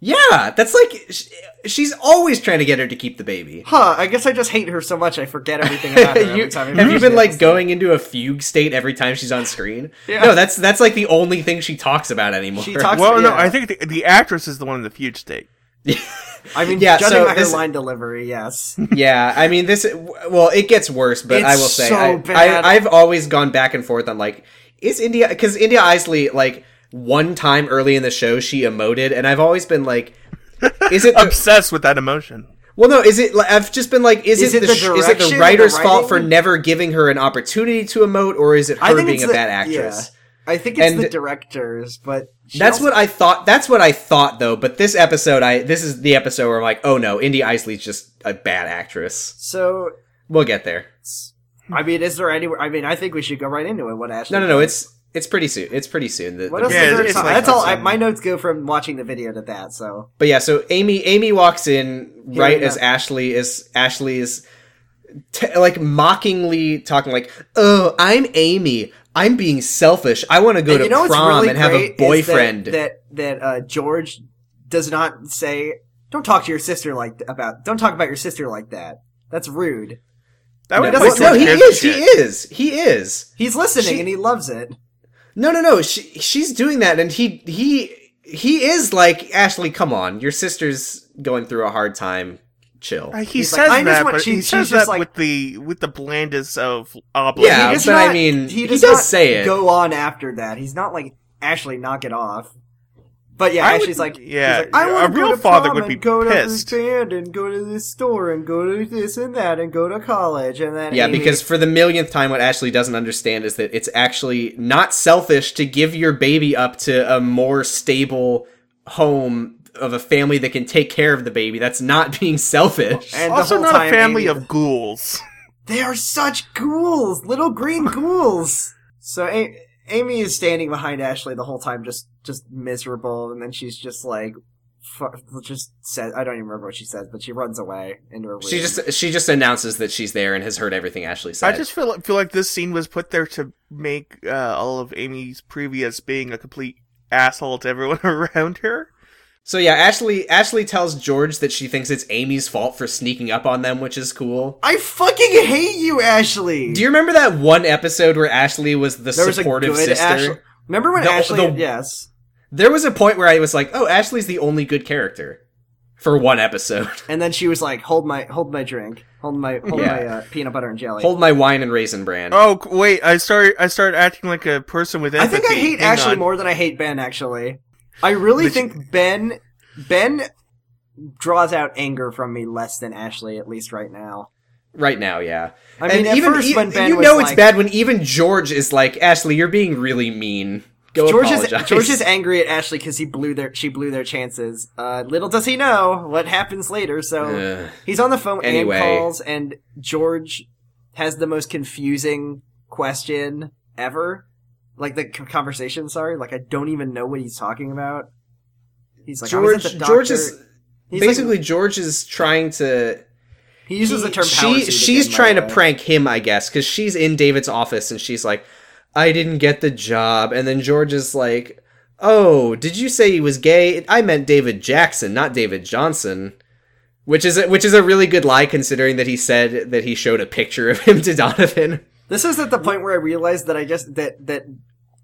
B: Yeah, that's like sh- she's always trying to get her to keep the baby.
C: Huh? I guess I just hate her so much I forget everything about her every
B: you,
C: time. I
B: have you
C: mention
B: been
C: it.
B: like going into a fugue state every time she's on screen?
C: Yeah.
B: No, that's that's like the only thing she talks about anymore.
C: She talks-
D: Well, no,
C: Yeah.
D: I think the, the actress is the one in the fugue state.
C: I mean,
B: Yeah,
C: judging
B: so
C: by her
B: this-
C: line delivery, yes.
B: yeah, I mean this. Well, it gets worse, but I
C: It's
B: will say
C: so
B: I,
C: bad.
B: I I've always gone back and forth on like is India because India Isley like one time early in the show she emoted, and I've always been like, is it the-
D: Obsessed with that emotion.
B: Well, no, is it? like, I've just been like, is, it, the, sh- is it
C: direction,
B: the
C: the
B: writer's fault
C: writing?
B: for never giving her an opportunity to emote, or is it
C: I
B: her
C: think
B: being
C: it's
B: a
C: the-
B: bad actress?
C: yeah. I think it's
B: And-
C: the directors, but she
B: That's
C: also-
B: what I thought. That's what I thought, though. But this episode, I this is the episode where I'm like, oh no, Indy Isley's just a bad actress.
C: So
B: We'll get there.
C: I mean, is there any? I mean, I think we should go right into it. What Ashley?
B: No, no, no. It's it's pretty soon. It's pretty soon. The-
C: What
B: the-
C: else?
D: Yeah,
C: is there
D: it's
C: to talk-
D: like-
C: That's all. I, my notes go from watching the video to that. So
B: But yeah, so Amy Amy walks in right
C: we
B: as
C: go.
B: Ashley is Ashley is t- like mockingly talking like, "Oh, I'm Amy. I'm being selfish. I want to go
C: And
B: to
C: you know what's
B: prom
C: really
B: and have
C: great
B: a
C: is
B: boyfriend."
C: that that, that uh, George does not say. Don't talk to your sister like about. Don't talk about your sister like that. That's rude.
D: That would
B: no,
D: be
C: doesn't
B: well,
D: like
B: no,
D: George
B: he is.
D: Harris
B: He
D: shit.
B: is. He is.
C: He's listening
B: She-
C: and he loves it.
B: No, no, no. She, she's doing that, and he he he is like Ashley. Come on, your sister's going through a hard time. chill.
D: Uh, He
C: He's like,
D: says
C: "I just
D: that,
C: want
D: but
C: cheese."
D: he
C: She's
D: says
C: just
D: that
C: like-
D: with the with the blandest of obli.
B: Yeah,
C: does
B: but I
C: not-
B: mean, he does,
C: not
B: say it.
C: Go on after that. He's not like Ashley, knock it off. But yeah,
D: I would-
C: Ashley's like,
D: yeah,
C: he's like, I
D: a
C: want to
D: real
C: go to
D: father
C: prom
D: would
C: and
D: be
C: go
D: pissed.
C: to this band and go to this store and go to this and that and go to college and then
B: yeah,
C: Amy-
B: because for the millionth time, what Ashley doesn't understand is that it's actually not selfish to give your baby up to a more stable home of a family that can take care of the baby. That's not being selfish.
C: and the
D: also
C: whole
D: not a
C: time
D: family
C: Amy-
D: of ghouls.
C: They are such ghouls, little green ghouls. So a- Amy is standing behind Ashley the whole time, just just miserable, and then she's just like, fu- just says, I don't even remember what she says, but she runs away into her room.
B: she just she just announces that she's there and has heard everything Ashley
D: I
B: said.
D: just feel feel like this scene was put there to make uh, all of Amy's previous being a complete asshole to everyone around her.
B: So yeah, Ashley Ashley tells George that she thinks it's Amy's fault for sneaking up on them, which is cool.
C: I fucking hate you, Ashley.
B: Do you remember that one episode where Ashley was the
C: there was a
B: supportive
C: good
B: sister?
C: Ashley. Remember when
B: The-
C: Ashley?
B: the-
C: yes,
B: There was a point where I was like, "Oh, Ashley's the only good character for one episode."
C: and then she was like, "Hold my, hold my drink, hold my, hold
B: Yeah.
C: my uh, peanut butter and jelly."
B: Hold my wine and raisin brand.
D: Oh c- wait, I start I start acting like a person with
C: I
D: empathy.
C: think I hate
D: Hang
C: Ashley
D: on.
C: more than I hate Ben. Actually, I really
D: But
C: think Ben Ben draws out anger from me less than Ashley, at least right now.
B: Right now, yeah.
C: I mean, at first
B: e-
C: when Ben
B: you
C: was
B: know
C: like,
B: it's bad when even George is like, "Ashley, you're being really mean." Go
C: George
B: apologize.
C: is George is angry at Ashley because he blew their she blew their chances. Uh, little does he know what happens later. So
B: Ugh.
C: he's on the phone
B: Anyway.
C: and calls, and George has the most confusing question ever. Like the c- conversation, sorry. Like I don't even know what he's talking about. He's like, I was at
B: George
C: the
B: George
C: doctor.
B: is
C: He's like-
B: basically George is trying to
C: He uses the
B: He-
C: term power
B: she
C: suit
B: she's
C: again, by
B: trying
C: the
B: to
C: way.
B: prank him i guess because she's in david's office and she's like i didn't get the job and then george is like oh did you say he was gay i meant david jackson not david johnson which is a, which is a really good lie considering that he said that he showed a picture of him to donovan
C: This is at the point where I realized that I just that that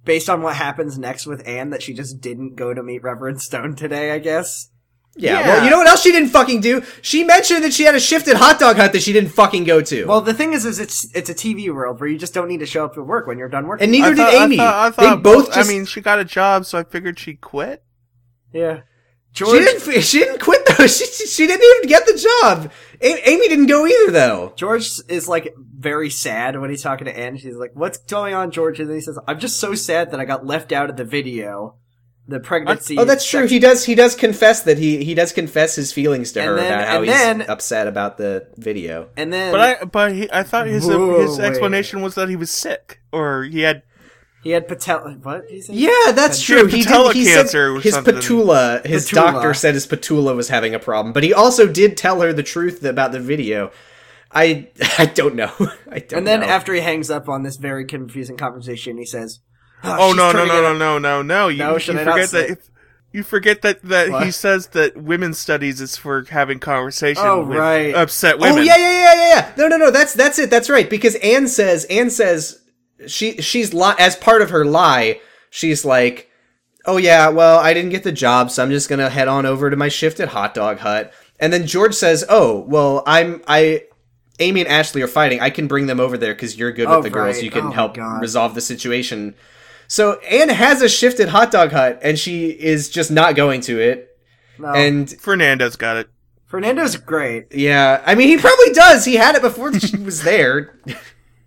C: based on what happens next with Anne that she just didn't go to meet Reverend Stone today, I guess.
B: yeah,
D: Yeah.
B: well you know what else she didn't fucking do she mentioned that she had a shift at hot dog hut that she didn't fucking go to
C: Well, the thing is is it's it's a TV world where you just don't need to show up to work when you're done working.
B: and neither
D: I thought-
B: did
D: I
B: amy
D: thought- I
B: they
D: thought-
B: both
D: I
B: just
D: mean, she got a job, so I figured she quit.
C: yeah.
B: She
C: George
B: didn't. She didn't quit though. She she, she didn't even get the job. A- Amy didn't go either though.
C: George is like very sad when he's talking to Anne. She's like, "What's going on, George?" And then he says, "I'm just so sad that I got left out of the video, the pregnancy."
B: Oh, that's true.
C: section."
B: He does. He does confess that he he does confess his feelings to
C: And
B: her
C: then-
B: about how
C: and
B: he's
C: then-
B: upset about the video.
C: and then
D: But I but he, I thought his
C: Whoa,
D: his
C: wait.
D: explanation was that he was sick or he had
C: he had Patel. What? did he say?
B: Yeah, that's true.
D: had
B: He did.
D: patella
B: He
D: cancer or
B: said his
D: something.
B: patula. His
C: Patula.
B: doctor said his patula was having a problem, but he also did tell her the truth about the video. I I don't know. I don't.
C: And then
B: know.
C: after he hangs up on this very confusing conversation, he says,
D: Oh
C: she's
D: no no
C: turning
D: no
C: it
D: no
C: up."
D: no no no! You,
C: No,
D: you
C: should I
D: forget
C: not
D: that
C: say-
D: if, you forget that that he
C: What?
D: says that women's studies is for having conversation
C: Oh,
D: with
C: right.
D: upset women.
B: Oh yeah, yeah, yeah, yeah, yeah. No, no, no. That's that's it. That's right. Because Anne says Anne says she she's li- as part of her lie. She's like, oh yeah, well I didn't get the job, so I'm just gonna head on over to my shift at Hot Dog Hut. And then George says, oh well I'm I. Amy and Ashley are fighting. I can bring them over there because you're good
C: Oh,
B: with the girls.
C: right.
B: You can
C: Oh, my
B: help
C: God.
B: resolve the situation. So Anne has a shift at Hot Dog Hut, and she is just not going to it.
C: No.
B: And
D: Fernando's got it.
C: Fernando's great.
B: yeah, I mean, he probably does. He had it before she was there.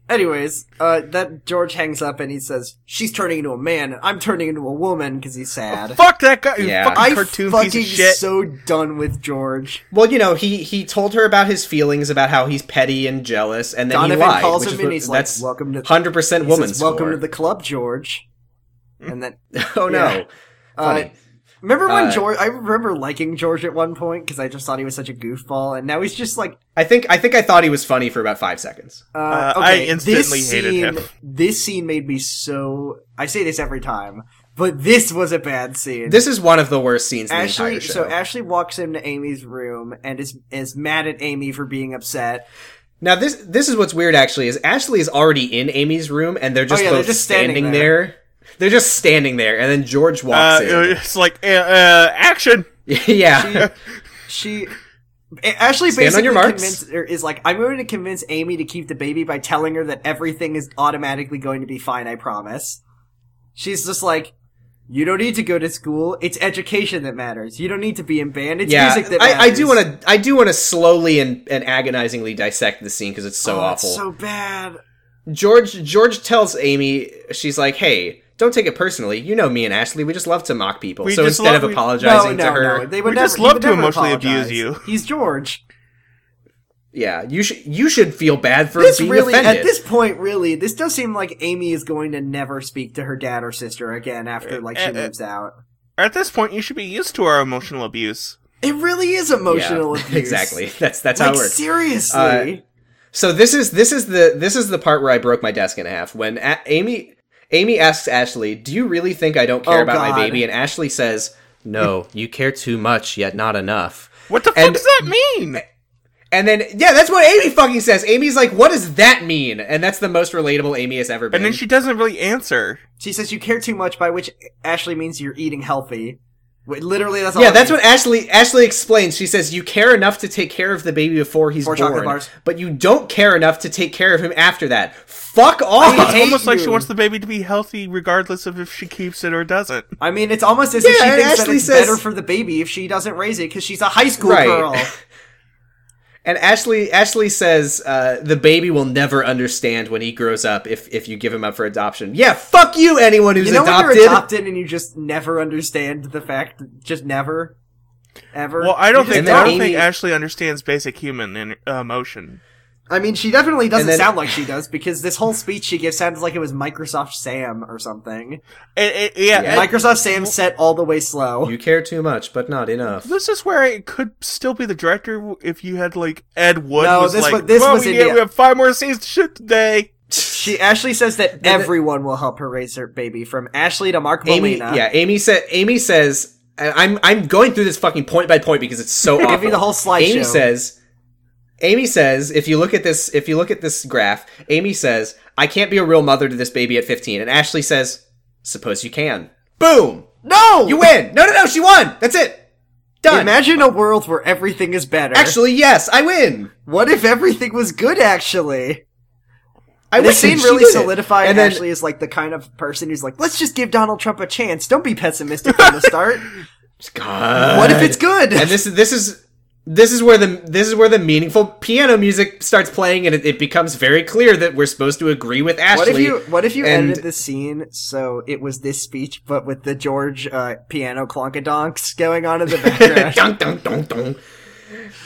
C: Anyways, uh, that George hangs up and he says, she's turning into a man. I'm turning into a woman because he's sad.
D: Fuck that guy! you
B: Yeah.
D: fucking
C: I'm
D: cartoon
C: fucking
D: piece of shit.
C: so done with George.
B: Well, you know, he he told her about his feelings about how he's petty and jealous, and then
C: Donovan
B: he lied.
C: calls
B: which
C: him
B: is
C: and
B: what-
C: he's like,
B: that's
C: "Welcome to the-"
B: hundred percent
C: He
B: woman's
C: says, welcome
B: score."
C: to the club, George. And then,
B: oh no,
C: Yeah. uh,
B: Funny.
C: remember when
B: Uh,
C: George, I remember liking George at one point because I just thought he was such a goofball and now he's just like,
B: I think I think I thought he was funny for about five seconds.
C: Uh,
D: Uh, I
C: okay,
D: instantly
C: this
D: hated
C: scene,
D: him.
C: This scene made me so. I say this every time, but this was a bad scene.
B: This is one of the worst scenes in the
C: Ashley,
B: entire show.
C: so Ashley walks into Amy's room and is is mad at Amy for being upset.
B: now this this is what's weird actually is Ashley is already in Amy's room and they're just
C: Oh, yeah, they're
B: both
C: just
B: standing,
C: standing
B: there. They're just standing there, and then George
D: Uh,
B: walks in.
D: it's like uh, uh, action.
B: yeah,
C: She Ashley
B: Stand on
C: basically
B: your marks.
C: convince- or is like, I'm going to convince Amy to keep the baby by telling her that everything is automatically going to be fine, I promise. She's just like, you don't need to go to school. It's education that matters. You don't need to be in band. It's
B: yeah,
C: music that matters. Oh,
B: I, I do want to. I do want to slowly and, and agonizingly dissect the scene because it's so
C: oh, it's
B: awful.
C: so bad.
B: George George tells Amy, she's like, "Hey, don't take it personally. You know me and Ashley. We just love to mock people.
D: We
B: so
D: just
B: instead
D: love-
B: of
D: we-
B: apologizing
C: no,
B: to
C: no,
B: her,
C: no. They would
D: We
C: never,
D: just
C: he
D: love
C: would
D: to
C: never
D: emotionally
C: apologize.
D: abuse you.
C: He's George.
B: yeah, you should you should feel bad for
C: This
B: being
C: really,
B: offended.
C: at this point, really, this does seem like Amy is going to never speak to her dad or sister again after like she
D: Uh, uh,
C: moves out.
D: At this point, you should be used to our emotional abuse.
C: It really is emotional
B: Yeah,
C: abuse.
B: exactly. That's that's
C: Like,
B: how it works.
C: seriously.
B: Uh, So this is this is the this is the part where I broke my desk in half when a- Amy Amy asks Ashley, "Do you really think I don't care
C: Oh,
B: about
C: God.
B: my baby?" And Ashley says, "No, you care too much, yet not enough."
D: What the fuck
B: And-
D: does that mean?
B: And then yeah, that's what Amy fucking says. Amy's like, "What does that mean?" And that's the most relatable Amy has ever been.
D: And then she doesn't really answer.
C: she says you care too much, by which Ashley means you're eating healthy. Wait, Literally, that's all
B: yeah,
C: it
B: that's
C: means.
B: what Ashley Ashley explains. She says, "You care enough to take care of the baby before he's
C: More chocolate
B: born,
C: bars.
B: but you don't care enough to take care of him after that." Fuck off.
C: I
D: It's
C: hate
D: almost like she
C: you.
D: wants the baby to be healthy, regardless of if she keeps it or doesn't.
C: I mean. It's almost as if
B: Yeah,
C: she
B: and
C: thinks that
B: Ashley
C: it's
B: says-
C: better for the baby if she doesn't raise it because she's a high school
B: Right.
C: girl.
B: And Ashley Ashley says uh, the baby will never understand when he grows up if if you give him up for adoption. Yeah, fuck you, anyone who's
C: You know
B: adopted.
C: when you're adopted and you just never understand the fact, just never, ever.
D: Well, I don't
C: You
D: think
B: then
D: I don't
B: Amy-
D: think Ashley understands basic human in, uh, emotion.
C: I mean, she definitely
B: And
C: doesn't
B: then-
C: sound like she does because this whole speech she gives sounds like it was Microsoft Sam or something.
D: It- it- yeah,
B: Yeah.
D: it-
C: Microsoft Sam set all the way slow.
B: you care too much, but not enough.
D: this is where it could still be the director if you had like Ed Wood
C: No,
D: was
C: this
D: like,
C: was- this
D: "Well,
C: was
D: we,
C: India."
D: we have five more scenes to shoot today.
C: She Ashley says that
B: the-
C: everyone will help her raise her baby from Ashley to Mark
B: Amy,
C: Molina.
B: yeah, Amy said. Amy says, and I'm I'm going through this fucking point by point because it's so awful.
C: Give you the whole slideshow.
B: Amy says, Amy says, if you look at this, if you look at this graph, Amy says, I can't be a real mother to this baby at 15, and Ashley says, suppose you can. Boom,
C: "No,
B: you win. No, no, no, she won. That's it. Done.
C: Imagine a world where everything is better.
B: Actually, yes, I win.
C: what if everything was good? Actually,
B: I
C: this
B: win.
C: scene
B: She
C: really
B: did it.
C: solidified
B: And then-
C: Ashley is like the kind of person who's like, "Let's just give Donald Trump a chance. Don't be pessimistic from the start.
B: God.
C: what if it's good?"
B: And this is this is this is where the this is where the meaningful piano music starts playing, and it, it becomes very clear that we're supposed to agree with Ashley.
C: What if you What if you
B: and-
C: edited this scene so it was this speech, but with the George uh, piano clonkadonks going on in the background?
B: Dun, dun, dun, dun.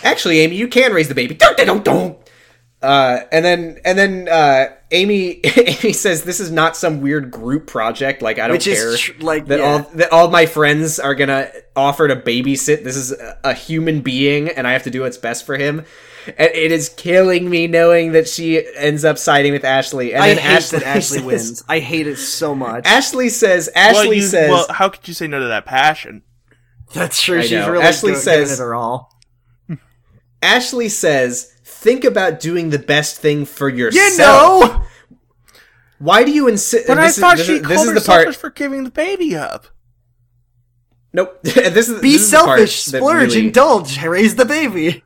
B: Actually, Amy, you can raise the baby. Dun, dun, dun, dun. Uh, and then and then uh, Amy Amy says this is not some weird group project. Like I don't
C: Which is
B: care
C: tr- like,
B: that
C: yeah.
B: all that all my friends are gonna offer to babysit. This is a, a human being, and I have to do what's best for him. And it is killing me knowing that she ends up siding with Ashley. And
C: I
B: then
C: hate
B: Ashley
C: that Ashley
B: says-
C: wins. I hate it so much.
B: Ashley says. Ashley
D: well, you,
B: says.
D: well, how could you say no to that passion?
C: That's true.
B: I
C: She's
B: know.
C: really
B: Ashley
C: doing,
B: says-
C: giving it her all.
B: Ashley says. Think about doing the best thing for yourself.
C: You know,
B: Why do you insist?
D: But
B: and this
D: I thought
B: is,
D: she
B: this, is-
D: called
B: this is the
D: herself
B: part.
D: for giving the baby up.
B: Nope. this is
C: be
B: this is the part
C: selfish,
B: that
C: splurge,
B: really-
C: indulge, raise the baby.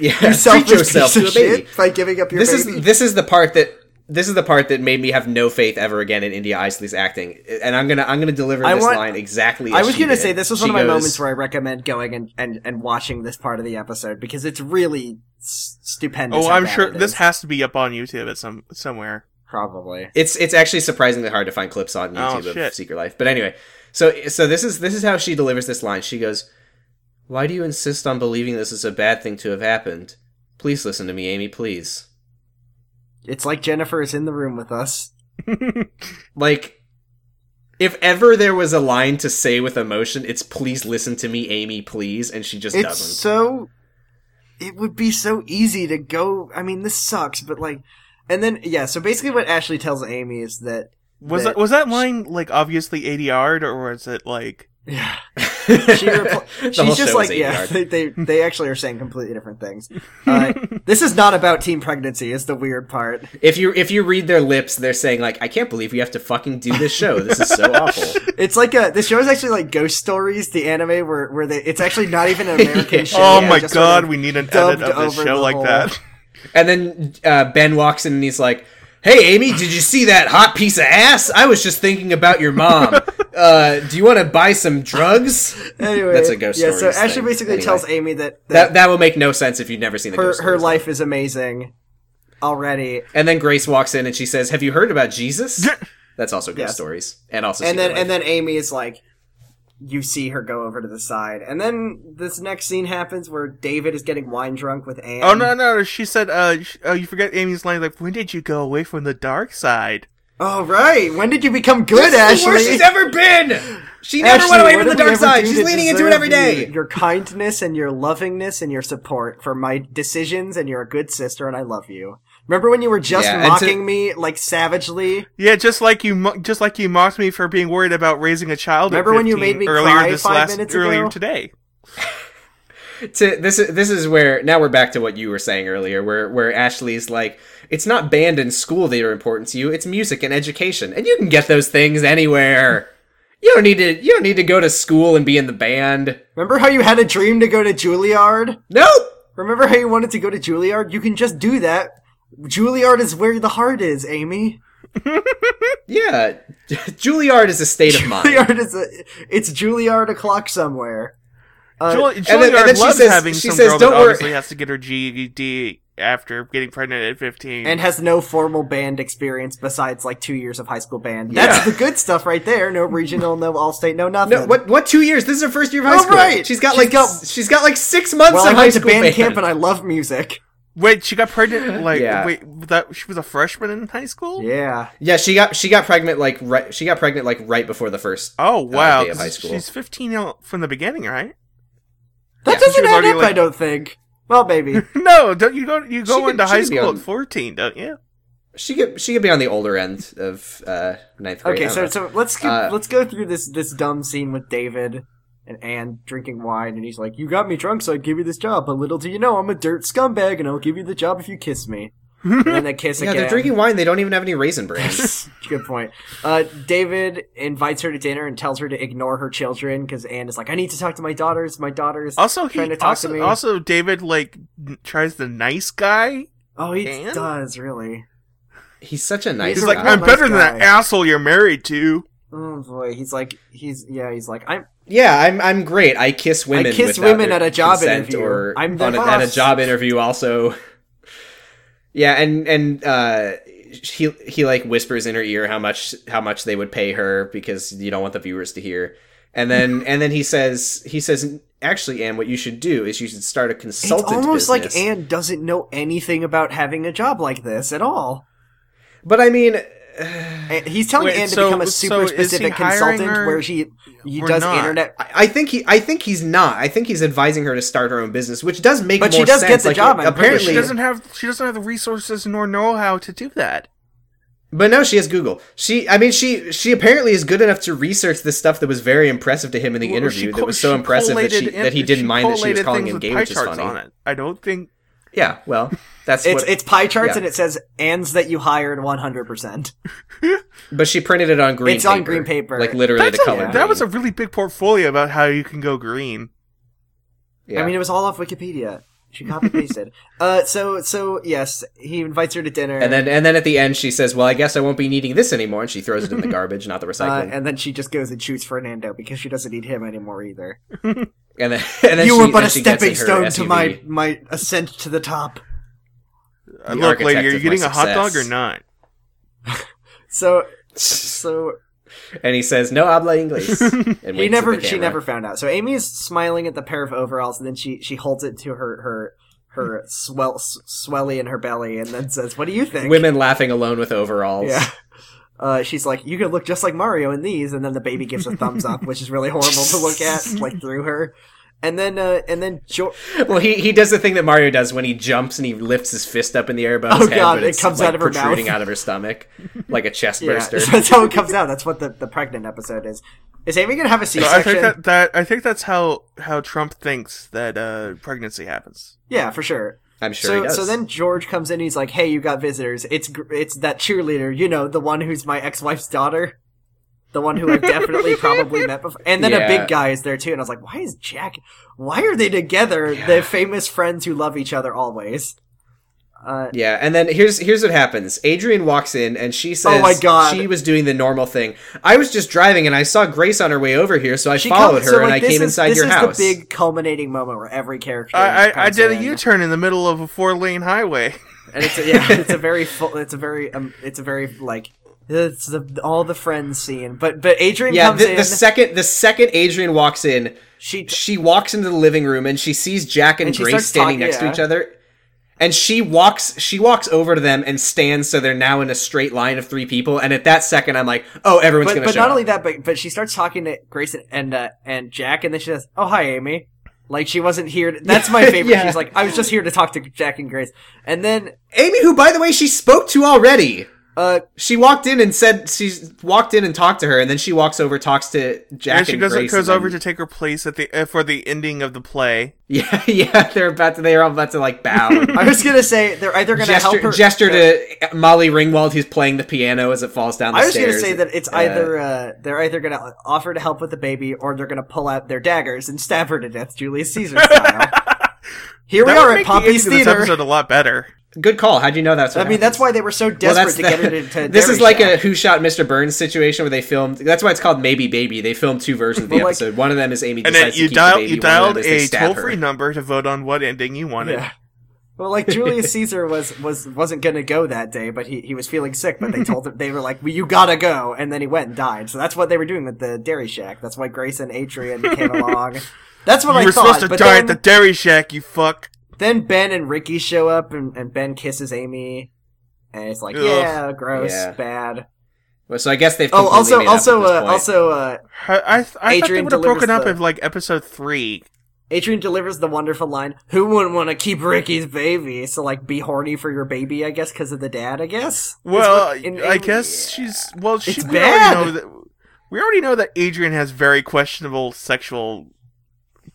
B: Yeah,
C: Be
B: treat
C: selfish
B: yourself
C: piece
B: to
C: of
B: a baby.
C: shit by giving up your
B: This
C: baby.
B: is this is the part that this is the part that made me have no faith ever again in India Isley's acting. And I'm gonna I'm gonna deliver
C: I
B: this
C: want-
B: line exactly.
C: I
B: as
C: was
B: she
C: gonna
B: did.
C: say this was
B: She
C: one of my
B: goes,
C: moments where I recommend going and, and, and watching this part of the episode because it's really s- stupendous.
D: Oh,
C: how
D: I'm
C: bad
D: sure
C: it
D: this
C: is.
D: has to be up on YouTube at some somewhere.
C: probably.
B: It's it's actually surprisingly hard to find clips
C: Oh,
B: on YouTube of
D: shit.
B: Secret Life. But anyway, so so this is this is how she delivers this line. She goes, "Why do you insist on believing this is a bad thing to have happened? Please listen to me, Amy. Please."
C: It's like Jennifer is in the room with us.
B: Like, if ever there was a line to say with emotion, it's please listen to me, Amy, please, and she just
C: It's
B: doesn't.
C: so. It would be so easy to go. I mean, this sucks, but like, and then yeah. So basically, what Ashley tells Amy is that
D: Was
C: That-
D: that, was that line like obviously ADR'd or was it like
C: Yeah. She repl-
B: The whole
C: she's just
B: show is
C: like,
B: eight
C: yeah,
B: yards.
C: they, they they actually are saying completely different things. Uh, this is not about teen pregnancy. Is the weird part.
B: If you if you read their lips, they're saying like, "I can't believe we have to fucking do this show. This is so awful."
C: It's like a this show is actually like Ghost Stories, the anime where where they it's actually not even an American show.
D: oh
C: They
D: my
C: just sort of-
D: god, we need an edit
C: dubbed
D: of this
C: over
D: show
C: the
D: like
C: whole-
D: that.
B: And then uh, Ben walks in and he's like, "Hey, Amy, did you see that hot piece of ass? I was just thinking about your mom. Uh, do you want to buy some drugs?"
C: Anyway,
B: That's a Ghost
C: Yeah, so
B: Stories
C: Ashley
B: thing.
C: basically
B: Anyway.
C: tells Amy that that,
B: That that will make no sense if you've never seen the
C: her
B: ghost
C: her
B: Stories.
C: life is amazing already.
B: And then Grace walks in and she says, "Have you heard about Jesus?" That's also ghost
C: Yes.
B: stories, and also
C: and then
B: Secret
C: and
B: Life.
C: then Amy is like, you see her go over to the side, and then this next scene happens where David is getting wine drunk with Anne.
D: oh no, no, she said. Uh, sh- oh, you forget Amy's line. Like, when did you go away from the dark side?
C: Oh right, when did you become good,
B: This is the
C: Ashley?
B: worst she's ever been. She never went away
C: what
B: from the
C: did
B: dark
C: we ever
B: side.
C: do
B: She's
C: to
B: leaning into it
C: deserve
B: every day.
C: Your, your kindness and your lovingness and your support for my decisions, and you're a good sister, and I love you. Remember when you were just
B: Yeah, and to-
C: mocking me like savagely?
D: Yeah, just like you, mo- just like you mocked me for being worried about raising a child. at
C: Remember when you
D: 15
C: made me
D: earlier
C: cry
D: this
C: five
D: last,
C: minutes
D: earlier
C: ago?
D: today?
B: to this is this is where now we're back to what you were saying earlier where where Ashley's like it's not band and school that are important to you it's music and education and you can get those things anywhere you don't need to you don't need to go to school and be in the band
C: Remember how you had a dream to go to Juilliard?
B: nope
C: Remember how you wanted to go to Juilliard? You can just do that. Juilliard is where the heart is, Amy.
B: yeah Juilliard is a state of mind
C: Juilliard is a, it's Juilliard o'clock somewhere. Uh,
D: Julie,
B: then- and
D: Juilliard
B: then she
D: loves
B: says-
D: having
B: she
D: some
B: says,
D: girl
B: "Don't
D: that
B: worry."
D: obviously has to get her GED after getting pregnant at 15.
C: and has no formal band experience besides like two years of high school band. That's
B: Yeah.
C: the good stuff right there. No regional, no all state, no nothing.
B: no, what what two years this is her first year of high
C: Oh,
B: school
C: right.
B: she's got
C: She's
B: like
C: got-
B: s- she's got like six months
C: Well,
B: of
C: I
B: high
C: went to
B: school
C: band,
B: band.
C: camp and I love music.
D: wait, she got pregnant like
B: Yeah.
D: wait that she was a freshman in high school.
C: Yeah.
B: yeah she got she got pregnant like right she got pregnant like right before the first
D: Oh wow,
B: day of high
D: 'cause
B: school.
D: she's 15 out from the beginning, right?
C: That
B: Yeah,
D: she
C: doesn't
D: was
C: add
D: already,
C: up,
D: like-
C: I don't think. Well, maybe.
D: No, don't you go you go
B: could-
D: into
B: she
D: high
B: could be
D: school
B: on-
D: at 14, don't you?
B: she could she could be on the older end of uh ninth grade I
C: Okay,
B: don't
C: so
B: know.
C: so let's keep,
B: Uh,
C: let's go through this this dumb scene with David and Anne drinking wine, and he's like, "You got me drunk, so I'd give you this job, but little do you know, I'm a dirt scumbag, and I'll give you the job if you kiss me." and then they kiss
B: Yeah,
C: again.
B: they're drinking wine. They don't even have any raisin brands.
C: Good point. Uh, David invites her to dinner and tells her to ignore her children because Anne is like, "I need to talk to my daughters. My daughters."
D: Also, he
C: trying to talk
D: also,
C: to me.
D: also David like n- tries the nice guy.
C: oh, he
D: Anne?
C: does really.
B: He's such a nice
D: He's
B: guy.
C: He's
D: like,
C: not a
D: I'm
C: nice
D: better than that
C: guy."
D: asshole you're married to.
C: Oh boy, he's like, he's yeah, he's like, I'm
B: yeah, I'm I'm great. I kiss women.
C: kiss
B: without
C: women
B: their
C: at a job
B: consent
C: interview.
B: Or
C: I'm the
B: on a, at a
C: boss.
B: job interview also. yeah, and and uh, he he like whispers in her ear how much how much they would pay her because you don't want the viewers to hear. And then and then he says he says actually, Anne, what you should do is you should start a
C: It's
B: consultant.
C: almost like
B: business."
C: Anne doesn't know anything about having a job like this at all.
B: But I mean,
C: And he's telling
D: Wait,
C: Anne to
D: so-
C: become a
D: so
C: super
D: is he
C: specific
D: hiring
C: consultant
D: her?
C: where she he
D: Or
C: does
D: not.
C: internet.
B: I I think he, I think he's not. I think he's advising her to start her own business, which does make.
C: But she
B: more
C: does get
B: sense.
C: the
B: Like,
C: job, I'm pretty
D: But
B: Apparently,
D: she doesn't have she doesn't have the resources nor know how to do that.
B: But no, she has Google. She, I mean, she she apparently is good enough to research this stuff that was very impressive to him in the
D: Well,
B: interview.
D: she
B: that
D: co-
B: was so
D: she
B: impressive that, she,
D: collated in-
B: that he didn't mind that she was
D: collated
B: calling
D: things
B: him
D: with
B: gay,
D: pie
B: which is
D: charts
B: funny.
D: on it. I don't think.
B: Yeah, well, that's
C: It's
B: what.
C: it's pie charts
B: yeah.
C: and it says Anne's that you hired 100. percent
B: but she printed it on green.
C: It's
B: paper,
C: on green paper.
B: like literally
D: That's
B: the
D: a-
B: color.
D: that was a really big portfolio about how you can go green.
B: Yeah.
C: I mean, it was all off Wikipedia. She copy pasted. uh, so so yes, he invites her to dinner,
B: and then and then at the end, she says, "Well, I guess I won't be needing this anymore," and she throws it in the garbage, not the
C: uh,
B: recycling.
C: and then she just goes and shoots Fernando because she doesn't need him anymore either.
B: and then and then
C: you
B: she,
C: were but
B: then
C: a
B: she gets in
C: stepping
B: her
C: stone to
B: SUV.
C: my my ascent to the top.
D: Uh, Look,
B: architect
D: lady, are you
B: of my
D: getting a hot
B: success.
D: dog or not?
C: So so
B: And he says, "No habla inglés." And
C: he
B: winks at
C: never
B: the
C: she
B: camera.
C: never found out. So Amy is smiling at the pair of overalls, and then she she holds it to her her her swell s- swelly in her belly, and then says, "What do you think?"
B: Women laughing alone with overalls.
C: Yeah. Uh, she's like, you could look just like Mario in these, and then the baby gives a thumbs up, which is really horrible to look at, like through her. And then, uh, and then George.
B: Well, he, he does the thing that Mario does when he jumps and he lifts his fist up in the air above his head,
C: Oh, God,
B: but
C: it
B: it's
C: comes
B: like,
C: out of her mouth.
B: protruding out of her stomach like a chest
C: Yeah,
B: burster.
C: that's how it comes out. That's what the, the pregnant episode is. Is Amy gonna have a
D: I think
C: C-section?
D: that, that I think that's how how Trump thinks that uh, pregnancy happens.
C: Yeah, for sure.
B: I'm sure
C: so,
B: he does.
C: so then George comes in. He's like, "Hey, you got visitors. It's gr- it's that cheerleader. You know, the one who's my ex-wife's daughter, the one who I've definitely probably met before." And then a
B: Yeah.
C: big guy is there too. And I was like, "Why is Jack? Why are they together? The famous friends who love each other always." Uh,
B: Yeah, and then here's here's what happens. Adrian walks in and she says
C: Oh my God.
B: she was doing the normal thing. I was just driving and I saw Grace on her way over here, so I
C: she
B: followed
C: comes-
B: her
C: so,
B: and
C: like,
B: I
C: this
B: came
C: is-
B: inside your
C: this
B: house.
C: This is the big culminating moment where every character.
D: I, I, I
C: comes
D: did a
C: in.
D: U-turn in the middle of a four-lane highway.
C: and it's a, yeah, it's a very full, it's a very um, it's a very like it's the, all the friends scene. But but Adrian
B: yeah,
C: comes
B: the,
C: in.
B: the second the second Adrian walks in,
C: she
B: she walks into the living room and she sees Jack and,
C: And she
B: Grace
C: starts
B: standing
C: talking-
B: next to
C: yeah.
B: each other. And she walks she walks over to them and stands so they're now in a straight line of three people. And at that second I'm like, oh everyone's
C: but,
B: gonna
C: but
B: show
C: not
B: up.
C: only that, but but she starts talking to Grace and and, uh, and Jack, and then she says, "Oh hi, Amy." Like she wasn't here. To, that's my favorite.
B: Yeah.
C: She's like, "I was just here to talk to Jack and Grace," and then
B: Amy, who by the way she spoke to already.
C: uh,
B: She walked in and said she walked in and talked to her, and then she walks over, talks to Jack
D: and
B: and,
D: she goes
B: Grace.
D: goes
B: and
D: over
B: then-
D: to take her place at the uh, for the ending of the play.
B: yeah, yeah. They're about to they're all about to like bow, and
C: I was gonna say they're either gonna help
B: gesture
C: her.
B: gesture to Molly Ringwald, who's playing the piano as it falls down the
C: I was
B: stairs.
C: gonna say that it's
B: Uh,
C: either uh, they're either gonna offer to help with the baby, or they're gonna pull out their daggers and stab her to death, Julius Caesar style. Here
D: That
C: we
D: would
C: are
D: make
C: at
D: the
C: Poppy's
D: ending of This
C: Theater.
D: episode a lot better.
B: Good call. How'd you know that's? What
C: I mean,
B: happened?
C: that's why they were so
B: Well,
C: desperate to get her
B: the-
C: to. to
B: this
C: Dairy
B: is like
C: Shack.
B: a Who Shot Mr. Burns situation where they filmed. That's why it's called Maybe Baby. They filmed two versions of the
C: But, like-
B: episode. One of them is Amy
D: And then
B: decides to
D: you
B: keep the
D: dial
B: baby,
D: you
B: one of them
D: dialed
B: is they
D: a
B: stab
D: toll
B: her.
D: free number to vote on what ending you wanted.
C: Yeah. Well, like Julius Caesar was was wasn't gonna go that day, but he, he was feeling sick. But they told him they were like, "Well, you gotta go," and then he went and died. So that's what they were doing with the Dairy Shack. That's why Grace and Adrian came along. That's what
D: You
C: I
D: were
C: thought.
D: supposed to
C: Oh but
D: die
C: then-
D: at the Dairy Shack, you fuck.
C: then Ben and Ricky show up, and, and Ben kisses Amy, and it's like,
D: Ugh.
C: yeah, gross,
B: Yeah.
C: bad.
B: Well, so I guess they've.
C: Oh,
B: completely
C: also,
B: made up at
C: also,
B: this
C: uh,
B: point.
C: also, uh,
D: I, I, th- I thought they
C: Adrian
D: would have broken
C: delivers
D: up
C: the-
D: if like episode three.
C: Adrian delivers the wonderful line, "Who wouldn't want to keep Ricky's baby?" So, like, be horny for your baby, I guess, because of the dad, I guess. Is
D: Well,
C: what- in-
D: I
C: in-
D: guess she's well. She,
C: It's
D: we
C: bad.
D: Already know that, we already know that Adrian has very questionable sexual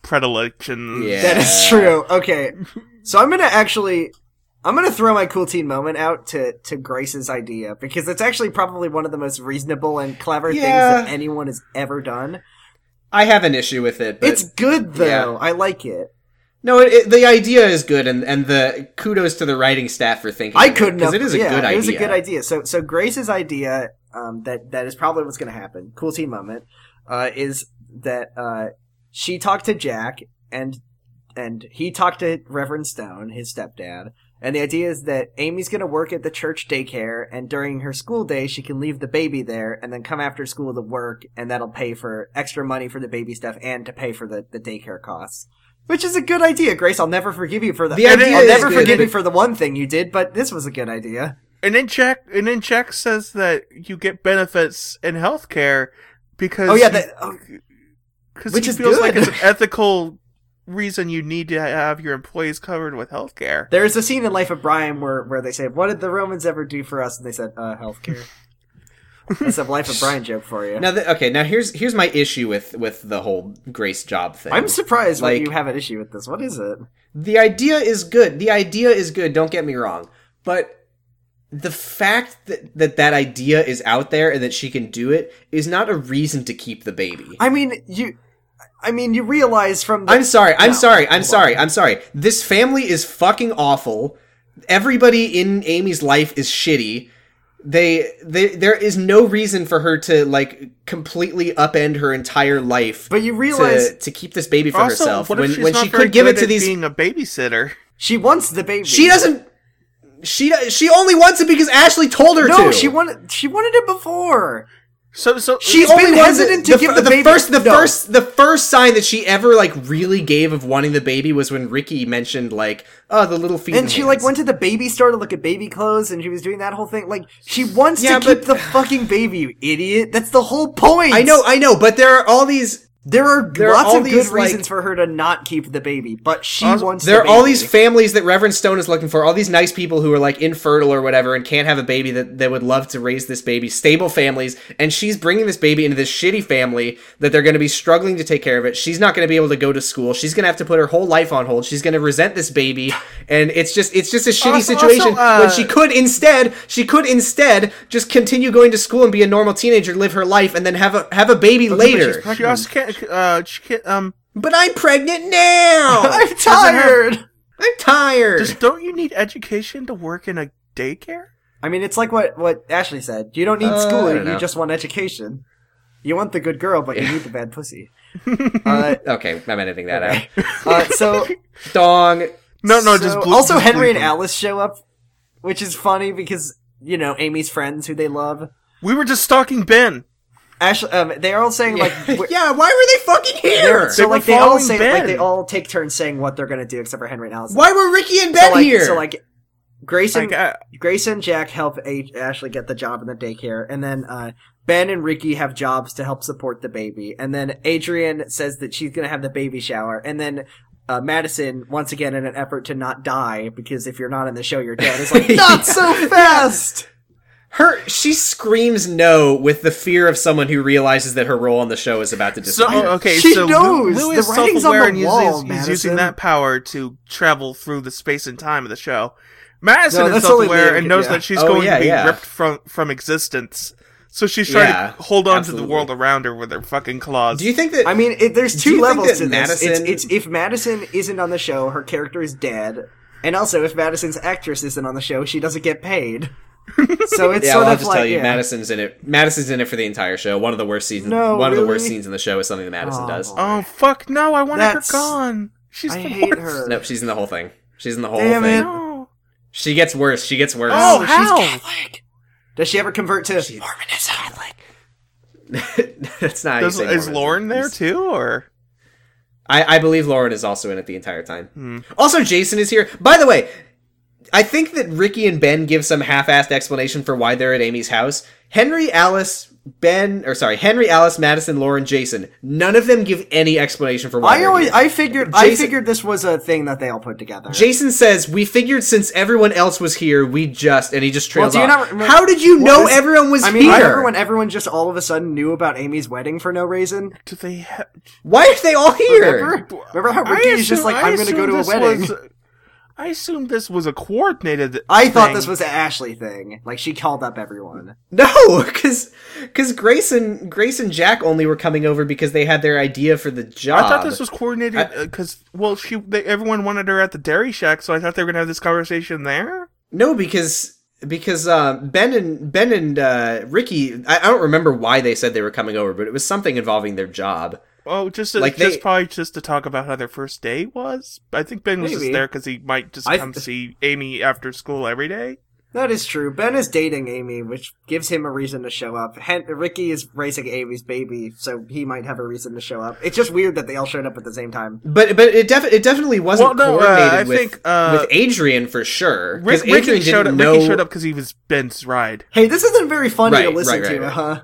D: predilections.
B: Yeah.
C: that is true. Okay, so I'm gonna actually. I'm gonna throw my cool teen moment out to, to Grace's idea because it's actually probably one of the most reasonable and clever
B: Yeah.
C: things that anyone has ever done.
B: I have an issue with it. But
C: it's good though.
B: yeah.
C: I like it.
B: No, it, it, the idea is good, and, and the kudos to the writing staff for thinking.
C: I couldn't
B: because
C: have.
B: it is a
C: yeah,
B: good idea.
C: It was a good idea. So, so Grace's idea um, that that is probably what's going to happen. Cool teen moment uh, is that uh, she talked to Jack and and he talked to Reverend Stone, his stepdad. And the idea is that Amy's going to work at the church daycare, and during her school day, she can leave the baby there and then come after school to work, and that'll pay for extra money for the baby stuff and to pay for the, the daycare costs. Which is a good idea, Grace. I'll never forgive you for that.
B: The idea
C: I'll
B: is
C: never
B: good,
C: forgive
B: but-
C: you for the one thing you did, but this was a good idea.
D: And then Jack and then Jack says that you get benefits in healthcare because
C: Oh yeah,
D: he-
C: that, oh,
D: Because
C: Which
D: he
C: is
D: feels like
C: good.
D: it's an ethical reason you need to have your employees covered with healthcare.
C: there's a scene in Life of Brian where where they say, "What did the Romans ever do for us?" And they said, "Uh, healthcare." That's a Life of Brian joke for you.
B: Now, th- okay, now here's here's my issue with with the whole Grace job thing.
C: I'm surprised
B: Like-
C: when you have an issue with this. What is it?
B: the idea is good. The idea is good. Don't get me wrong, but the fact that, that that idea is out there and that she can do it is not a reason to keep the baby.
C: I mean, you. I mean, you realize from the,
B: I'm sorry. I'm
C: No,
B: sorry.
C: hold
B: I'm
C: on.
B: sorry. I'm sorry. This family is fucking awful. Everybody in Amy's life is shitty. They, they there is no reason for her to like completely upend her entire life.
C: But you
B: to,
C: realize
B: to keep this baby for
D: Also,
B: herself
D: what if
B: when
D: she's
B: when
D: not
B: she
D: very
B: could give it
D: good
B: to
D: at
B: these
D: being a babysitter?
C: she wants the baby.
B: she doesn't she she only wants it because Ashley told her to.
C: No, she wanted. She wanted it before.
D: So, so
C: She's
B: only
C: been
B: wants it-
C: hesitant to
B: the,
C: give
B: fir-
C: the baby-
B: first the
C: No.
B: first the first sign that she ever like really gave of wanting the baby was when Ricky mentioned like oh the little feet
C: And she like
B: hands.
C: went to the baby store to look at baby clothes, and she was doing that whole thing. Like she wants
B: Yeah,
C: to
B: but-
C: keep the fucking baby, you idiot. That's the whole point.
B: I know, I know, but there are all these
C: There are
B: uh, There are
C: lots
B: all
C: of
B: these,
C: good
B: like- Uh,
C: reasons for her to not keep the baby, but she
D: Also,
C: wants.
B: There
C: the
B: are all
C: baby.
B: these families that Reverend Stone is looking for, all these nice people who are like infertile or whatever and can't have a baby that, that would love to raise this baby, stable families, and she's bringing this baby into this shitty family that they're going to be struggling to take care of it. She's not going to be able to go to school. She's going to have to put her whole life on hold. She's going to resent this baby, and it's just it's just a shitty
D: Also-
B: situation
D: also, uh,
B: when she could instead she could instead just continue going to school and be a normal teenager, live her life, and then have a have a baby later.
D: She also can't. Uh, she can't. Um,
B: But I'm pregnant now.
C: I'm tired.
B: I'm tired.
D: just don't you need education to work in a daycare?
C: I mean, it's like what what Ashley said. You don't need
B: Uh, I don't
C: schooling.
B: know.
C: You just want education. You want the good girl, but you need the bad pussy. uh,
B: Okay, I'm editing that out.
C: uh, so
B: Dong.
D: No, no.
C: so-
D: just blo-
C: also
D: just
C: Henry and
D: bleep them.
C: Alice show up, which is funny because you know Amy's friends who they love.
D: We were just stalking Ben.
C: Ash, um, they're all saying like we're-
B: yeah, why were they fucking
C: they're-
B: here?
C: so
D: They were
C: like they all
D: following
C: say
D: Ben.
C: like they all take turns saying what they're gonna do except for Henry and Alice.
B: Why were Ricky and Ben
C: so, like,
B: here?
C: So like Grayson,
D: Like, uh,
C: Grayson, Jack help A- Ashley get the job in the daycare, and then uh, Ben and Ricky have jobs to help support the baby, and then Adrian says that she's gonna have the baby shower, and then. Uh, Madison, once again, in an effort to not die, because if you're not in the show, you're dead. It's like not so fast.
B: her, she screams no with the fear of someone who realizes that her role on the show is about to
D: so oh,
B: disappear.
D: okay,
C: She
D: so Lou-
C: knows!
D: Lou
C: The
D: is
C: writing's on
D: self-aware
C: the
D: and
C: wall,
D: uses, he's using
C: Madison.
D: that power to travel through the space and time of the show. Madison
C: No,
D: is
C: that's only
D: self-aware
C: Lou,
D: and knows
C: yeah.
D: that she's
B: Oh,
D: going
B: yeah,
D: to be
B: yeah.
D: ripped from from existence. So she's trying
B: Yeah,
D: to hold on to
B: absolutely.
D: the world around her with her fucking claws.
B: Do you think that?
C: I mean, it, there's
B: you
C: two
B: think that
C: levels to
B: Madison-
C: this. It's, it's if Madison isn't on the show, her character is dead, and also if Madison's actress isn't on the show, she doesn't get paid. So
B: yeah, well, I'll
C: it's sort of
B: just
C: like
B: tell you,
C: yeah.
B: Madison's in it. Madison's in it for the entire show. One of the worst seasons.
C: No,
B: one of the worst
C: really?
B: scenes in the show is something that Madison
C: Oh.
B: does.
D: Oh fuck! No, I wanted
C: That's-
D: her gone. She's
C: I
D: the
C: hate
D: worst.
C: her.
B: Nope, she's in the whole thing. She's in the whole
C: Damn
B: thing.
C: it.
D: No.
B: She gets worse. She gets worse.
D: Oh,
C: she's
D: how?
C: Catholic. Does she ever convert to Mormonism?
B: That's not. how you
D: Does,
B: say
D: is
B: Mormonism.
D: Lauren there too, or
B: I, I believe Lauren is also in it the entire time.
C: Hmm.
B: Also, Jason is here. By the way, I think that Ricky and Ben give some half-assed explanation for why they're at Amy's house. Henry, Alice, Ben, or sorry, Henry, Alice, Madison, Lauren, Jason. None of them give any explanation for why.
C: I
B: they're
C: always
B: here.
C: I figured I
B: Jason-
C: figured this was a thing that they all put together.
B: Jason says we figured since everyone else was here, we just and he just
C: Well,
B: trails
C: do you
B: off.
C: not remember-
B: How did you
C: what
B: know
C: was-
B: everyone was
C: I mean,
B: here?
C: I remember when everyone just all of a sudden knew about Amy's wedding for no reason.
D: do they? Ha-
B: why are they all here?
C: Remember? Remember how
D: I
C: Ricky is just
D: assume-
C: like,
D: I
C: I'm going to go
D: assume
C: to a
D: this
C: wedding.
D: was- I assumed this was a coordinated.
C: I thought
D: thing.
C: this was an Ashley thing. Like she called up everyone.
B: No, because because Grace and Grace and Jack only were coming over because they had their idea for the job.
D: I thought this was coordinated because well, she they, everyone wanted her at the Dairy Shack, so I thought they were gonna have this conversation there.
B: no because because uh, Ben and Ben and uh, Ricky. I, I don't remember why they said they were coming over, but it was something involving their job.
D: Oh, just to,
B: Like
D: just
B: they-
D: probably just to talk about how their first day was. I think Ben was just
C: Maybe.
D: there because he might just
C: I-
D: come see Amy after school every day.
C: That is true. Ben is dating Amy, which gives him a reason to show up. Hen- Ricky is raising Amy's baby, so he might have a reason to show up. It's just weird that they all showed up at the same time.
B: But but it defi- it definitely wasn't
D: Well, no, uh,
B: coordinated
D: I
B: with
D: think, uh,
B: with Adrian for sure.
D: Rick,
B: Because Adrian
D: Ricky showed up.
B: didn't know.
D: Ricky showed up because he was Ben's ride.
C: Hey, this isn't very funny to
B: Right,
C: listen
B: right, right,
C: to,
B: right.
C: huh?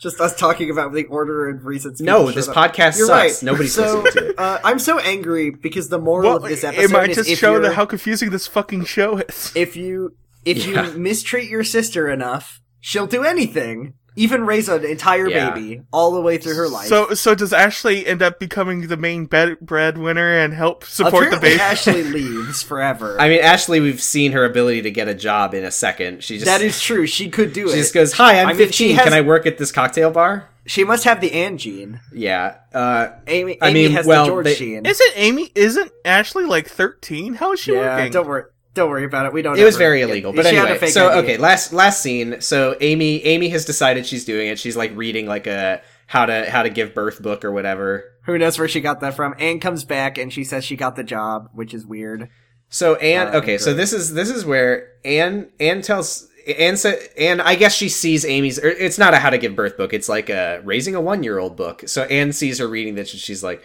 C: Just us talking about the order and reasons.
B: No,
C: people
B: this
C: showed up.
B: podcast
C: You're
B: sucks.
C: right.
B: Nobody's
C: so,
B: listening to it.
C: Uh, I'm so angry because the moral
D: Well,
C: of this
D: it-
C: episode
D: it might
C: is
D: just
C: if
D: show
C: you're-
D: that how confusing this fucking show is.
C: if you if
B: Yeah.
C: you mistreat your sister enough, she'll do anything, even raise an entire
B: Yeah.
C: baby all the way through her life.
D: So, so does Ashley end up becoming the main bed, breadwinner and help support
C: Apparently,
D: the baby?
C: Ashley leaves forever.
B: I mean, Ashley, we've seen her ability to get a job in a second. She just
C: that is true. She could do
B: she
C: it.
B: just goes, "Hi, I'm
C: I mean, she
B: 15. Can
C: has-
B: I work at this cocktail bar?"
C: she must have the Anne gene.
B: Yeah. Uh,
C: Amy, Amy
B: I mean,
C: has
B: well,
C: the George
B: they-
C: gene.
D: Isn't Amy? Isn't Ashley like thirteen? How is she
C: yeah,
D: working?
C: don't worry. Don't worry about it. We don't.
B: it was
C: ever
B: very
C: get-
B: illegal. But
C: she had a
B: anyway,
C: fake
B: so
C: ID.
B: okay, last last scene. So Amy Amy has decided she's doing it. She's like reading like a how to how to give birth book or whatever.
C: Who knows where she got that from? Anne comes back and she says she got the job, which is weird.
B: So Anne,
C: Uh,
B: okay, so
C: great.
B: this is this is where Anne Anne tells Anne sa Anne. I guess she sees Amy's. Or it's not a how to give birth book. It's like a raising a one year old book. So Anne sees her reading this, and she's like,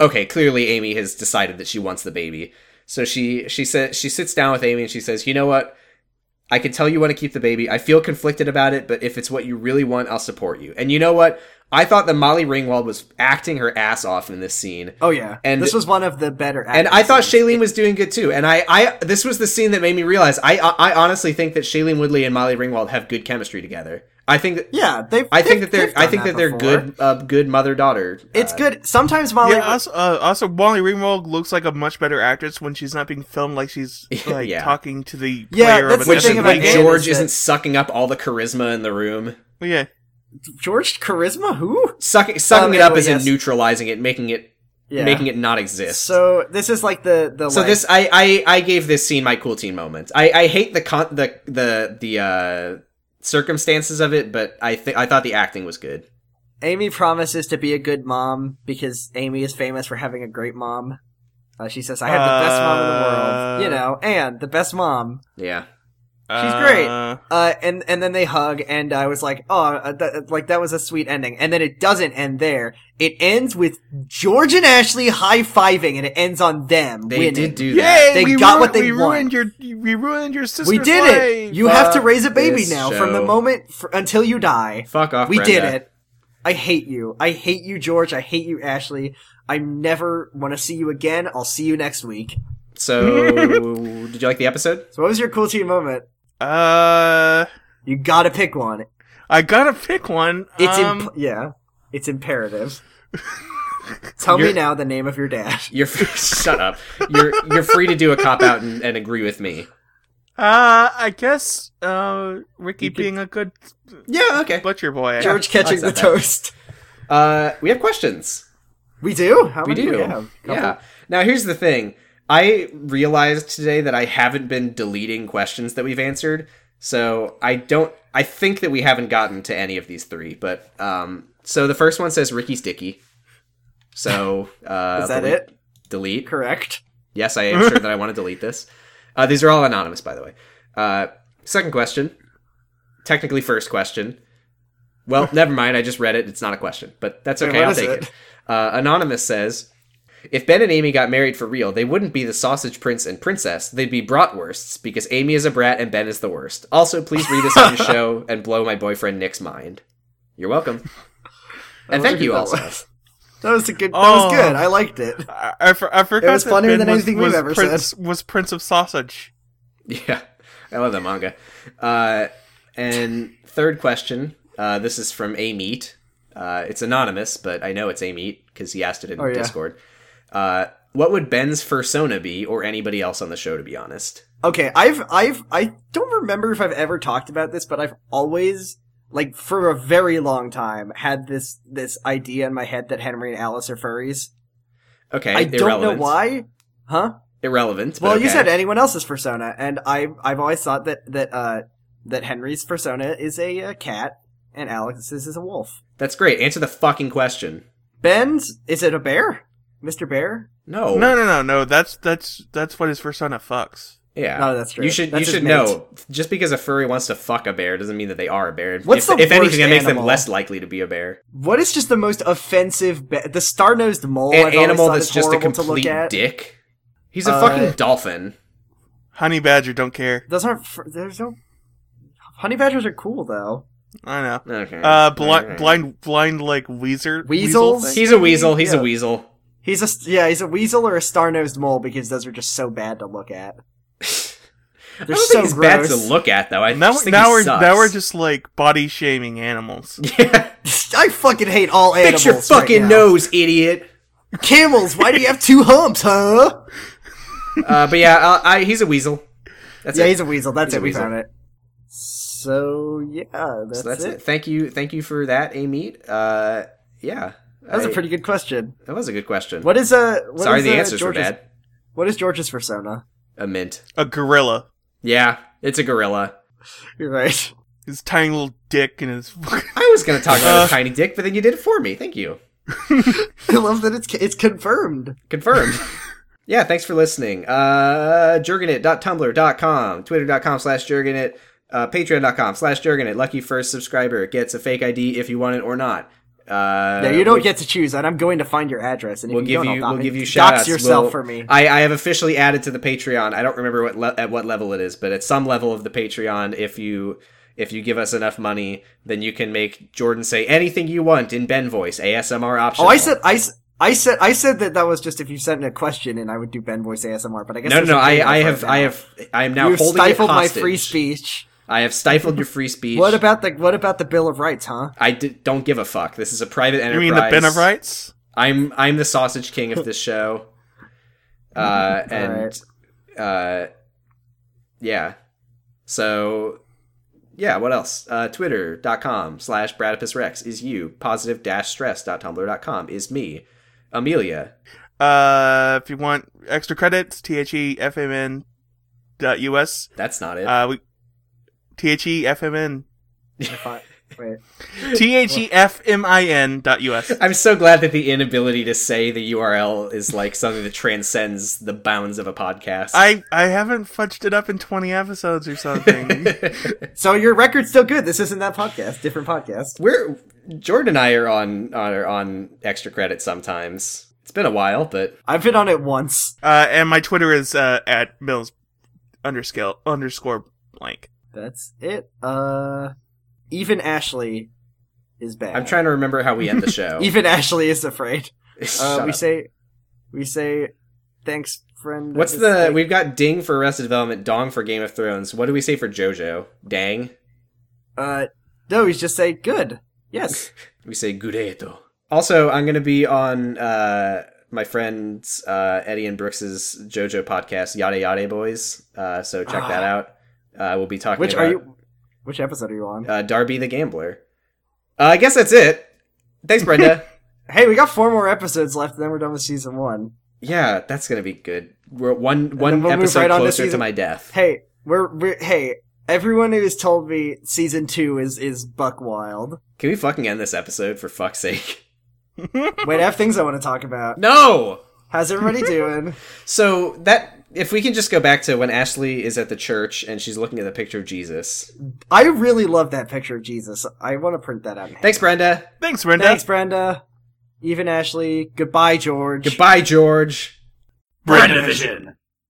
B: okay, clearly Amy has decided that she wants the baby. So she she says she sits down with Amy and she says, you know what. I can tell you want to keep the baby. I feel conflicted about it, but if it's what you really want, I'll support you. And you know what? I thought that Molly Ringwald was acting her ass off in this scene.
C: Oh yeah,
B: And-
C: and this was one of the better.
B: And
C: acting
B: I thought
C: scenes.
B: Shailene was doing good too. And I, I, this was the scene that made me realize I, I honestly think that Shailene Woodley and Molly Ringwald have good chemistry together. I think that,
C: Yeah, they.
B: I think that they're, I think that, they're
C: before.
B: good, uh, good Uh, mother daughter.
C: It's good. Sometimes Molly.
D: yeah, also, uh, also Molly Ringwald looks like a much better actress when she's not being filmed like she's like
B: Yeah.
D: talking to the
C: Yeah,
D: player
C: that's
D: of
C: the
D: an
B: Which
C: Good thing
B: is
D: F-
C: about
B: like
C: Dan
B: George
C: is that-
B: is not sucking up all the charisma in the room.
D: yeah.
C: George Charisma, who?
B: Sucking, sucking
C: Um,
B: it up
C: anyway,
B: is in
C: yes.
B: neutralizing it, making it,
C: Yeah.
B: making it not exist.
C: So this is like the the.
B: So
C: like,
B: this, I, I, I gave this scene my cool teen moment. I, I hate the con, the, the, the uh, circumstances of it, but I think I thought the acting was good.
C: Amy promises to be a good mom because Amy is famous for having a great mom. Uh, she says, "I have the best mom in the world," you
D: Uh.
C: know, and the best mom.
B: Yeah,
C: She's great.
D: Uh,
C: Uh, and and then they hug, and I was like, "Oh, uh, th- like that was a sweet ending." And then it doesn't end there; it ends with George and Ashley high fiving, and it ends on them.
B: they
C: winning.
B: did do that.
D: Yay!
C: They
D: we
C: got
D: ruined,
C: what they
D: we
C: want.
D: ruined your we ruined your sister's
C: We did it.
D: life.
C: You have to raise a baby
B: uh, this
C: now from the
B: show.
C: moment f- until you die.
B: Fuck off.
C: We did
B: Brenda.
C: it. I hate you. I hate you, George. I hate you, Ashley. I never want to see you again. I'll see you next week.
B: So, did you like the episode?
C: So, what was your cool teen moment?
D: Uh,
C: You gotta pick one.
D: I gotta pick one.
C: It's
D: um,
C: imp- yeah, it's imperative. Tell me
B: You're-
C: now the name of your dad.
B: You're shut up. You're you're free to do a cop out and, and agree with me.
D: uh, I guess uh, Ricky
C: You could-
D: being a good
B: Yeah. Okay.
D: butcher boy.
C: George
B: like
C: catching the
B: that.
C: toast.
B: Uh, we have questions.
C: We do. How
B: We
C: many
B: do.
C: have?
B: yeah. Now here's the thing. I realized today that I haven't been deleting questions that we've answered, so I don't. I think that we haven't gotten to any of these three, but um. So the first one says Ricky's Dicky. So uh,
C: Is that
B: delete-
C: it?
B: Delete.
C: Correct.
B: Yes, I am sure that I want to delete this. Uh, these are all anonymous, by the way. Uh, second question. Technically, first question. Well, never mind. I just read it. It's not a question, but that's
C: Wait,
B: okay.
C: what
B: I'll
C: is
B: take
C: it?
B: it. Uh, anonymous says If Ben and Amy got married for real, they wouldn't be the sausage prince and princess. They'd be bratwursts because Amy is a brat and Ben is the worst. Also, please read this on your show and blow my boyfriend Nick's mind. You're welcome. And
C: wonder
B: thank
C: who
B: you
C: that
B: also.
C: was. That was a good. That
D: Oh.
C: was good. I liked it.
D: I, I, for- I forgot.
C: was
D: that
C: funnier
D: Ben
C: than
D: was,
C: anything we've
D: was
C: ever
D: Prince, Was Prince of Sausage?
B: Yeah, I love that manga. Uh, and third question. Uh, this is from A Meat. Uh, it's anonymous, but I know it's A Meat because he asked it in
C: Oh, yeah.
B: Discord. Uh, what would Ben's fursona be, or anybody else on the show, to be honest?
C: Okay, I've I've I don't remember if I've ever talked about this, but I've always like for a very long time had this this idea in my head that Henry and Alice are furries.
B: Okay,
C: I don't
B: irrelevant.
C: know why. Huh?
B: Irrelevant. but
C: Well, you
B: okay.
C: said anyone else's persona, and I've I've always thought that that uh that Henry's persona is a uh, cat and Alex's is a wolf.
B: that's great. Answer the fucking question.
C: Ben's is it a bear? Mr. Bear?
B: No.
D: No, no, no, no. That's that's that's what his persona fucks.
B: Yeah.
C: No, that's true.
B: You should.
C: That's
B: you
C: his
B: should
C: mate.
B: know. Just because a furry wants to fuck a bear doesn't mean that they are a bear.
C: What's
B: if,
C: the
B: if anything,
C: worst
B: it makes them
C: animal?
B: less likely to be a bear.
C: What is just the most offensive be- the star-nosed mole I've
B: An
C: always
B: animal
C: thought
B: that's
C: is
B: just a
C: horrible to look
B: complete
C: at.
B: dick. He's a
C: Uh,
B: fucking dolphin.
D: Honey Badger don't care.
C: Those aren't. Fr- there's no. Honey badgers are cool though.
D: I know.
B: Okay.
D: Uh, blind,
B: Okay.
D: blind, blind, like Weezer,
C: Weasels?
D: Weasel thing.
B: He's a weasel. He's
C: Yeah.
B: a weasel.
C: He's a st- yeah. He's a weasel or a star-nosed mole because those are just so bad to look at.
B: I
C: They're
B: don't
C: so
B: think he's bad
C: gross.
B: to look at, though. I
D: Now,
B: just think
D: now
B: he
D: we're
B: sucks.
D: now we're just like body shaming animals.
B: yeah.
C: I fucking hate all animals.
B: Fix your
C: right
B: fucking
C: now.
B: nose, idiot.
C: Camels. Why do you have two humps, huh?
B: Uh, but yeah, uh, I, he's a weasel. That's
C: yeah,
B: it.
C: he's a weasel. That's
B: He's a
C: it. We
B: weasel.
C: found it. So yeah, that's,
B: so that's
C: it.
B: it. Thank you, thank you for that, Amy. Uh, yeah,
C: That was
B: a
C: a pretty good question.
B: That was a good question.
C: What is a? What
B: Sorry,
C: is,
B: the
C: uh,
B: answers were
C: George's,
B: bad.
C: What is George's persona?
B: A mint.
D: A gorilla,
B: Yeah, it's a gorilla.
C: You're right.
D: his tiny little dick and his.
B: I was gonna talk about
D: Uh.
B: a tiny dick, but then you did it for me. Thank you.
C: I love that it's it's confirmed.
B: Confirmed. yeah, thanks for listening. Uh, jergenit.tumblr.com, twitter.com slash jergenit, uh, patreon.com slash jergenit. Lucky first subscriber gets a fake ID if you want it or not. Uh,
C: Yeah, you don't
B: we'll-
C: get to choose, and I'm going to find your address. And if
B: We'll
C: you
B: give
C: don't,
B: you.
C: I'll
B: We'll
C: dox-
B: give you shout
C: dox
B: outs.
C: yourself for me.
B: I, I have officially added to the Patreon. I don't remember what le- at what level it is, but at some level of the Patreon, if you If you give us enough money, then you can make Jordan say anything you want in Ben voice, ASMR optional.
C: Oh, I said I, s- I said I said that that was just if you sent in a question and I would do Ben voice ASMR. But I guess
B: No, no,
C: there's
B: no.
C: a
B: I,
C: thing
B: I
C: right
B: have,
C: now.
B: I have, I am now
C: You've
B: holding it
C: stifled my
B: hostage.
C: free speech.
B: I have stifled your free speech.
C: What about the what about the Bill of Rights, huh?
B: I d- don't give a fuck. This is a private
D: You
B: enterprise.
D: mean the Ben of Rights?
B: I'm I'm the sausage king of this show. Uh, and uh, yeah. So yeah, what else? Uh, Twitter.com slash Bradipus Rex is you. Positive dash stress.tumblr.com is me. Amelia.
D: Uh, if you want extra credits, E thefmn dot us.
B: That's not it.
D: Uh, we E thefmn
C: If I- wait.
D: E thefmin dot us.
B: I'm so glad that the inability to say the URL is like something that transcends the bounds of a podcast.
D: I I haven't fudged it up in twenty episodes or something.
C: So your record's still good. This isn't that podcast. Different podcast.
B: We're Jordan and I are on are on extra credit sometimes. It's been a while, but
C: I've been on it once.
D: uh, and my Twitter is uh, at mills underscore underscore blank.
C: That's it. Uh, even Ashley is bad.
B: I'm trying to remember how we end the show.
C: Even Ashley is afraid. Uh,
B: Shut
C: we
B: up.
C: say, we say, thanks, friend.
B: What's
C: This
B: the?
C: thing-
B: We've got Ding for Arrested Development, Dong for Game of Thrones. What do we say for JoJo? Dang.
C: Uh, no, we just say good. Yes.
B: We say Gureto. Also, I'm going to be on uh, my friends uh, Eddie and Brooks's JoJo podcast, Yada Yada Boys. Uh, so check that out. Uh, we'll be talking.
C: Ah. Which
B: about,
C: are you? Which episode are you on?
B: Uh, Darby the Gambler. Uh, I guess that's it. Thanks, Brenda.
C: Hey, we got four more episodes left, and then we're done with season one.
B: yeah, that's going to be good. We're one one
C: then we'll move
B: episode
C: right on to
B: closer to
C: season-
B: my death.
C: Hey, we're, we're hey. Everyone who's told me season two is is buck wild.
B: Can we fucking end this episode for fuck's sake?
C: Wait, I have things I want to talk about.
B: No.
C: How's everybody doing?
B: So that if we can just go back to when Ashley is at the church and she's looking at the picture of Jesus.
C: I really love that picture of Jesus. I want to print that out. and hang
B: Thanks, Brenda.
D: Thanks, Brenda.
C: Thanks, Brenda. Even Ashley. Goodbye, George.
B: Goodbye, George.
E: Brenda Vision.